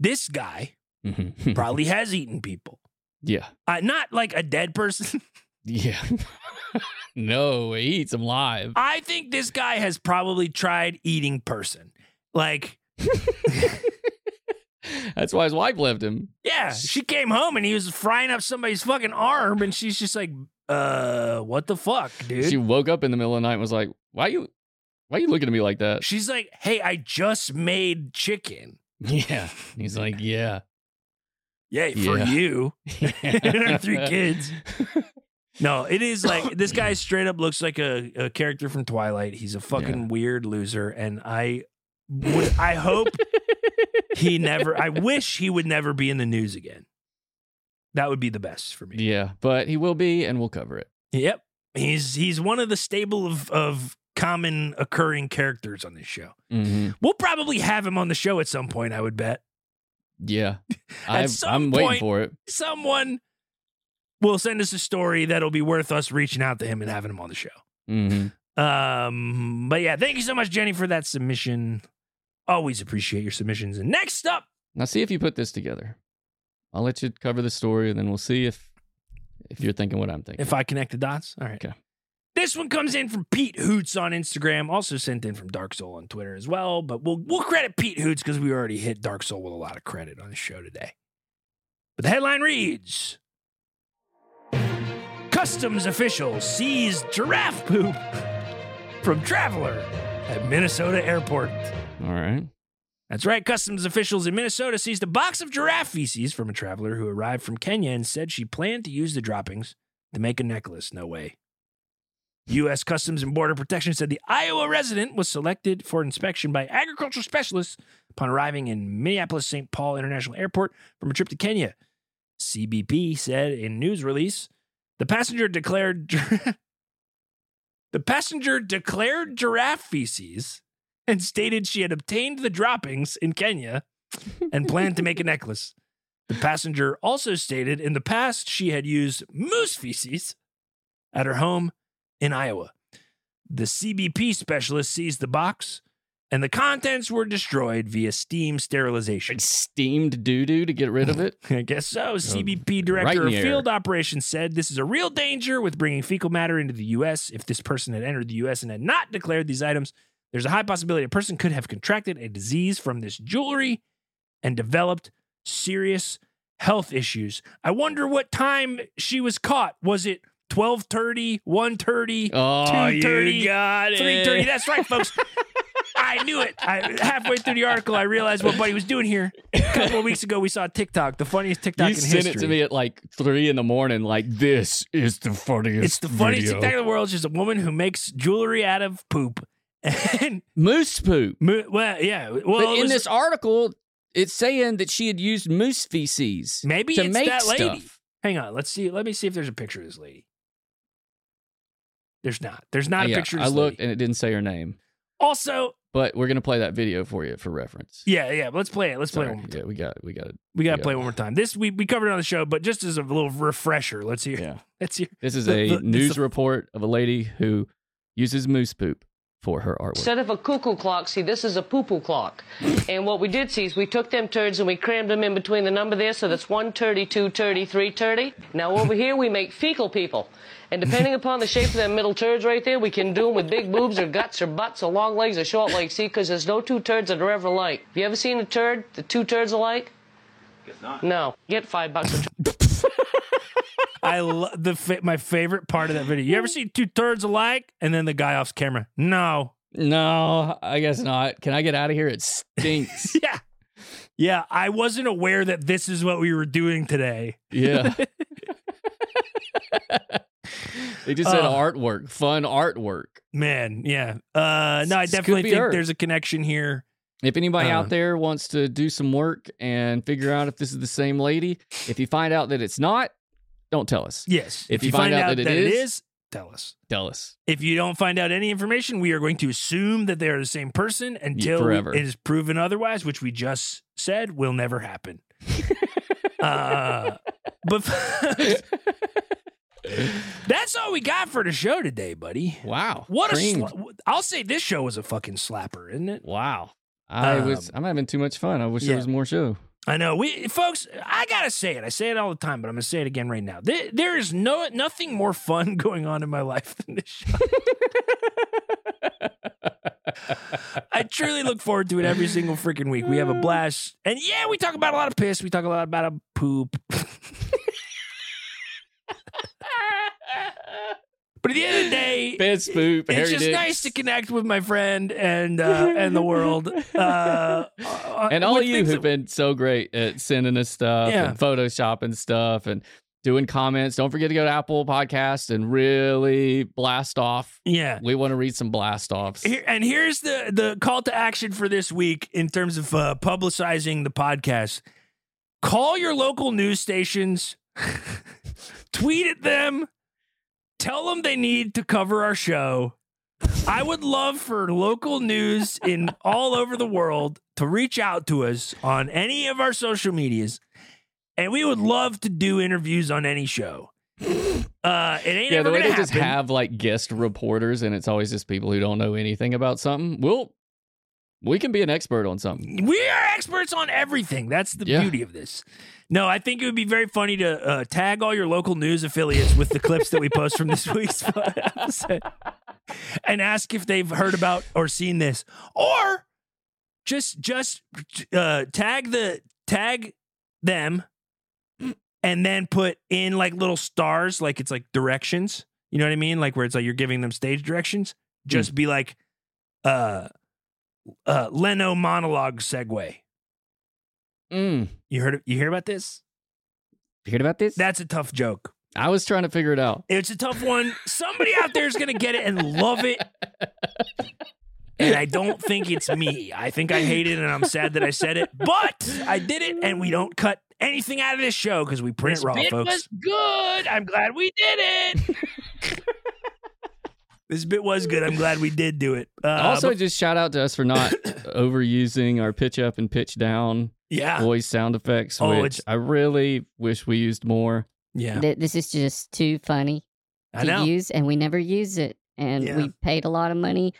[SPEAKER 1] this guy
[SPEAKER 3] Mhm.
[SPEAKER 1] probably has eaten people
[SPEAKER 3] <laughs> yeah,
[SPEAKER 1] uh, not like a dead person
[SPEAKER 3] yeah. <laughs> no, he eats them live.
[SPEAKER 1] I think this guy has probably tried eating person. Like,
[SPEAKER 3] That's why his wife left him.
[SPEAKER 1] yeah, she came home and he was frying up somebody's fucking arm, and she's just like, "Uh, what the fuck, dude?"
[SPEAKER 3] She woke up in the middle of the night and was like, "Why you, why you looking at me like that?"
[SPEAKER 1] she's like, "Hey, I just made chicken.
[SPEAKER 3] <laughs> Yeah, he's like, "Yeah."
[SPEAKER 1] Yay for
[SPEAKER 3] Yeah.
[SPEAKER 1] you." Our <laughs> three kids. No, it is
[SPEAKER 3] <coughs>
[SPEAKER 1] like this guy straight up looks like a, a character from Twilight. He's a fucking weird loser, and I would, I hope
[SPEAKER 3] <laughs>
[SPEAKER 1] he never. I wish he would never be in the news again. That would be the best for me.
[SPEAKER 3] <laughs> Yeah, but he will be, and we'll cover it.
[SPEAKER 1] Yep. He's he's one of the stable of of common occurring characters on this show.
[SPEAKER 3] Mm-hmm.
[SPEAKER 1] We'll probably have him on the show at some point, I would bet. <laughs>
[SPEAKER 3] Yeah, I've,
[SPEAKER 1] some
[SPEAKER 3] I'm waiting
[SPEAKER 1] point-
[SPEAKER 3] for it.
[SPEAKER 1] Someone will send us a story that'll be worth us reaching out to him and having him on the show.
[SPEAKER 3] hmm
[SPEAKER 1] Um but yeah, thank you so much Jenny for that submission. Always appreciate your submissions. And next up,
[SPEAKER 3] Now, see if you put this together. I'll let you cover the story, and then we'll see if if you're thinking what I'm thinking.
[SPEAKER 1] if I connect the dots. All right.
[SPEAKER 3] Okay.
[SPEAKER 1] This one comes in from Pete Hoots on Instagram, also sent in from Dark Soul on Twitter as well. But we'll we'll credit Pete Hoots because we already hit Dark Soul with a lot of credit on the show today. But the headline reads Customs official sees giraffe poop from traveler at Minnesota airport.
[SPEAKER 3] All right.
[SPEAKER 1] That's right. Customs officials in Minnesota seized a box of giraffe feces from a traveler who arrived from Kenya and said she planned to use the droppings to make a necklace. No way. U.S. Customs and Border Protection said the Iowa resident was selected for inspection by agricultural specialists upon arriving in Minneapolis St. Paul International Airport from a trip to Kenya. <laughs> CBP said in news release the passenger declared. The passenger declared giraffe feces and stated she had obtained the droppings in Kenya and planned to make a necklace. The passenger also stated in the past she had used moose feces at her home in Iowa. The CBP specialist seized the box and the contents were destroyed via steam sterilization.
[SPEAKER 3] Steamed doo doo to get rid of <laughs> it.
[SPEAKER 1] <laughs> I guess so. CBP Director
[SPEAKER 3] Um, right in
[SPEAKER 1] of
[SPEAKER 3] the air.
[SPEAKER 1] Field Operations said this is a real danger with bringing fecal matter into the U.S. If this person had entered the U.S. and had not declared these items, there's a high possibility a person could have contracted a disease from this jewelry and developed serious health issues. I wonder what time she was caught. Was it 12:30, 1:30?
[SPEAKER 3] Oh, you
[SPEAKER 1] 2:30,
[SPEAKER 3] got it.
[SPEAKER 1] Three thirty. That's right,
[SPEAKER 3] <laughs>
[SPEAKER 1] folks. I knew it. I, halfway through the article, I realized what Buddy was doing here. A couple of weeks ago, we saw TikTok, the funniest TikTok
[SPEAKER 3] You
[SPEAKER 1] in
[SPEAKER 3] sent
[SPEAKER 1] history.
[SPEAKER 3] it to me at like three in the morning. Like this is the funniest.
[SPEAKER 1] It's the funniest
[SPEAKER 3] video.
[SPEAKER 1] TikTok in the world. It's just a woman who makes jewelry out of poop. <laughs> And
[SPEAKER 3] Moose poop.
[SPEAKER 1] mo- well, yeah. Well,
[SPEAKER 3] but
[SPEAKER 1] it
[SPEAKER 3] in
[SPEAKER 1] was-
[SPEAKER 3] this article, it's saying that she had used moose feces
[SPEAKER 1] maybe
[SPEAKER 3] to
[SPEAKER 1] it's
[SPEAKER 3] make
[SPEAKER 1] that lady.
[SPEAKER 3] stuff.
[SPEAKER 1] Hang on. Let's see. Let me see if there's a picture of this lady. There's not. There's not a
[SPEAKER 3] Yeah,
[SPEAKER 1] picture. Of
[SPEAKER 3] I
[SPEAKER 1] this
[SPEAKER 3] looked
[SPEAKER 1] lady.
[SPEAKER 3] and it didn't say her name,
[SPEAKER 1] Also,
[SPEAKER 3] but we're gonna play that video for you for reference.
[SPEAKER 1] yeah, yeah. Let's play it. Let's play it one more time.
[SPEAKER 3] yeah, we got, it, we got it.
[SPEAKER 1] We gotta
[SPEAKER 3] Yeah.
[SPEAKER 1] play it one more time. This we we covered it on the show, but just as a little refresher, let's hear.
[SPEAKER 3] Yeah,
[SPEAKER 1] <laughs> Let's hear.
[SPEAKER 3] this is
[SPEAKER 1] The-
[SPEAKER 3] a
[SPEAKER 1] the- it's
[SPEAKER 3] news
[SPEAKER 1] the-
[SPEAKER 3] report of a lady who uses moose poop for her artwork.
[SPEAKER 6] Instead of a cuckoo clock, see, this is a poo-poo clock. And what we did see is we took them turds and we crammed them in between the number there, so that's 130, 230, 330. Now over here, we make fecal people. And depending upon the shape of them middle turds right there, we can do them with big boobs or guts or butts or long legs or short legs, see, because there's no two turds that are ever alike. Have you ever seen a turd, the two turds alike? Guess not. No. Get five bucks a turd.
[SPEAKER 1] I lo- the fa- my favorite part of that video. You ever see two thirds alike and then the guy off's camera?
[SPEAKER 3] <laughs>
[SPEAKER 1] No.
[SPEAKER 3] no, I guess not. Can I get out of here? It stinks.
[SPEAKER 1] Yeah. Yeah, I wasn't aware that this is what we were doing today.
[SPEAKER 3] <laughs> <laughs> yeah. they just said
[SPEAKER 1] Uh,
[SPEAKER 3] artwork, fun artwork.
[SPEAKER 1] Man, yeah. Uh no, I
[SPEAKER 3] This could
[SPEAKER 1] definitely
[SPEAKER 3] be
[SPEAKER 1] think
[SPEAKER 3] her.
[SPEAKER 1] there's a connection here.
[SPEAKER 3] If anybody
[SPEAKER 1] Uh.
[SPEAKER 3] out there wants to do some work and figure out if this is the same lady, if you find out that it's not, don't tell us.
[SPEAKER 1] Yes.
[SPEAKER 3] If you find out that it
[SPEAKER 1] it
[SPEAKER 3] is-
[SPEAKER 1] is, tell us.
[SPEAKER 3] Tell us.
[SPEAKER 1] If you don't find out any information, we are going to assume that they are the same person until
[SPEAKER 3] forever.
[SPEAKER 1] it is proven otherwise, which we just said will never happen. uh, but that's all we got for the show today, buddy.
[SPEAKER 3] Wow.
[SPEAKER 1] What
[SPEAKER 3] Creamed.
[SPEAKER 1] a sla- I'll say this show was a fucking slapper, isn't it?
[SPEAKER 3] Wow. I
[SPEAKER 1] Um,
[SPEAKER 3] was I'm having too much fun. I wish
[SPEAKER 1] yeah.
[SPEAKER 3] there was more show.
[SPEAKER 1] I know, we folks. I gotta say it. I say it all the time, but I'm gonna say it again right now. There, there is no nothing more fun <laughs> going on in my life than this show. <laughs> I truly look forward to it every single freaking week. We have a blast, and yeah, we talk about a lot of piss. We talk a lot about a poop. <laughs> but at the end of the day,
[SPEAKER 3] Bed spoop.
[SPEAKER 1] it's just nice to connect with my friend and uh, and the
[SPEAKER 3] <laughs>
[SPEAKER 1] world. Uh,
[SPEAKER 3] and all
[SPEAKER 1] with
[SPEAKER 3] you
[SPEAKER 1] things
[SPEAKER 3] who've
[SPEAKER 1] that-
[SPEAKER 3] been so great at sending us stuff
[SPEAKER 1] Yeah.
[SPEAKER 3] and photoshopping stuff and doing comments. Don't forget to go to Apple Podcasts and really blast off.
[SPEAKER 1] yeah.
[SPEAKER 3] We want to read some blast offs.
[SPEAKER 1] Uh, Here, and here's the the call to action for this week in terms of uh, publicizing the podcast. Call your local news stations, <laughs> tweet at them, tell them they need to cover our show. I would love for local news
[SPEAKER 3] <laughs>
[SPEAKER 1] in all over the world to reach out to us on any of our social medias, and we would love to do interviews on any show. Uh, it ain't
[SPEAKER 3] yeah,
[SPEAKER 1] ever
[SPEAKER 3] the way
[SPEAKER 1] gonna
[SPEAKER 3] they
[SPEAKER 1] happen.
[SPEAKER 3] just have like guest reporters and it's always just people who don't know anything about something. We'll we can be an expert on something.
[SPEAKER 1] we are experts on everything. That's the
[SPEAKER 3] Yeah.
[SPEAKER 1] beauty of this. No, I think it would be very funny to uh, tag all your local news affiliates with the clips that we post from this <laughs> week's episode <laughs> and ask if they've heard about or seen this, or just just uh, tag the tag them and then put in like little stars, like it's like directions. You know what I mean? Like where it's like you're giving them stage directions. Just be like, uh, uh, Leno monologue segue.
[SPEAKER 3] Mm.
[SPEAKER 1] You heard? You hear about this?
[SPEAKER 3] You heard about this?
[SPEAKER 1] That's a tough joke.
[SPEAKER 3] I was trying to figure it out.
[SPEAKER 1] It's a tough one. Somebody out there is gonna get it and love it. And I don't think it's me. I think I hate it, and I'm sad that I said it. But I did it, and we don't cut anything out of this show because we print raw, folks.
[SPEAKER 3] <laughs>
[SPEAKER 6] good. I'm glad we did it.
[SPEAKER 1] This bit was good. I'm glad we did do it. Uh,
[SPEAKER 3] also,
[SPEAKER 1] but-
[SPEAKER 3] just shout out to us
[SPEAKER 1] <coughs>
[SPEAKER 3] for not overusing our pitch up and pitch down
[SPEAKER 1] yeah,
[SPEAKER 3] voice sound effects,
[SPEAKER 1] Uh, Oh,
[SPEAKER 3] which
[SPEAKER 1] it's-
[SPEAKER 3] I really wish we used more.
[SPEAKER 1] yeah.
[SPEAKER 7] Th- this is just too funny
[SPEAKER 1] I
[SPEAKER 7] to
[SPEAKER 1] know.
[SPEAKER 7] use, and we never use it. And
[SPEAKER 1] Yeah.
[SPEAKER 7] we paid a lot of money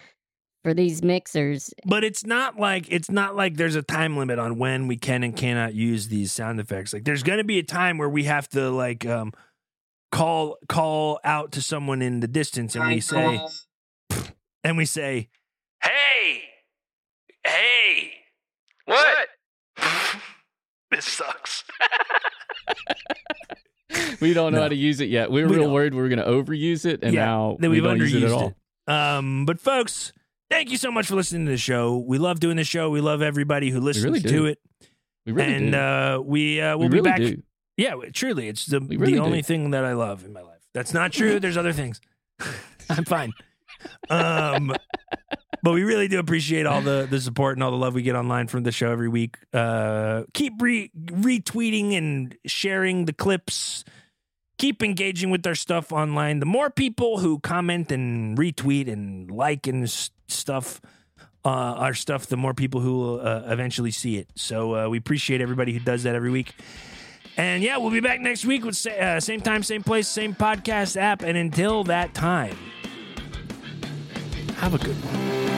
[SPEAKER 7] for these mixers.
[SPEAKER 1] but it's not like it's not like there's a time limit on when we can and cannot use these sound effects like there's going to be a time where we have to like um call call out to someone in the distance and we say and we say hey hey
[SPEAKER 8] What?
[SPEAKER 1] this sucks
[SPEAKER 3] We don't know
[SPEAKER 1] No.
[SPEAKER 3] how to use it yet. We were
[SPEAKER 1] We
[SPEAKER 3] real
[SPEAKER 1] don't.
[SPEAKER 3] worried we were going to overuse it, and
[SPEAKER 1] Yeah,
[SPEAKER 3] now
[SPEAKER 1] then
[SPEAKER 3] we
[SPEAKER 1] we've
[SPEAKER 3] don't use it at
[SPEAKER 1] underused
[SPEAKER 3] all.
[SPEAKER 1] it. um but folks thank you so much for listening to the show we love doing the show we love everybody who listens
[SPEAKER 3] really
[SPEAKER 1] to
[SPEAKER 3] do.
[SPEAKER 1] it
[SPEAKER 3] We really
[SPEAKER 1] and
[SPEAKER 3] do.
[SPEAKER 1] uh we uh
[SPEAKER 3] we
[SPEAKER 1] we'll
[SPEAKER 3] really
[SPEAKER 1] be back
[SPEAKER 3] do.
[SPEAKER 1] Yeah, w- truly, it's the
[SPEAKER 3] We really
[SPEAKER 1] the
[SPEAKER 3] do.
[SPEAKER 1] only thing that I love in my life. That's not true. There's other things. <laughs> I'm fine. Um, but we really do appreciate all the the support and all the love we get online from the show every week. Uh, keep re- retweeting and sharing the clips. Keep engaging with our stuff online. The more people who comment and retweet and like and s- stuff. Uh, our stuff, the more people who will uh, eventually see it. So uh, we appreciate everybody who does that every week. And yeah, we'll be back next week with sa- uh, same time, same place, same podcast app. And until that time, have a good one.